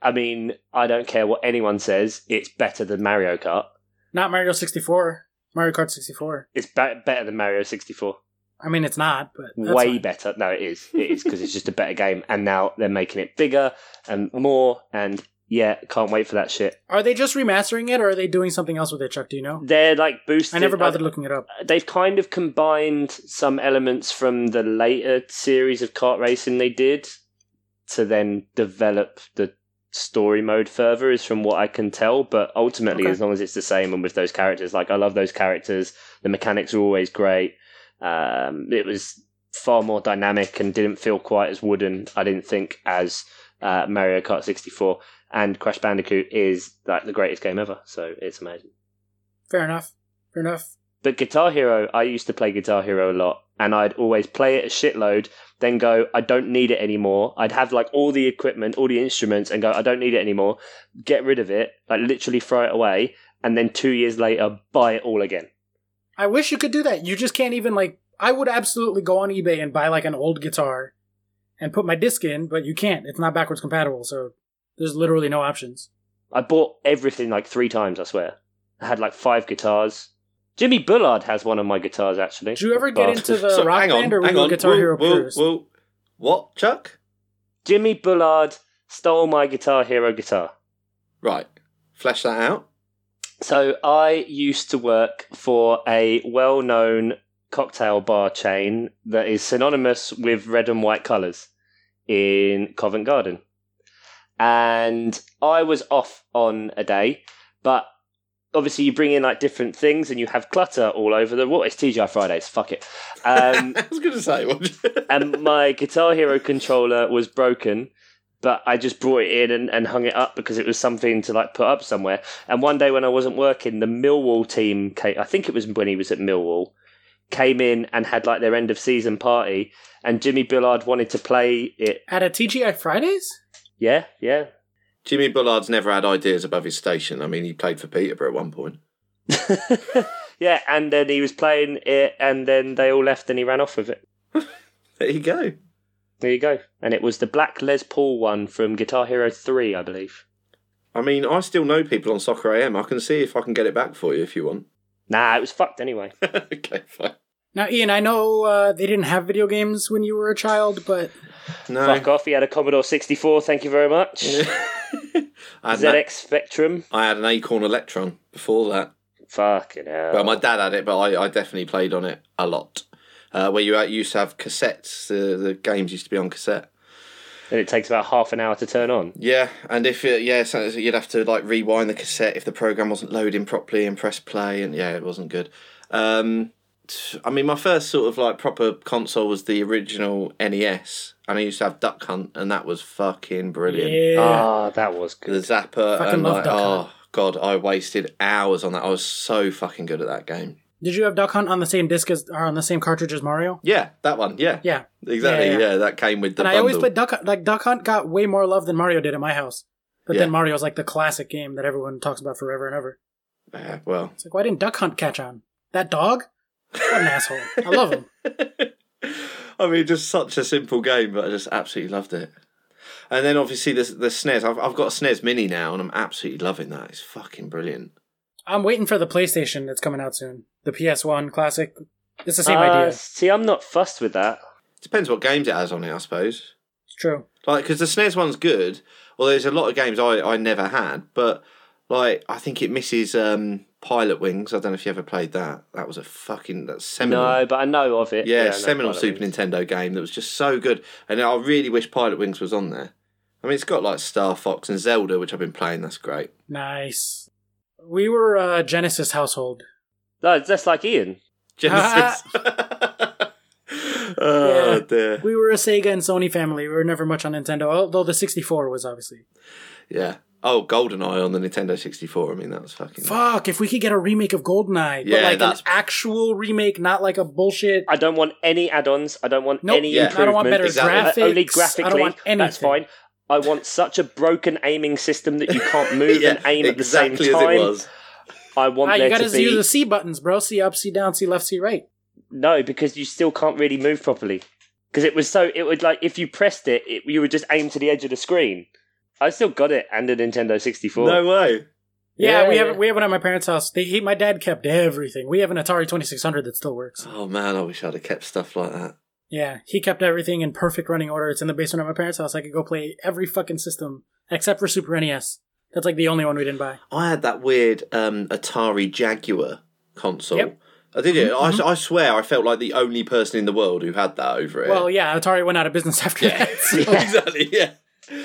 Speaker 2: I mean, I don't care what anyone says, it's better than Mario Kart.
Speaker 1: Not Mario 64, Mario Kart 64.
Speaker 2: It's be- better than Mario 64.
Speaker 1: I mean, it's not, but that's
Speaker 2: Way
Speaker 1: fine.
Speaker 2: better. No, it is. It is because it's just a better game. And now they're making it bigger and more. And yeah, can't wait for that shit.
Speaker 1: Are they just remastering it, or are they doing something else with it, Chuck? Do you know?
Speaker 2: They're like boosting.
Speaker 1: I never bothered looking it up.
Speaker 2: They've kind of combined some elements from the later series of kart racing they did to then develop the story mode further, is from what I can tell. But ultimately,
Speaker 1: Okay.
Speaker 2: as long as it's the same and with those characters, like I love those characters. The mechanics are always great. Um, it was far more dynamic and didn't feel quite as wooden. I didn't think as uh, Mario Kart 64 and Crash Bandicoot is like the greatest game ever. So it's amazing.
Speaker 1: Fair enough. Fair enough.
Speaker 2: But Guitar Hero, I used to play Guitar Hero a lot, and I'd always play it a shitload, then go, I don't need it anymore. I'd have like all the equipment, all the instruments, and go, I don't need it anymore. Get rid of it, like literally throw it away, and then two years later, buy it all again.
Speaker 1: I wish you could do that. You just can't even like. I would absolutely go on eBay and buy like an old guitar, and put my disc in, but you can't. It's not backwards compatible, so there's literally no options.
Speaker 2: I bought everything like three times, I swear. I had like five guitars. Jimmy Bullard has one of my guitars, actually.
Speaker 1: Did you ever get
Speaker 2: Bastard.
Speaker 1: into the rock band or were you a Guitar
Speaker 3: Whoa,
Speaker 1: Hero
Speaker 3: whoa,
Speaker 1: purist?
Speaker 3: whoa. What, Chuck?
Speaker 2: Jimmy Bullard stole my Guitar Hero guitar.
Speaker 3: Right. Flesh that out.
Speaker 2: So I used to work for a well-known cocktail bar chain that is synonymous with red and white colours in Covent Garden. And I was off on a day, but obviously you bring in like different things and you have clutter all over the wall. It's TGI Fridays, fuck it. Um,
Speaker 3: I was going to say, what?
Speaker 2: and my Guitar Hero controller was broken, but I just brought it in and, and hung it up because it was something to like put up somewhere. And one day when I wasn't working, the Millwall team, came, I think it was when he was at Millwall, came in and had like their end of season party, and Jimmy Billard wanted to play it.
Speaker 1: At a TGI Fridays?
Speaker 2: Yeah, yeah.
Speaker 3: Jimmy Bullard's never had ideas above his station. I mean, he played for Peterborough at one point.
Speaker 2: yeah, and then he was playing it, and then they all left and he ran off with it.
Speaker 3: There you go.
Speaker 2: There you go. And it was the black Les Paul one from Guitar Hero 3, I believe.
Speaker 3: I mean, I still know people on Soccer AM. I can see if I can get it back for you if you want.
Speaker 2: Nah, it was fucked anyway.
Speaker 3: okay, fine.
Speaker 1: Now, Ian, I know uh, they didn't have video games when you were a child, but
Speaker 3: No.
Speaker 2: Fuck off. He had a Commodore 64. Thank you very much.
Speaker 3: I, had an,
Speaker 2: ZX Spectrum.
Speaker 3: I had an Acorn Electron before that.
Speaker 2: Fucking hell.
Speaker 3: Well, my dad had it, but I, I definitely played on it a lot. Uh, where you uh, used to have cassettes, the, the games used to be on cassette.
Speaker 2: and it takes about half an hour to turn on.
Speaker 3: Yeah, and if it, yeah, so you'd have to like rewind the cassette if the program wasn't loading properly and press play, and yeah, it wasn't good. Um, t- I mean, my first sort of like proper console was the original NES, and I used to have Duck Hunt, and that was fucking brilliant.
Speaker 1: yeah.
Speaker 2: Ah, that was
Speaker 3: The
Speaker 2: good.
Speaker 3: Zapper,
Speaker 1: Fucking
Speaker 3: and
Speaker 1: love
Speaker 3: like,
Speaker 1: Duck Hunt.
Speaker 3: oh god, I wasted hours on that. I was so fucking good at that game.
Speaker 1: Did you have Duck Hunt on the same disc as, or on the same cartridge as Mario?
Speaker 3: Yeah, that one. Yeah,
Speaker 1: Yeah.
Speaker 3: exactly.
Speaker 1: Yeah,
Speaker 3: Yeah,
Speaker 1: yeah.
Speaker 3: that came with the.
Speaker 1: and I always
Speaker 3: bundle.
Speaker 1: played Duck Hunt. Like, Duck Hunt got way more love than Mario did at my house. But
Speaker 3: Yeah.
Speaker 1: then Mario's like the classic game that everyone talks about forever and ever.
Speaker 3: Yeah, well,
Speaker 1: It's like, why didn't Duck Hunt catch on? That dog? What an asshole. I love him.
Speaker 3: I mean, just such a simple game, but I just absolutely loved it. And E then obviously the the SNES. I've I've got a SNES Mini now, and I'm absolutely loving that. It's fucking brilliant.
Speaker 1: I'm waiting for the PlayStation that's coming out soon. The PS1 classic. It's the same
Speaker 2: Uh,
Speaker 1: idea. It's
Speaker 2: See, I'm not fussed with that.
Speaker 3: Depends what games it has on it, I suppose.
Speaker 1: true.
Speaker 3: Like, because the SNES one's good. Well, there's a lot of games I, I never had, but like I think it misses um, Pilot Wings. I don't know if you ever played that. That was a fucking that's seminal.
Speaker 2: No, but I know of it.
Speaker 3: yeah,
Speaker 2: I know
Speaker 3: seminal
Speaker 2: Pilot
Speaker 3: Super
Speaker 2: Wings.
Speaker 3: Nintendo game that was just so good. And I really wish Pilot Wings was on there. I mean, it's got like Star Fox and Zelda, which I've been playing. That's great.
Speaker 1: Nice. We were a Genesis household.
Speaker 2: No, that's like Ian.
Speaker 3: Genesis. oh
Speaker 1: Yeah.
Speaker 3: dear.
Speaker 1: We were a Sega and Sony family. We were never much on Nintendo, although the 64 was obviously.
Speaker 3: Yeah. Oh, GoldenEye on the Nintendo 64. I mean, that was fucking.
Speaker 1: Fuck, if we could get a remake of GoldenEye,
Speaker 3: Yeah,
Speaker 1: but like
Speaker 3: that's-
Speaker 1: an actual remake, not like a bullshit.
Speaker 2: I don't want any add-ons. I don't want
Speaker 1: Nope.
Speaker 2: any
Speaker 3: Yeah. I
Speaker 2: improvement.
Speaker 1: don't want better
Speaker 2: Exactly.
Speaker 1: graphics.
Speaker 2: Only
Speaker 1: I don't
Speaker 2: graphically.
Speaker 1: want
Speaker 2: that's
Speaker 1: anything.
Speaker 2: fine. I want such a broken aiming system that you can't move and aim at the same
Speaker 3: exactly
Speaker 2: time.
Speaker 3: as it was.
Speaker 2: I want
Speaker 1: Ah, you
Speaker 2: there
Speaker 1: gotta
Speaker 2: to be
Speaker 1: use the C buttons, bro. C up, C down, C left, C right.
Speaker 2: no, because you still can't really move properly. Because it was so, it would like if you pressed it, it, you would just aim to the edge of the screen. I still got it and a Nintendo 64.
Speaker 3: No way.
Speaker 1: Yeah,
Speaker 2: Yeah,
Speaker 1: we
Speaker 2: yeah.
Speaker 1: have we have one at my parents' house. They he, my dad kept everything. We have an Atari twenty six hundred that still works.
Speaker 3: Oh man, I wish I'd have kept stuff like that.
Speaker 1: Yeah, he kept everything in perfect running order. It's in the basement at my parents' house. I could go play every fucking system except for Super NES. That's like the only one we didn't buy.
Speaker 3: I had that weird um, Atari Jaguar console.
Speaker 1: Yep.
Speaker 3: I did it. I, I swear, I felt like the only person in the world who had that over it.
Speaker 1: Well, yeah, Atari went out of business after
Speaker 3: yeah,
Speaker 1: that.
Speaker 3: exactly. Yeah,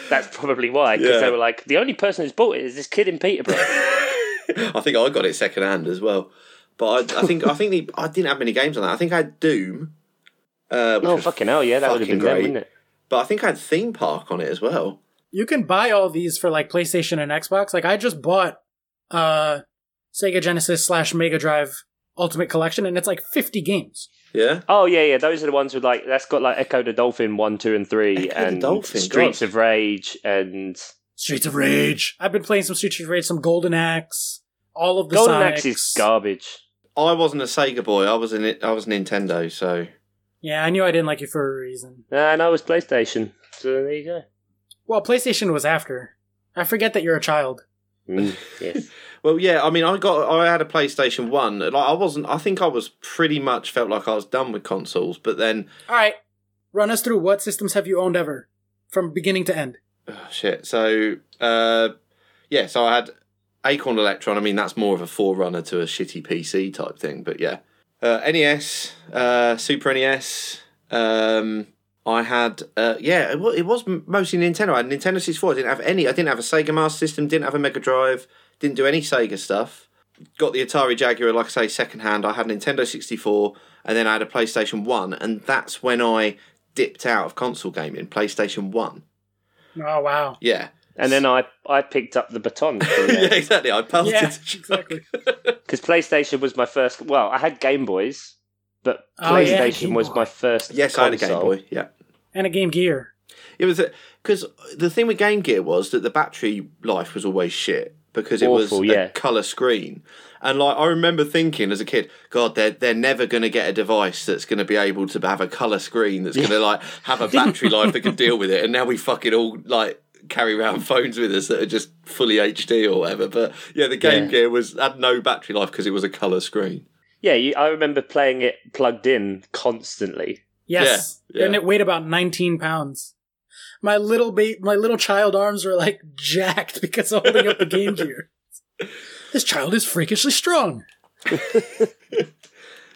Speaker 2: That's probably why, because
Speaker 3: Yeah.
Speaker 2: they were like, the only person who's bought it is this kid in Peterborough.
Speaker 3: I think I got it second hand as well. But I, I think I think the, I didn't have many games on that. I think I had Doom. Uh, which
Speaker 2: oh,
Speaker 3: was-
Speaker 2: fucking hell, yeah, that would have
Speaker 3: fucking
Speaker 2: been them,
Speaker 3: great.
Speaker 2: wouldn't it?
Speaker 3: But I think I had Theme Park on it as well.
Speaker 1: you can buy all these for like PlayStation and Xbox. Like I just bought uh Sega Genesis slash Mega Drive Ultimate Collection, and it's like fifty games.
Speaker 3: Yeah.
Speaker 2: Oh yeah, yeah. Those are the ones with like that's got like Echo the Dolphin one, two, and three,
Speaker 3: Echo the
Speaker 2: and
Speaker 3: Dolphin,
Speaker 2: Streets
Speaker 3: God.
Speaker 2: of Rage, and
Speaker 1: Streets of Rage. I've been playing some Streets of Rage, some Golden Axe, all of the
Speaker 2: Golden
Speaker 1: Sonics.
Speaker 2: Axe is garbage.
Speaker 3: I wasn't a Sega boy. I was an I was Nintendo. So
Speaker 1: Yeah, I knew I didn't like you for a reason.
Speaker 2: Ah, And I was PlayStation, so there you go.
Speaker 1: Well, PlayStation was after. I forget that you're a child.
Speaker 2: Mm, yes.
Speaker 3: Well, yeah, I mean, I got, I had a PlayStation One. Like, I wasn't. I think I was pretty much felt like I was done with consoles. But then,
Speaker 1: All right, run us through what systems have you owned ever, from beginning to end.
Speaker 3: oh, shit. So, uh, yeah. So I had Acorn Electron. I mean, that's more of a forerunner to a shitty PC type thing. But yeah, uh, NES, uh, Super NES. Um, I had, uh, yeah, it was, it was mostly Nintendo. I had Nintendo sixty four. I didn't have any. I didn't have a Sega Master System. Didn't have a Mega Drive. Didn't do any Sega stuff. got the Atari Jaguar, like I say, second hand. I had Nintendo 64, and then I had a PlayStation 1, and that's when I dipped out of console gaming, PlayStation 1.
Speaker 1: Oh wow.
Speaker 3: Yeah.
Speaker 2: and then I I picked up the baton
Speaker 3: yeah,
Speaker 2: because
Speaker 3: exactly. I pelted.
Speaker 1: Yeah, exactly.
Speaker 2: PlayStation was my first. Well, I had Game Boys, but
Speaker 1: Oh, yeah,
Speaker 2: PlayStation
Speaker 1: Game
Speaker 2: was
Speaker 1: Boy.
Speaker 2: my first.
Speaker 3: Yes, I had a Game
Speaker 2: console.
Speaker 3: Boy. Yeah.
Speaker 1: And a Game Gear.
Speaker 3: It was because the thing with Game Gear was that the battery life was always shit because it
Speaker 2: Awful,
Speaker 3: was
Speaker 2: yeah.
Speaker 3: a color screen, and like I remember thinking as a kid, God, they're they're never going to get a device that's going to be able to have a color screen that's going to like have a battery life that can deal with it, and now we fucking all like carry around phones with us that are just fully HD or whatever. But yeah, the Game
Speaker 2: Yeah.
Speaker 3: Gear was had no battery life because it was a color screen.
Speaker 2: Yeah, you, I remember playing it plugged in constantly.
Speaker 1: Yes.
Speaker 3: Yeah, yeah.
Speaker 1: And it weighed about 19 pounds. My little ba- my little child arms were like jacked because of holding up the Game Gear. This child is freakishly strong.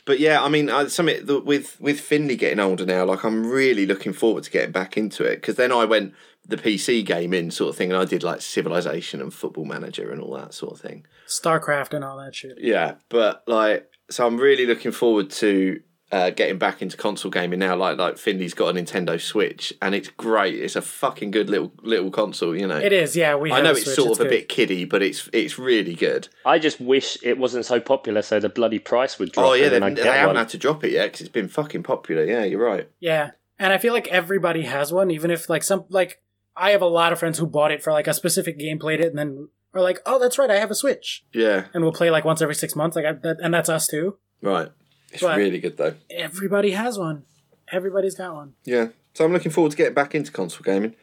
Speaker 3: But yeah, I mean, I, something that with with Finley getting older now, like I'm really looking forward to getting back into it because then I went the PC game in sort of thing, and I did like Civilization and Football Manager and all that sort of thing.
Speaker 1: StarCraft and all that shit.
Speaker 3: Yeah, but like, so I'm really looking forward to uh, getting back into console gaming now. Like, like Finley's got a Nintendo Switch, and it's great. It's a fucking good little little console, you know.
Speaker 1: It is, yeah. We. Have
Speaker 3: I know
Speaker 1: a
Speaker 3: it's
Speaker 1: Switch,
Speaker 3: sort of a
Speaker 1: good.
Speaker 3: bit kiddie, but it's it's really good.
Speaker 2: I just wish it wasn't so popular, so the bloody price would drop.
Speaker 3: oh yeah,
Speaker 2: and
Speaker 3: they,
Speaker 2: then I'd
Speaker 3: they
Speaker 2: get
Speaker 3: haven't
Speaker 2: one.
Speaker 3: had to drop it yet because it's been fucking popular. Yeah, you're right.
Speaker 1: Yeah, and I feel like everybody has one, even if like some like I have a lot of friends who bought it for like a specific game, played it, and then are like, "Oh, that's right, I have a Switch,"
Speaker 3: Yeah,
Speaker 1: and we'll play like once every six months. Like, I, that, and that's us too.
Speaker 3: right. It's
Speaker 1: Right.
Speaker 3: really good though.
Speaker 1: Everybody has one. Everybody's got one.
Speaker 3: Yeah. So I'm looking forward to getting back into console gaming.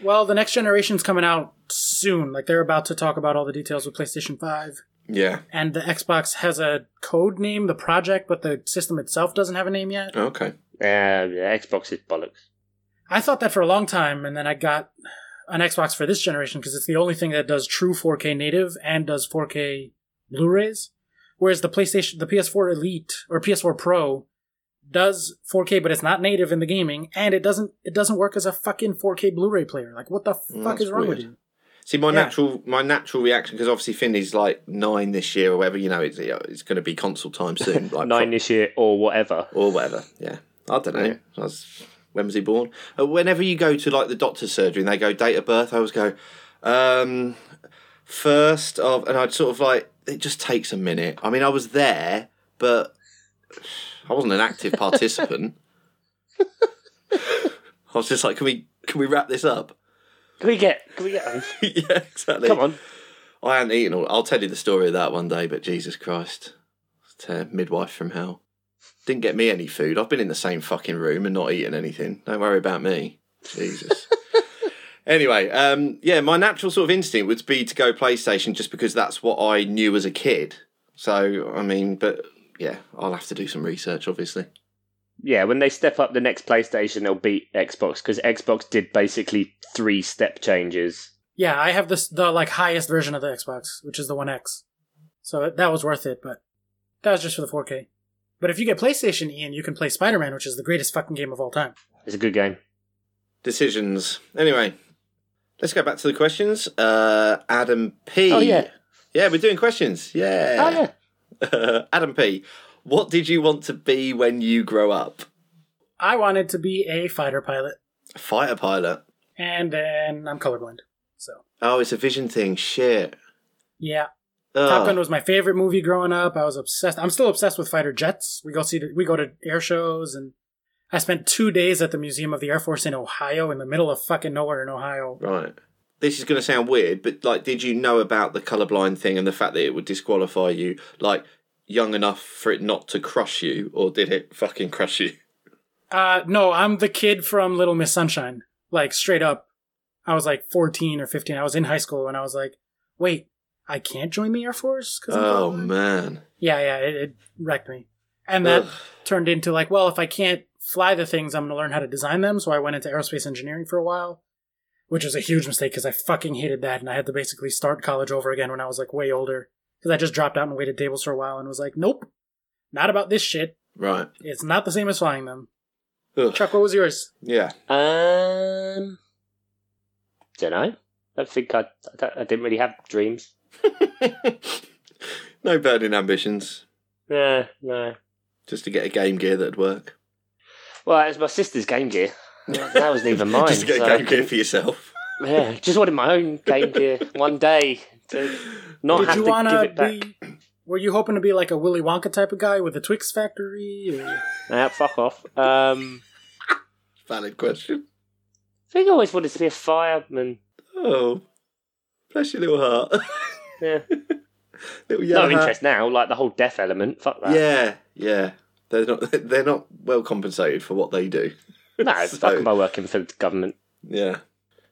Speaker 1: Well, the next generation's coming out soon. Like they're about to talk about all the details with PlayStation Five.
Speaker 3: Yeah.
Speaker 1: and the Xbox has a code name, the project, but the system itself doesn't have a name yet.
Speaker 3: Okay.
Speaker 2: Uh, yeah, Xbox is bollocks.
Speaker 1: I thought that for a long time, and then I got an Xbox for this generation because it's the only thing that does true 4K native and does 4K Blu-rays. Whereas the PlayStation, the PS4 Elite or PS4 Pro does 4K, but it's not native in the gaming, and it doesn't it doesn't work as a fucking 4K Blu-ray player. Like, what the fuck
Speaker 3: Mm, that's
Speaker 1: is wrong with
Speaker 3: weird.
Speaker 1: you?
Speaker 3: See, my
Speaker 1: Yeah.
Speaker 3: natural my natural reaction because obviously Finley's like nine this year or whatever. You know, it's it's going to be console time soon. Like
Speaker 2: Nine this year or whatever.
Speaker 3: or whatever. Yeah, I don't know. I was, when was he born? Uh, whenever you go to like the doctor's surgery and they go date of birth, I always go um, first of, and I'd sort of like it just takes a minute. I mean, I was there, but I wasn't an active participant. I was just like, can we can we wrap this up?
Speaker 2: Can we get? Can we get?
Speaker 3: yeah, exactly.
Speaker 2: Come on.
Speaker 3: I hadn't eaten all. I'll tell you the story of that one day, but Jesus Christ. It's, uh, midwife from hell. Didn't get me any food. I've been in the same fucking room and not eaten anything. Don't worry about me. Jesus. anyway, um, yeah, my natural sort of instinct would be to go PlayStation just because that's what I knew as a kid. So, I mean, but yeah, I'll have to do some research, obviously.
Speaker 2: Yeah, when they step up the next PlayStation, they'll beat Xbox because Xbox did basically three step changes.
Speaker 1: Yeah, I have this the like highest version of the Xbox, which is the One X. So that was worth it, but that was just for the 4K. But if you get PlayStation, Ian, you can play Spider-Man, which is the greatest fucking game of all time.
Speaker 2: It's a good game.
Speaker 3: Decisions. Anyway, let's go back to the questions. Uh, Adam P.
Speaker 2: Oh, yeah.
Speaker 3: Yeah, we're doing questions. Yeah.
Speaker 2: Oh yeah.
Speaker 3: Adam P, what did you want to be when you grow up?
Speaker 1: I wanted to be a fighter pilot,
Speaker 3: A fighter pilot.
Speaker 1: and then I'm colorblind. So,
Speaker 3: Oh, it's a vision thing. Shit. Ah.
Speaker 1: yeah.
Speaker 3: Ugh.
Speaker 1: Top Gun was my favorite movie growing up. I was obsessed. I'm still obsessed with fighter jets. We go see the, we go to air shows and I spent 2 days at the Museum of the Air Force in Ohio in the middle of fucking nowhere in Ohio.
Speaker 3: right. This is going to sound weird, but like, did you know about the colorblind thing and the fact that it would disqualify you, like, young enough for it not to crush you, or did it fucking crush you?
Speaker 1: Uh no, I'm the kid from Little Miss Sunshine. Like straight up. I was like 14 or 15. I was in high school and I was like, "Wait, I can't join the Air Force cuz
Speaker 3: Oh man.
Speaker 1: Yeah, yeah, it, it wrecked me. And that
Speaker 3: Ugh.
Speaker 1: turned into like, well, if I can't fly the things, I'm going to learn how to design them. So I went into aerospace engineering for a while, which was a huge mistake because I fucking hated that. And I had to basically start college over again when I was like way older because I just dropped out and waited tables for a while and was like, nope, not about this shit.
Speaker 3: Right.
Speaker 1: It's not the same as flying them.
Speaker 3: Ugh.
Speaker 1: Chuck, what was yours?
Speaker 3: Yeah.
Speaker 2: Um, don't know. don't think I, I, don't- I didn't really have dreams.
Speaker 3: no burning ambitions.
Speaker 2: Yeah, no.
Speaker 3: Just to get a Game Gear that'd work.
Speaker 2: Well, it's my sister's Game Gear. That wasn't even mine.
Speaker 3: Just to get
Speaker 2: so-
Speaker 3: a Game Gear for yourself.
Speaker 2: Yeah, just wanted my own Game Gear one day to not
Speaker 1: Did
Speaker 2: have
Speaker 1: you
Speaker 2: to
Speaker 1: want
Speaker 2: give
Speaker 1: to
Speaker 2: it back.
Speaker 1: be. Were you hoping to be like a Willy Wonka type of guy with a Twix factory? Or...
Speaker 2: Nah, fuck off. Um,
Speaker 3: Valid question.
Speaker 2: I think I always wanted to be a fireman.
Speaker 3: Oh, bless your little heart.
Speaker 2: Yeah.
Speaker 3: little yellow
Speaker 2: no
Speaker 3: heart.
Speaker 2: interest now, like the whole death element. Fuck that.
Speaker 3: Yeah, yeah. They're not. They're not well compensated for what they do.
Speaker 2: No,
Speaker 3: So-
Speaker 2: fuck am I working for the government.
Speaker 3: Yeah.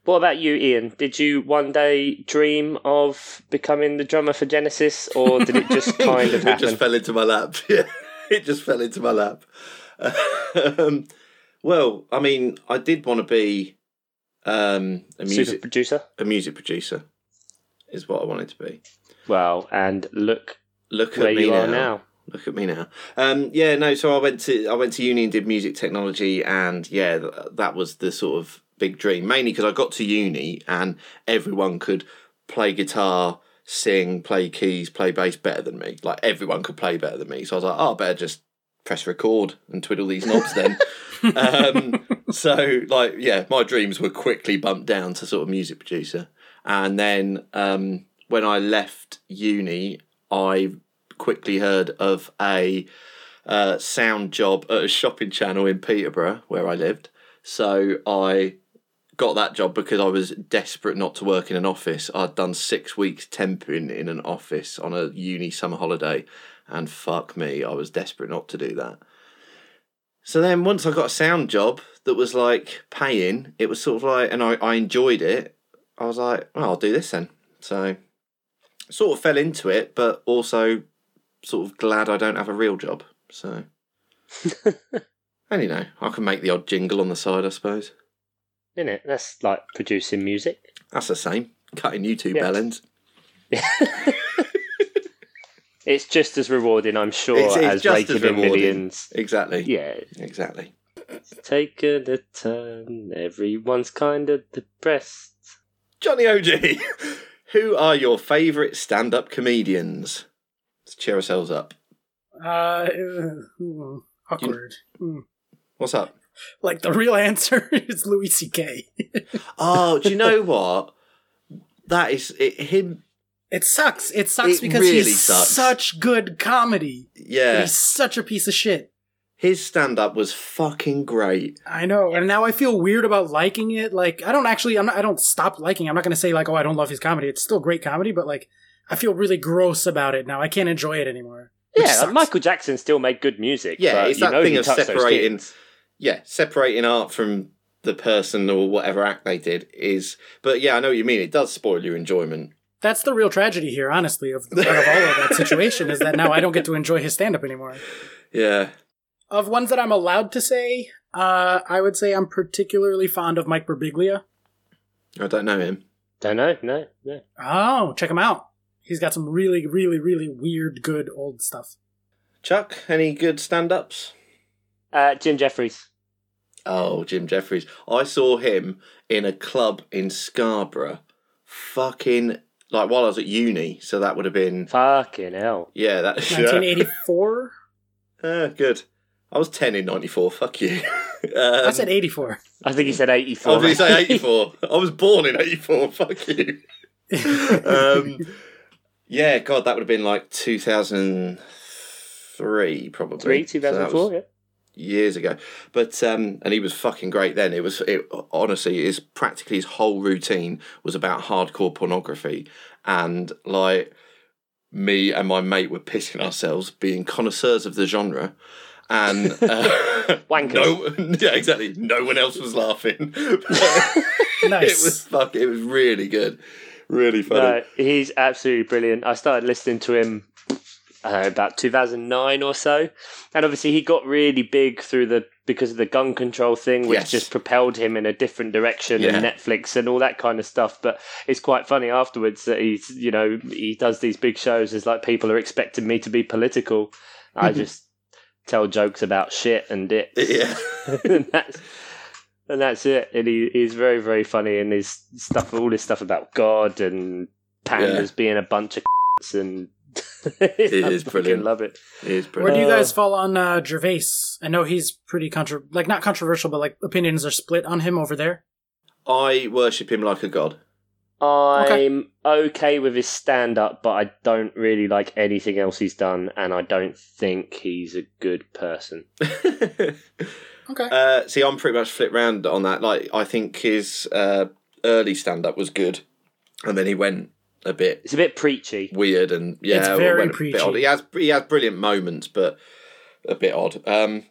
Speaker 2: What about you, Ian? Did you one day dream of becoming the drummer for Genesis, or did it just kind of
Speaker 3: it
Speaker 2: happen?
Speaker 3: just fell into my lap. Yeah, it just fell into my lap. um, well, I mean, I did want to be um, a
Speaker 2: Super
Speaker 3: music
Speaker 2: producer.
Speaker 3: a music producer, is what I wanted to be.
Speaker 2: Well, and look
Speaker 3: Look
Speaker 2: where
Speaker 3: at me
Speaker 2: you
Speaker 3: now.
Speaker 2: are now.
Speaker 3: Look at me now. Um, yeah, no. So I went to I went to uni and did music technology, and yeah, th- that was the sort of big dream. Mainly because I got to uni and everyone could play guitar, sing, play keys, play bass better than me. Like everyone could play better than me. So I was like, oh, I better just press record and twiddle these knobs then. um, so like, yeah, my dreams were quickly bumped down to sort of music producer, and then um, when I left uni, I quickly heard of a uh, sound job at a shopping channel in Peterborough where I lived. So I got that job because I was desperate not to work in an office. I'd done six weeks temping in an office on a uni summer holiday, and fuck me, I was desperate not to do that. So then once I got a sound job that was like paying, it was sort of like, and I, I enjoyed it. I was like, well, I'll do this then. So sort of fell into it, but also sort of glad I don't have a real job. So, and you know, I can make the odd jingle on the side, I suppose.
Speaker 2: Isn't it? That's like producing music.
Speaker 3: That's the same. Cutting YouTube
Speaker 2: Yeah.
Speaker 3: bellends.
Speaker 2: It's just as rewarding, I'm sure,
Speaker 3: It's- it's
Speaker 2: as
Speaker 3: just
Speaker 2: raking
Speaker 3: as
Speaker 2: in
Speaker 3: rewarding.
Speaker 2: millions.
Speaker 3: Exactly.
Speaker 2: Yeah,
Speaker 3: Exactly.
Speaker 2: take it a turn. Everyone's kind of depressed.
Speaker 3: Johnny OG, who are your favourite stand-up comedians? Let's cheer ourselves up.
Speaker 1: Uh, hmm, awkward. Hmm.
Speaker 3: What's up?
Speaker 1: Like the real answer is Louis C.K.
Speaker 3: Oh, do you know what? That is it, him.
Speaker 1: It sucks. It sucks
Speaker 3: It
Speaker 1: because
Speaker 3: really
Speaker 1: he's
Speaker 3: sucks.
Speaker 1: such good comedy. But
Speaker 3: Yeah,
Speaker 1: he's such a piece of shit.
Speaker 3: his stand-up was fucking great.
Speaker 1: I know, and now I feel weird about liking it. Like I don't actually, I'm not, I don't stop liking. it. I'm not gonna say like, oh, I don't love his comedy. It's still great comedy, but like, I feel really gross about it now. I can't enjoy it anymore. which
Speaker 2: Yeah,
Speaker 1: sucks.
Speaker 2: like Michael Jackson still made good music.
Speaker 3: Yeah,
Speaker 2: but
Speaker 3: it's
Speaker 2: you
Speaker 3: that
Speaker 2: know
Speaker 3: thing
Speaker 2: he
Speaker 3: of
Speaker 2: touched those
Speaker 3: separating-
Speaker 2: kids.
Speaker 3: Yeah, separating art from the person or whatever act they did is. But yeah, I know what you mean. It does spoil your enjoyment.
Speaker 1: That's the real tragedy here, honestly, of, out of all of that situation is that now I don't get to enjoy his stand up anymore.
Speaker 3: Yeah.
Speaker 1: Of ones that I'm allowed to say, uh, I would say I'm particularly fond of Mike Birbiglia.
Speaker 3: I don't know him.
Speaker 2: Don't know, no, no.
Speaker 1: Oh, check him out. He's got some really, really, really weird, good old stuff.
Speaker 3: Chuck, any good stand-ups?
Speaker 2: Uh, Jim Jeffries.
Speaker 3: Oh, Jim Jeffries. I saw him in a club in Scarborough. Fucking like while I was at uni, so that would have been
Speaker 2: Fucking hell.
Speaker 3: yeah, that
Speaker 1: 1984.
Speaker 3: Yeah. Uh, good. I was ten in ninety four. Fuck you. Um,
Speaker 1: I said 84.
Speaker 2: I think he said
Speaker 3: I
Speaker 2: 84.
Speaker 3: was going to Oh, say 84. I was born in 84. Fuck you. um, yeah, God, that would have been like 2003, probably.
Speaker 2: 3,
Speaker 3: So that was
Speaker 2: 2004, yeah.
Speaker 3: years ago. But um, and he was fucking great then. It was it, honestly his practically his whole routine was about hardcore pornography, and like me and my mate were pissing ourselves, being connoisseurs of the genre. And uh,
Speaker 2: Wankers.
Speaker 3: no, yeah, exactly. No one else was laughing.
Speaker 1: Nice.
Speaker 3: It was fuck. It was really good, really funny.
Speaker 2: No, he's absolutely brilliant. I started listening to him uh, about 2009 or so, and obviously he got really big through the because of the gun control thing, which
Speaker 3: Yes.
Speaker 2: just propelled him in a different direction
Speaker 3: Yeah.
Speaker 2: and Netflix and all that kind of stuff. But it's quite funny afterwards that he's you know he does these big shows. It's like people are expecting me to be political. I just tell jokes about shit and dicks
Speaker 3: Yeah,
Speaker 2: and that's and that's it. And he, he's very very funny, and his stuff, all his stuff about God and pandas being a bunch of c***s and it
Speaker 3: is brilliant.
Speaker 2: Love it.
Speaker 3: it is
Speaker 1: Where
Speaker 3: brilliant.
Speaker 1: do you
Speaker 2: Uh,
Speaker 1: guys fall on uh, Gervais? I know he's pretty contro like not controversial, but like opinions are split on him over there.
Speaker 3: I worship him like a god.
Speaker 2: I'm okay, with his stand up, but I don't really like anything else he's done, and I don't think he's a good person.
Speaker 1: Okay.
Speaker 3: Uh, see, I'm pretty much flipped round on that. Like, I think his uh, early stand up was good, and then he went a bit
Speaker 2: It's a bit preachy.
Speaker 3: weird and yeah,
Speaker 1: It's very
Speaker 3: went a bit
Speaker 1: preachy.
Speaker 3: odd. He has he has brilliant moments, but a bit odd. Um,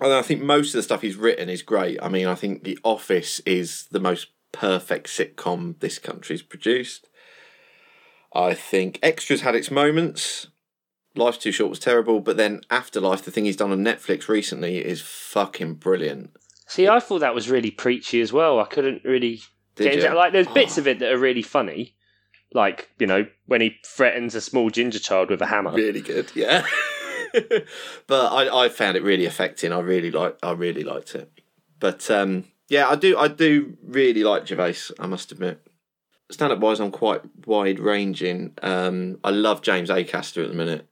Speaker 3: and I think most of the stuff he's written is great. I mean, I think The Office is the most perfect sitcom this country's produced. I think Extras had its moments. Life's Too Short was terrible, but then Afterlife, the thing he's done on Netflix recently, is fucking brilliant.
Speaker 2: See, I thought that was really preachy as well. I couldn't really
Speaker 3: Did
Speaker 2: get
Speaker 3: you?
Speaker 2: into Like, there's bits
Speaker 3: Oh.
Speaker 2: of it that are really funny, like you know when he threatens a small ginger child with a hammer.
Speaker 3: really good. Yeah. but I, I found it really affecting. I really like I really liked it. But um yeah, I do I do really like Gervais, I must admit. Stand up wise I'm quite wide ranging. Um I love James Acaster at the minute.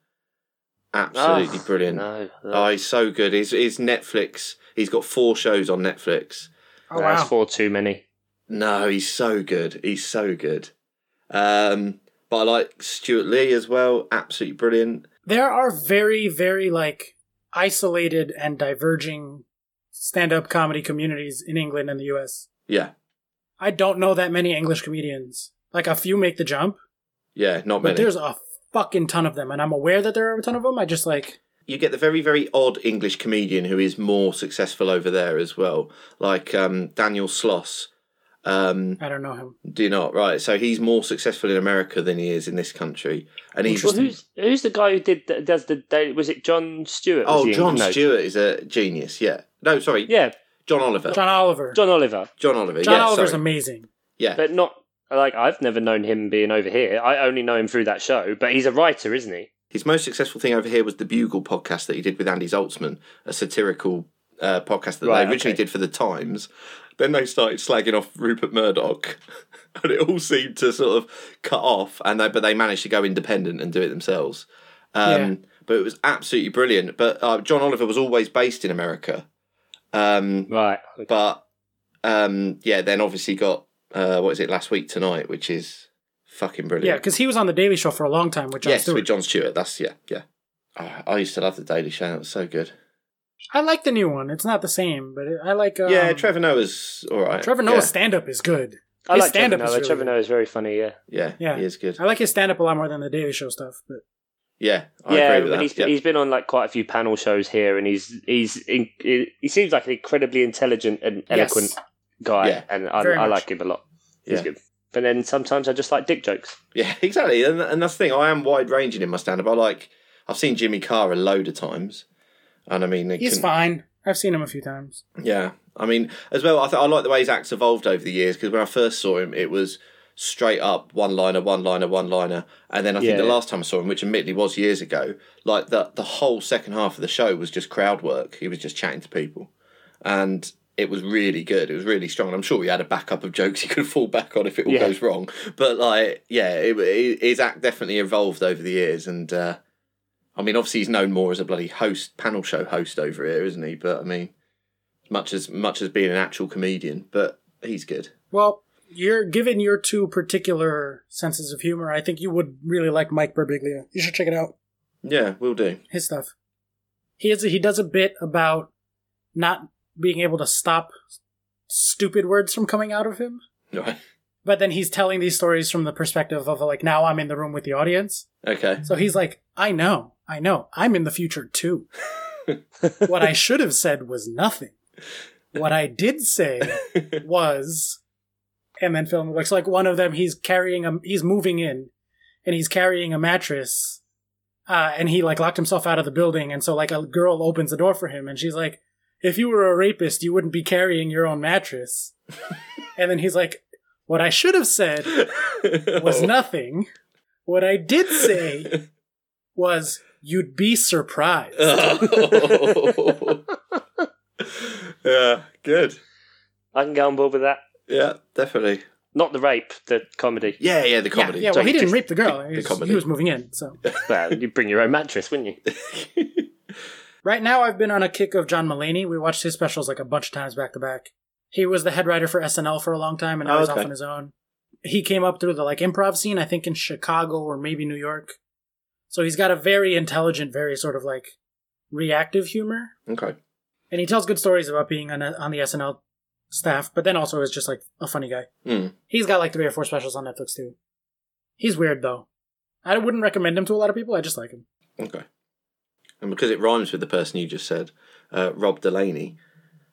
Speaker 3: Absolutely
Speaker 2: Ah,
Speaker 3: brilliant.
Speaker 2: No,
Speaker 3: Oh, he's so good. He's, he's Netflix. He's got four shows on Netflix.
Speaker 1: oh
Speaker 2: that's
Speaker 1: wow.
Speaker 2: four too many.
Speaker 3: No, he's so good. He's so good. Um, but I like Stuart Lee as well. Absolutely brilliant.
Speaker 1: There are very very like isolated and diverging stand-up comedy communities in England and the U.S.
Speaker 3: Yeah,
Speaker 1: I don't know that many English comedians. Like a few make the jump,
Speaker 3: yeah, not
Speaker 1: but
Speaker 3: many.
Speaker 1: there's a fucking ton of them, and I'm aware that there are a ton of them. I just like
Speaker 3: you get the very very odd English comedian who is more successful over there as well, like um, Daniel Sloss. Um,
Speaker 1: I don't know him.
Speaker 3: do you not? Right. So he's more successful in America than he is in this country. And he's
Speaker 2: Well, who's who's the guy who did the, does the daily? Was it John Stewart? Was
Speaker 3: oh,
Speaker 2: he in-
Speaker 3: John
Speaker 2: no.
Speaker 3: Stewart is a genius. Yeah. No, sorry.
Speaker 2: Yeah,
Speaker 3: John Oliver. John,
Speaker 1: John Oliver. John,
Speaker 2: John Oliver.
Speaker 3: Oliver. yeah,
Speaker 1: Oliver's
Speaker 3: sorry.
Speaker 1: amazing.
Speaker 3: yeah.
Speaker 2: But not like I've never known him being over here. I only know him through that show. But he's a writer, isn't he?
Speaker 3: His most successful thing over here was the Bugle podcast that he did with Andy Zoltzman, a satirical uh, podcast that
Speaker 2: Right,
Speaker 3: they originally
Speaker 2: okay.
Speaker 3: did for the Times. Then they started slagging off Rupert Murdoch, and it all seemed to sort of cut off. And they, but they managed to go independent and do it themselves. Um,
Speaker 1: Yeah.
Speaker 3: But it was absolutely brilliant. But uh, John Oliver was always based in America. Um,
Speaker 2: Right.
Speaker 3: but um, yeah, then obviously got uh, what is it last week tonight, which is fucking
Speaker 1: Yeah,
Speaker 3: brilliant.
Speaker 1: because he was on the Daily Show for a long time with John
Speaker 3: yes,
Speaker 1: Stewart.
Speaker 3: with John Stewart. That's yeah, yeah. Oh, I used to love the Daily Show. It was so good.
Speaker 1: I like the new one. It's not the same, but it, I like. Um,
Speaker 3: yeah, Trevor Noah's all right.
Speaker 1: Trevor Noah's stand up is good.
Speaker 2: I
Speaker 1: His
Speaker 2: like Trevor
Speaker 1: stand-up
Speaker 2: Noah.
Speaker 1: is really
Speaker 2: Trevor
Speaker 1: good.
Speaker 2: Noah is very funny. Yeah.
Speaker 3: Yeah, yeah,
Speaker 1: Yeah.
Speaker 3: he is good.
Speaker 1: I like his stand up a lot more than the Daily Show stuff. But
Speaker 3: Yeah, I
Speaker 2: yeah,
Speaker 3: agree with
Speaker 2: and
Speaker 3: that.
Speaker 2: he's
Speaker 3: yeah.
Speaker 2: he's been on like quite a few panel shows here, and he's he's in, he seems like an incredibly intelligent and eloquent
Speaker 1: Yes.
Speaker 2: guy,
Speaker 3: Yeah.
Speaker 2: and I,
Speaker 1: Very
Speaker 2: I
Speaker 1: much.
Speaker 2: like him a lot. He's
Speaker 3: Yeah.
Speaker 2: good. But then sometimes I just like dick jokes.
Speaker 3: Yeah, exactly. And, and that's the thing. I am wide ranging in my stand up. I like. I've seen Jimmy Carr a load of times, and I mean, it
Speaker 1: he's
Speaker 3: can-
Speaker 1: fine. I've seen him a few times.
Speaker 3: Yeah, I mean, as well, I, th- I like the way his act's evolved over the years because when I first saw him, it was straight up one liner, one liner, one liner, and then I think
Speaker 2: Yeah.
Speaker 3: the last time I saw him, which admittedly was years ago, like the the whole second half of the show was just crowd work. He was just chatting to people, and it was really good. It was really strong. And I'm sure he had a backup of jokes he could fall back on if it all
Speaker 2: Yeah.
Speaker 3: goes wrong. But like, yeah, it, it, his act definitely evolved over the years, and. uh I mean, obviously he's known more as a bloody host, panel show host over here, isn't he? But I mean, much as much as being an actual comedian, but he's good.
Speaker 1: Well, you're given your two particular senses of humor. I think you would really like Mike Birbiglia. You should check it out.
Speaker 3: Yeah, will do.
Speaker 1: His stuff. He has he does a bit about not being able to stop stupid words from coming out of him.
Speaker 3: Right.
Speaker 1: But then he's telling these stories from the perspective of like now I'm in the room with the audience.
Speaker 3: Okay.
Speaker 1: So he's like, I know, I know, I'm in the future too. what I should have said was nothing. What I did say was, and then film looks like one of them. He's carrying a, he's moving in, and he's carrying a mattress, uh, and he like locked himself out of the building, and so like a girl opens the door for him, and she's like, "If you were a rapist, you wouldn't be carrying your own mattress." and then he's like, "What I should have said
Speaker 3: Oh.
Speaker 1: was nothing. What I did say was you'd be surprised.
Speaker 3: Uh, yeah, good.
Speaker 2: I can go on board with that.
Speaker 3: Yeah, definitely.
Speaker 2: Not the rape, the comedy.
Speaker 3: Yeah, yeah, the comedy.
Speaker 1: Yeah, yeah well,
Speaker 2: Sorry,
Speaker 1: he didn't
Speaker 2: just
Speaker 1: rape the girl.
Speaker 3: the
Speaker 1: he, was,
Speaker 3: comedy.
Speaker 1: he was moving in. So
Speaker 2: well, you bring your own mattress, wouldn't you?
Speaker 1: right now, I've been on a kick of John Mulaney. We watched his specials like a bunch of times back to back. He was the head writer for SNL for a long time, and now
Speaker 3: Oh,
Speaker 1: he's
Speaker 3: okay.
Speaker 1: off on his own. He came up through the like improv scene, I think in Chicago or maybe New York. So he's got a very intelligent, very sort of like reactive humor.
Speaker 3: Okay.
Speaker 1: and he tells good stories about being on a, on the SNL staff, but then also is just like a funny guy.
Speaker 3: Hmm.
Speaker 1: He's got like three or four specials on Netflix too. He's weird though. I wouldn't recommend him to a lot of people. I just like him.
Speaker 3: Okay. And because it rhymes with the person you just said, uh, Rob Delaney,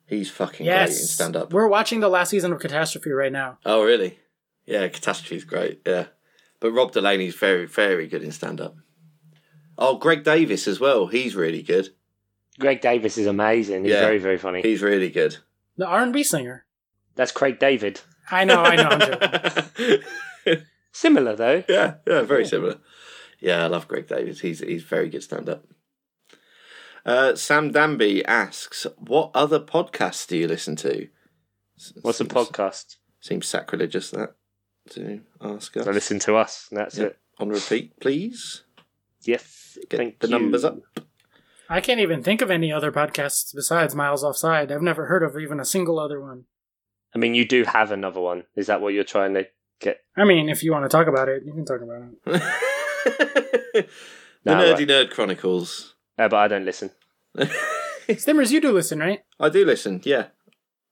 Speaker 3: he's fucking great in
Speaker 1: yes,
Speaker 3: stand up.
Speaker 1: We're watching the last season of Catastrophe right now.
Speaker 3: Oh, really? Yeah, Catastrophe's great. Yeah. But Rob Delaney's very, very good in stand up. Oh, Greg Davis as well. He's really good.
Speaker 2: Greg Davis is amazing. He's
Speaker 3: Yeah.
Speaker 2: very, very funny.
Speaker 3: He's really good.
Speaker 1: The R and B singer.
Speaker 2: That's Craig David.
Speaker 1: I know, Oh, I know. I'm joking.
Speaker 2: Similar though.
Speaker 3: yeah, yeah, very similar. Yeah, I love Greg Davis. He's he's very good stand up. Uh, Sam Danby asks, "What other podcasts do you listen to?" S-
Speaker 2: What's a
Speaker 3: seems-
Speaker 2: podcast?
Speaker 3: Seems sacrilegious that to ask us
Speaker 2: So listen to us. and That's
Speaker 3: Yeah.
Speaker 2: it.
Speaker 3: on repeat, please.
Speaker 2: Yes.
Speaker 3: Get
Speaker 2: Thank
Speaker 3: the
Speaker 2: you.
Speaker 3: numbers up.
Speaker 1: I can't even think of any other podcasts besides Miles Offside. I've never heard of even a single other one.
Speaker 2: I mean, you do have another one. Is that what you're trying to get?
Speaker 1: I mean, if you want to talk about it, you can talk about it.
Speaker 3: the
Speaker 2: No,
Speaker 3: Nerdy
Speaker 2: right.
Speaker 3: Nerd Chronicles.
Speaker 2: Uh, but I don't listen.
Speaker 1: Stimmers, you do listen, right?
Speaker 3: I do listen. Yeah,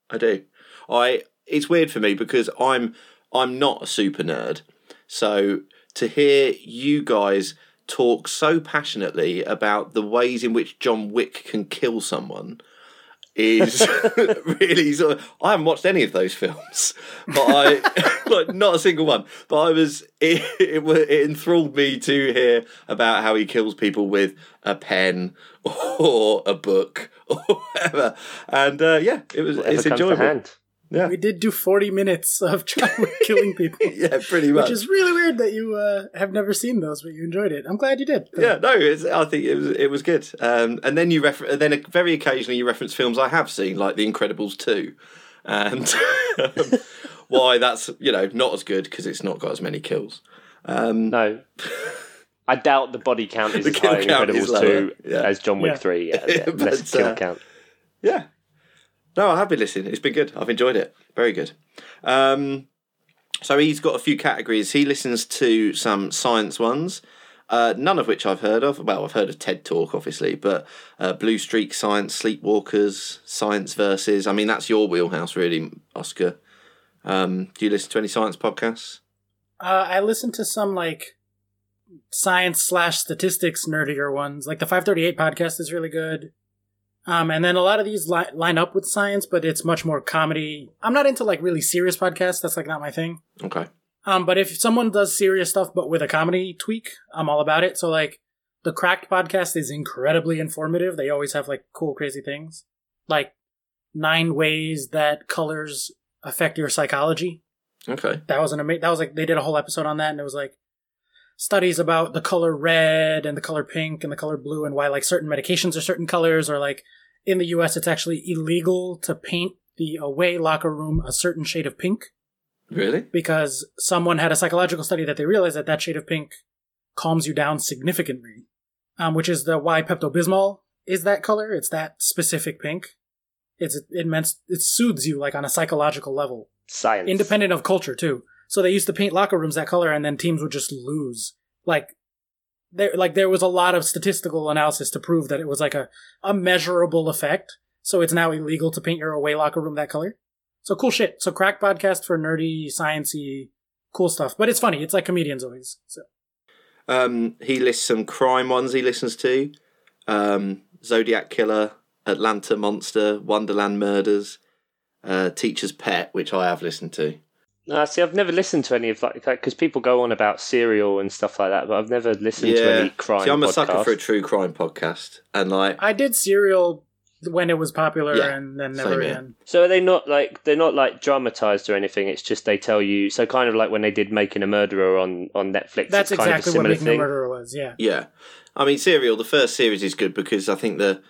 Speaker 3: I do. I it's weird for me because I'm I'm not a super nerd, so to hear you guys talk so passionately about the ways in which John Wick can kill someone is really sort of, I haven't watched any of those films, but I like not a single one. But I was it, it wa- it enthralled me to hear about how he kills people with a pen or a book or whatever. And uh, yeah, it was
Speaker 2: Whatever
Speaker 3: it's
Speaker 2: comes to
Speaker 3: enjoyable.
Speaker 2: hand.
Speaker 3: Yeah,
Speaker 1: We did do 40 minutes of Chadwick killing people.
Speaker 3: yeah, pretty much.
Speaker 1: Which is really weird that you uh, have never seen those, but you enjoyed it. I'm glad you did.
Speaker 3: yeah, no, it's, I think it was it was good. Um, and then you refer- then very occasionally you reference films I have seen, like The Incredibles two, and um, why that's you know not as good because it's not got as many kills.
Speaker 2: No. I doubt the body count is
Speaker 3: The
Speaker 2: as
Speaker 3: kill
Speaker 2: high in
Speaker 3: count is
Speaker 2: Incredibles
Speaker 3: lower,
Speaker 2: 2
Speaker 3: yeah.
Speaker 2: as John Wick
Speaker 1: Yeah.
Speaker 2: 3. Yeah, yeah.
Speaker 3: But,
Speaker 2: less kill
Speaker 3: uh,
Speaker 2: count.
Speaker 3: Yeah, no, I have been listening. It's been good. I've enjoyed it. Very good. Um, so he's got a few categories. He listens to some science ones. Uh, none of which I've heard of. Well, I've heard of TED Talk, obviously, but uh, Blue Streak Science, Sleepwalkers, Science Versus. I mean, that's your wheelhouse, really, Oscar. Um, do you listen to any science podcasts?
Speaker 1: Uh, I listened to some like science slash statistics nerdier ones. Like the 538 podcast is really good. Um, and then a lot of these li- line up with science, but it's much more comedy. I'm not into like really serious podcasts. That's like not my thing.
Speaker 3: Okay.
Speaker 1: Um, but if someone does serious stuff but with a comedy tweak, I'm all about it. So like the Cracked podcast is incredibly informative. They always have like cool, crazy things, like nine ways that colors affect your psychology.
Speaker 3: Okay.
Speaker 1: That was an amazing. That was like they did a whole episode on that, and it was like studies about the color red and the color pink and the color blue and why like certain medications are certain colors or like in the U.S. it's actually illegal to paint the away locker room a certain shade of pink
Speaker 3: Really?
Speaker 1: because someone had a psychological study that they realized that that shade of pink calms you down significantly, um, which is the why Pepto Bismol is that color. It's that specific pink. It's it meant it soothes you like on a psychological level,
Speaker 2: Science.
Speaker 1: independent of culture too. So they used to paint locker rooms that color, and then teams would just lose. Like there, like there was a lot of statistical analysis to prove that it was like a a measurable effect. So it's now illegal to paint your away locker room that color. So cool shit. So crack podcast for nerdy, sciency, cool stuff. But it's funny. It's like comedians always. So
Speaker 3: Um, he lists some crime ones he listens to um, Zodiac Killer, Atlanta Monster, Wonderland Murders, uh, Teacher's Pet, which I have listened to.
Speaker 2: No, see, I've never listened to any of like because people go on about serial and stuff like that, but I've never listened to any crime.
Speaker 3: See, I'm a
Speaker 2: podcast.
Speaker 3: sucker for a true crime podcast, and like,
Speaker 1: I did Serial when it was popular,
Speaker 3: Yeah,
Speaker 1: and then
Speaker 3: same
Speaker 1: never
Speaker 3: here.
Speaker 1: again.
Speaker 2: So are they not like they're not like dramatized or anything? It's just they tell you. So kind of like when they did Making a Murderer on on Netflix.
Speaker 1: That's
Speaker 2: it's
Speaker 1: exactly
Speaker 2: kind of a
Speaker 1: what
Speaker 2: similar
Speaker 1: Making a
Speaker 2: thing.
Speaker 1: Murderer was. Yeah.
Speaker 3: yeah, I mean, Serial. The first series is good because I think the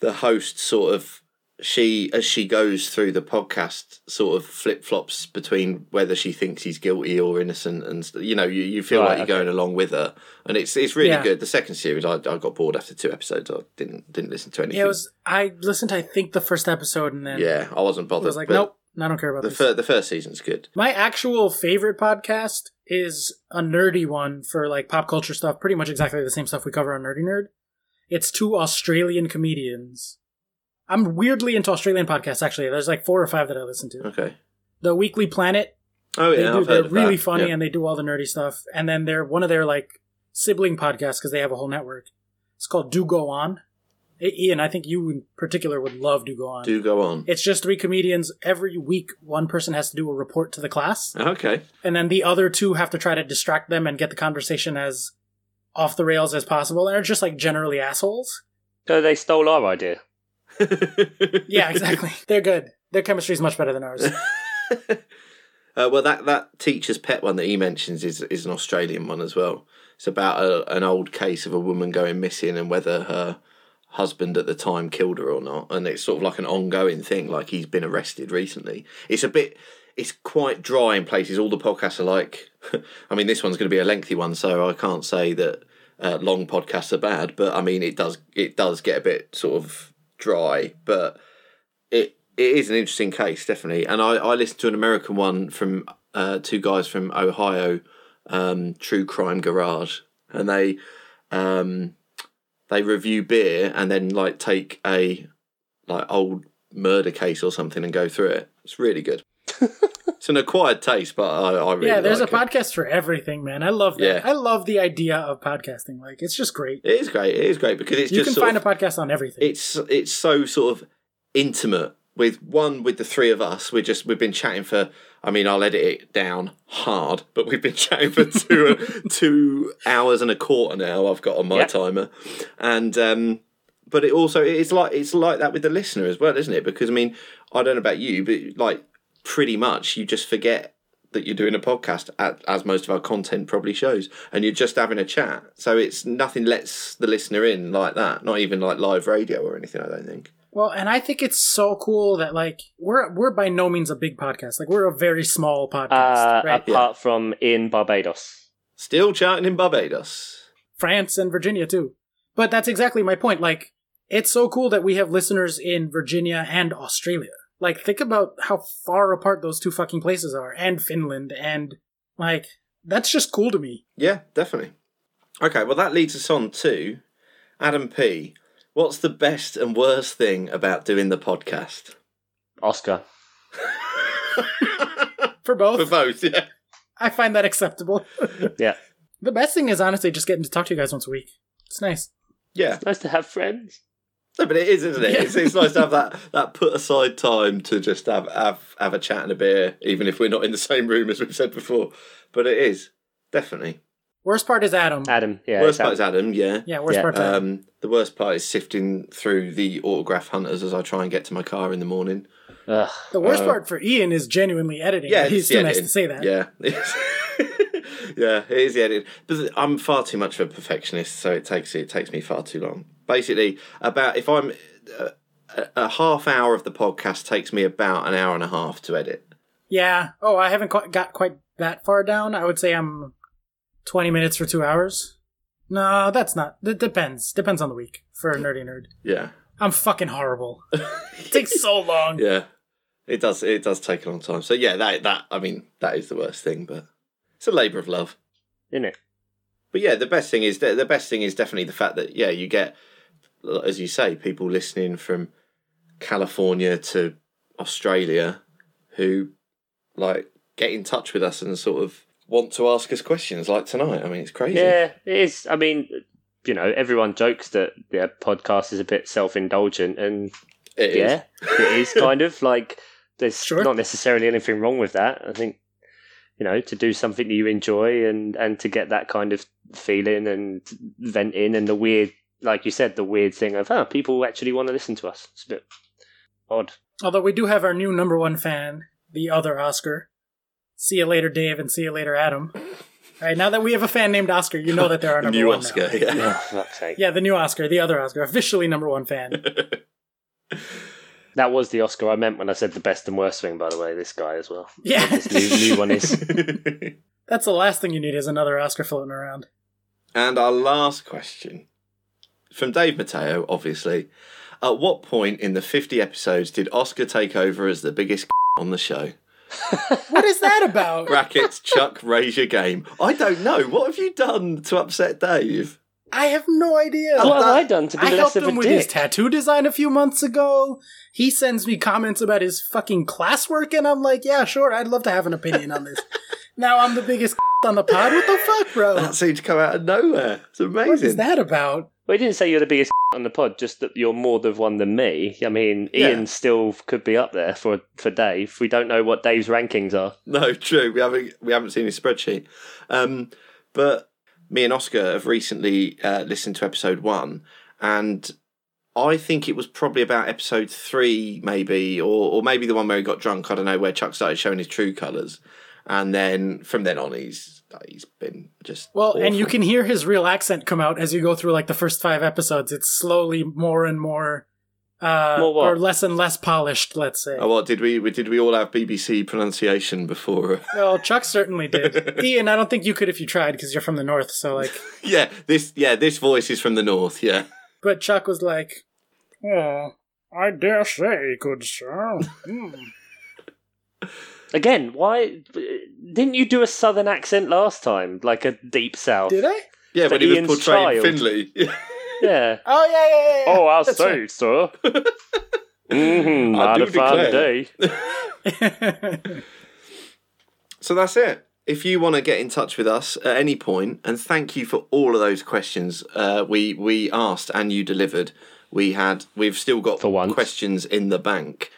Speaker 3: the host sort of she as she goes through the podcast sort of flip flops between whether she thinks he's guilty or innocent, and st- you know, you, you feel
Speaker 2: Right,
Speaker 3: like you're
Speaker 2: okay.
Speaker 3: going along with her, and it's it's really
Speaker 1: Yeah.
Speaker 3: good. The second series, I, I got bored after two episodes. I didn't didn't listen to anything.
Speaker 1: Yeah, it was. I listened. to, I think the first episode, and then
Speaker 3: Yeah, I wasn't
Speaker 1: I
Speaker 3: bothered.
Speaker 1: was like,
Speaker 3: but
Speaker 1: nope, I don't care about
Speaker 3: The
Speaker 1: this.
Speaker 3: fir- the first season's good.
Speaker 1: My actual favorite podcast is a nerdy one for like pop culture stuff, pretty much exactly the same stuff we cover on Nerdy Nerd. It's two Australian comedians. I'm weirdly into Australian podcasts actually. There's like four or five that I listen to.
Speaker 3: Okay.
Speaker 1: The Weekly Planet,
Speaker 3: Oh
Speaker 1: they
Speaker 3: yeah,
Speaker 1: do,
Speaker 3: I've
Speaker 1: they're
Speaker 3: heard of
Speaker 1: really
Speaker 3: that.
Speaker 1: funny
Speaker 3: Yeah.
Speaker 1: and they do all the nerdy stuff. And then they're one of their like sibling podcasts because they have a whole network. It's called Do Go On. I- Ian, I think you in particular would love Do Go On.
Speaker 3: do go on.
Speaker 1: It's just three comedians. Every week, one person has to do a report to the class.
Speaker 3: Okay.
Speaker 1: and then the other two have to try to distract them and get the conversation as off the rails as possible and are just like generally assholes
Speaker 2: So they stole our idea.
Speaker 1: yeah exactly they're good their chemistry is much better than ours
Speaker 3: Uh, well, that, that teacher's pet one that he mentions is is an Australian one as well. It's about a, an old case of a woman going missing and whether her husband at the time killed her or not. And it's sort of like an ongoing thing. Like he's been arrested recently. It's a bit. It's quite dry in places. All the podcasts are like. I mean, this one's going to be a lengthy one, so I can't say that uh, long podcasts are bad. But I mean, it does it does get a bit sort of dry. But it it is an interesting case definitely and i i listened to an american one from uh two guys from ohio um true crime garage and they um they review beer and then like take a like old murder case or something and go through it it's really good it's an acquired taste but i, I really
Speaker 1: yeah there's
Speaker 3: like
Speaker 1: a podcast for everything man i love that
Speaker 3: Yeah.
Speaker 1: i love the idea of podcasting like it's just great
Speaker 3: it. it is great it is great because it's
Speaker 1: you
Speaker 3: just
Speaker 1: can
Speaker 3: sort
Speaker 1: find
Speaker 3: of,
Speaker 1: a podcast on everything
Speaker 3: it's it's so sort of intimate with one with the three of us. We're just we've been chatting for. I mean, I'll edit it down hard, but we've been chatting for two two hours and a quarter now. I've got on my
Speaker 2: Yep.
Speaker 3: timer, and um, but it also it's like it's like that with the listener as well, isn't it? Because I mean, I don't know about you, but like pretty much you just forget that you're doing a podcast at, as most of our content probably shows and you're just having a chat so it's nothing lets the listener in like that not even like live radio or anything i don't think
Speaker 1: Well, and I think it's so cool that like we're we're by no means a big podcast. Like we're a very small podcast,
Speaker 2: Uh,
Speaker 1: right?
Speaker 2: Apart from in Barbados.
Speaker 3: still charting in barbados
Speaker 1: France and Virginia too. But that's exactly my point. Like it's so cool that we have listeners in Virginia and Australia. Like think about how far apart those two fucking places are and Finland and like that's just cool to me.
Speaker 3: Yeah, definitely. Okay, well, that leads us on to Adam P. What's the best and worst thing about doing the podcast?
Speaker 2: Oscar.
Speaker 1: For both,
Speaker 3: For both, yeah.
Speaker 1: I find that acceptable.
Speaker 2: Yeah.
Speaker 1: the best thing is honestly just getting to talk to you guys once a week. It's nice.
Speaker 3: Yeah,
Speaker 2: Nice to have friends.
Speaker 3: no, but it is, isn't it?
Speaker 1: Yeah.
Speaker 3: It's, it's nice to have that, that put aside time to just have, have have a chat and a beer, even if we're not in the same room as we've said before. But it is definitely
Speaker 1: Worst part is Adam.
Speaker 2: Adam. Yeah. it's
Speaker 3: worst part is Adam. Uh, Yeah,
Speaker 1: Yeah, worst
Speaker 2: Yeah,
Speaker 1: part. Is Adam.
Speaker 3: Um, the worst part is sifting through the autograph hunters as I try and get to my car in the morning.
Speaker 2: Ugh.
Speaker 1: The worst
Speaker 3: uh,
Speaker 1: part for Ian is genuinely editing.
Speaker 3: Yeah,
Speaker 1: but he's
Speaker 3: it's
Speaker 1: too
Speaker 3: the
Speaker 1: nice
Speaker 3: editing.
Speaker 1: to say that.
Speaker 3: Yeah, yeah, it is the editing. But I'm far too much of a perfectionist, so it takes it takes me far too long. Basically, about if I'm uh, a, a half hour of the podcast takes me about an hour and a half to edit.
Speaker 1: Yeah. Oh, I haven't quite got quite that far down. I would say I'm 20 minutes for two hours. No, that's not. It depends. Depends on the week for a nerdy nerd.
Speaker 3: Yeah,
Speaker 1: I'm fucking horrible. it takes so long.
Speaker 3: yeah, it does it does take a long time. So yeah, that that I mean that is the worst thing, but it's a labour of love.
Speaker 2: Isn't it?
Speaker 3: But yeah, the best thing is the best thing is definitely the fact that yeah, you get as you say people listening from California to Australia who like get in touch with us and sort of want to ask us questions like tonight. I mean, it's crazy.
Speaker 2: Yeah, it is. I mean, you know, everyone jokes that the podcast is a bit self indulgent, and
Speaker 3: It is.
Speaker 2: yeah, it is kind of like there's
Speaker 1: Sure.
Speaker 2: not necessarily anything wrong with that. I think you know to do something that you enjoy and and to get that kind of feeling and venting and the weird, like you said, the weird thing of huh, people actually want to listen to us. It's a bit odd.
Speaker 1: Although we do have our new number one fan, the other Oscar. See you later, Dave, and see you later, Adam. All right, now that we have a fan named Oscar, you know that there are
Speaker 3: A
Speaker 1: number
Speaker 3: new
Speaker 1: one
Speaker 3: Oscar.
Speaker 1: now.
Speaker 3: Yeah.
Speaker 2: For fuck's sake.
Speaker 1: Yeah, the new Oscar, the other Oscar, officially number one fan.
Speaker 2: That was the Oscar I meant when I said the best and worst thing. By the way, this guy as well.
Speaker 1: Yeah,
Speaker 2: This new, new one is
Speaker 1: that's the last thing you need is another Oscar floating around.
Speaker 3: and our last question from Dave Mateo, obviously. At what point in the 50 episodes did Oscar take over as the biggest on the show?
Speaker 1: What is that about?
Speaker 3: brackets Chuck raise your game. I don't know. What have you done to upset Dave?
Speaker 1: I have no idea.
Speaker 2: what have I done to be
Speaker 1: I
Speaker 2: less
Speaker 1: helped
Speaker 2: of a
Speaker 1: him with his
Speaker 2: dick?
Speaker 1: tattoo design a few months ago. He sends me comments about his fucking classwork, and I'm like, yeah, sure, I'd love to have an opinion on this. now I'm the biggest on the pod. What the fuck, bro?
Speaker 3: That seemed to come out of nowhere. It's amazing.
Speaker 1: what is that about?
Speaker 2: Well, he didn't say you're the biggest on the pod, just that you're more the one than me. I mean,
Speaker 3: Yeah.
Speaker 2: Ian still could be up there for for Dave. We don't know what Dave's rankings are.
Speaker 3: No, true. We haven't we haven't seen his spreadsheet. Um, but me and Oscar have recently uh, listened to episode one, and I think it was probably about episode three, maybe, or or maybe the one where he got drunk. I don't know where Chuck started showing his true colours, and then from then on, he's he's been just
Speaker 1: Well, and
Speaker 3: awful.
Speaker 1: you can hear his real accent come out as you go through like the first five episodes. It's slowly more and more, uh,
Speaker 2: More what?
Speaker 1: or less and less polished. Let's say.
Speaker 3: Oh, what did we? Did we all have BBC pronunciation before?
Speaker 1: No, Chuck certainly did. Ian, I don't think you could if you tried because you're from the north. So like,
Speaker 3: yeah, this. Yeah, this voice is from the north. Yeah,
Speaker 1: But Chuck was like, Oh, I dare say, good sir. Hmm.
Speaker 2: Again, why didn't you do a southern accent last time, like a deep south?
Speaker 1: Did I?
Speaker 3: yeah.
Speaker 2: For
Speaker 3: when he was
Speaker 2: Ian's child.
Speaker 3: portraying Finlay.
Speaker 2: Yeah.
Speaker 1: Oh, yeah, yeah, yeah.
Speaker 2: oh, I'll
Speaker 1: that's
Speaker 2: say, sir. mm-hmm,
Speaker 3: I
Speaker 2: not
Speaker 3: do
Speaker 2: a fine
Speaker 3: declare.
Speaker 2: day.
Speaker 3: so that's it. If you want to get in touch with us at any point, and thank you for all of those questions uh, we we asked and you delivered. we had we've still got
Speaker 2: For once.
Speaker 3: questions in the bank.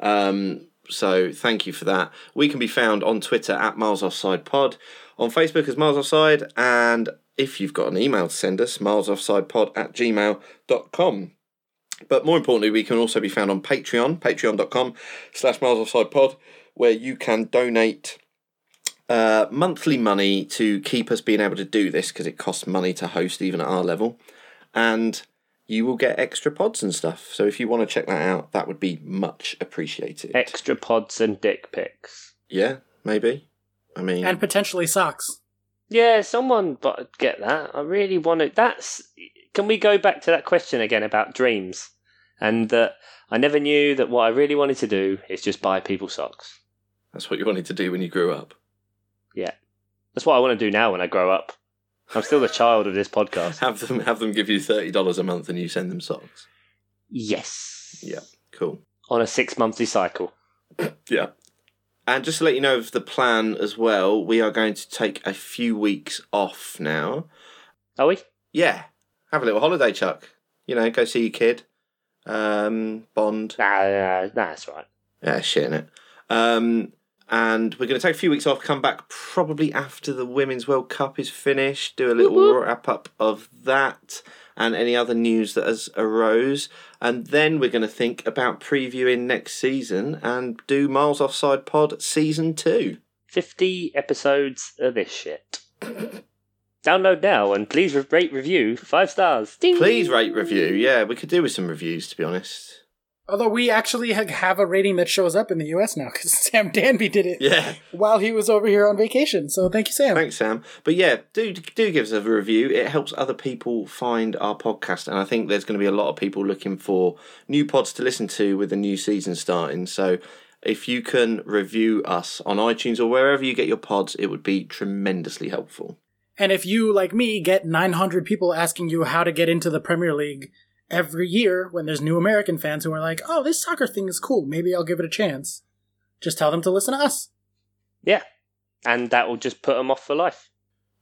Speaker 3: Um, so thank you for that. We can be found on Twitter at Miles Offside Pod, on Facebook as Miles Offside, and if you've got an email to send us, milesoffsidepod at gmail.com. But more importantly, we can also be found on Patreon, patreon.com slash miles offside pod, where you can donate uh, monthly money to keep us being able to do this because it costs money to host even at our level. And you will get extra pods and stuff. So if you want to check that out, that would be much appreciated.
Speaker 2: Extra pods and dick pics.
Speaker 3: yeah, maybe. I mean,
Speaker 1: and potentially socks.
Speaker 2: Yeah, someone but get that. I really want to. That's. Can we go back to that question again about dreams? And that I never knew that what I really wanted to do is just buy people socks.
Speaker 3: that's what you wanted to do when you grew up.
Speaker 2: Yeah, that's what I want to do now when I grow up. I'm still the child of this podcast.
Speaker 3: Have them have them give you thirty dollars a month and you send them socks.
Speaker 2: Yes.
Speaker 3: Yeah, cool.
Speaker 2: On a six monthly cycle.
Speaker 3: Yeah. And just to let you know of the plan as well, we are going to take a few weeks off now.
Speaker 2: Are we?
Speaker 3: Yeah, have a little holiday, Chuck. You know, go see your kid. Um, Bond.
Speaker 2: Nah, nah, nah that's right.
Speaker 3: Yeah, shit innit? Um, and we're going to take a few weeks off, come back probably after the Women's World Cup is finished, do a little wrap up of that and any other news that has arose. And then we're going to think about previewing next season and do Miles Offside Pod season two.
Speaker 2: Fifty episodes of this shit. Download now and please re- rate review five stars. Ding.
Speaker 3: Please rate review. Yeah, we could do with some reviews, to be honest.
Speaker 1: Although we actually ha- have a rating that shows up in the US now because Sam Danby did it
Speaker 3: Yeah.
Speaker 1: while he was over here on vacation. So thank you, Sam.
Speaker 3: Thanks, Sam. But yeah, do do give us a review. It helps other people find our podcast, and I think there's going to be a lot of people looking for new pods to listen to with the new season starting. So if you can review us on iTunes or wherever you get your pods, it would be tremendously helpful.
Speaker 1: And if you, like me, get 900 people asking you how to get into the Premier League every year when there's new American fans who are like, oh, this soccer thing is cool. Maybe I'll give it a chance. Just tell them to listen to us.
Speaker 2: Yeah, and that will just put them off for life.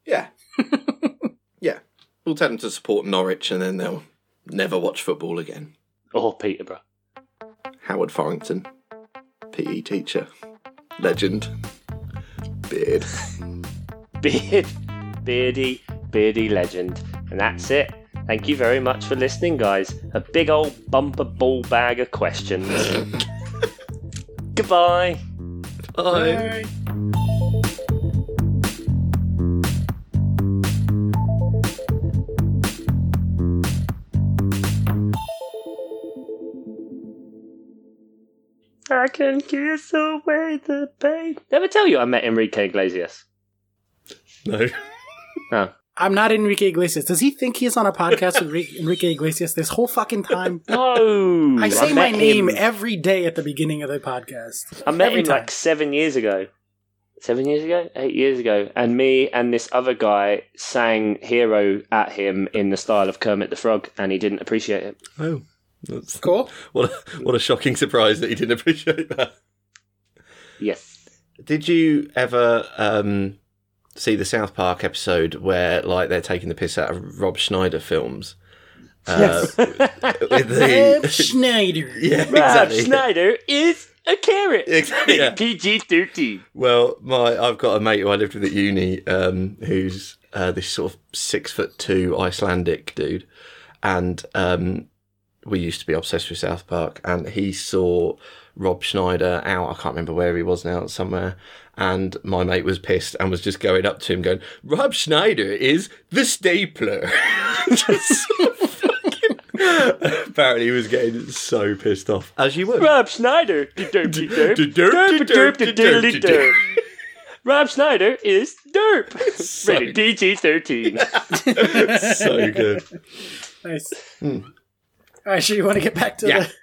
Speaker 3: Yeah, yeah. We'll tell them to support Norwich, and then they'll never watch football again.
Speaker 2: Or Peterborough.
Speaker 3: Howard Farrington, PE teacher, legend, beard.
Speaker 2: Beard, beardy, beardy legend. And that's it. Thank you very much for listening, guys. A big old bumper ball bag of questions. Goodbye.
Speaker 1: Bye.
Speaker 2: I can kiss away the pain. Never tell you I met Enrique Iglesias.
Speaker 4: No.
Speaker 2: Oh.
Speaker 1: I'm not Enrique Iglesias. Does he think he's on a podcast with Re- Enrique Iglesias this whole fucking time?
Speaker 2: No.
Speaker 1: I say my
Speaker 2: met
Speaker 1: name
Speaker 2: him-
Speaker 1: every day at the beginning of the podcast.
Speaker 2: I met
Speaker 1: every
Speaker 2: him
Speaker 1: time.
Speaker 2: like seven years ago. Seven years ago? Eight years ago. And me and this other guy sang Hero at him in the style of Kermit the Frog, and he didn't appreciate it.
Speaker 4: Oh. That's,
Speaker 1: Cool.
Speaker 4: what, a, what a shocking surprise that he didn't appreciate that.
Speaker 2: Yes.
Speaker 4: Did you ever um, see the South Park episode where like they're taking the piss out of Rob Schneider films? Uh, with
Speaker 1: Ed
Speaker 4: the,
Speaker 1: Schneider.
Speaker 4: yeah,
Speaker 2: Rob
Speaker 4: exactly.
Speaker 2: Schneider is a carrot.
Speaker 4: Exactly, yeah.
Speaker 2: PG 13.
Speaker 4: Well, my I've got a mate who I lived with at uni, um, who's uh, this sort of six foot two Icelandic dude, and um, we used to be obsessed with South Park, and he saw Rob Schneider out. I can't remember where he was now, somewhere. And my mate was pissed and was just going up to him, going, "Rob Schneider is the stapler." Just so fucking- Apparently, he was getting so pissed off, as you would.
Speaker 2: Rob Schneider. derp.
Speaker 4: Derp-a-derp-a-derp-a-derp.
Speaker 2: Rob Schneider is derp.
Speaker 4: So-
Speaker 2: Rated PG 13.
Speaker 4: so good.
Speaker 1: Nice. All right, sure you want to get back to
Speaker 4: Yeah.
Speaker 1: the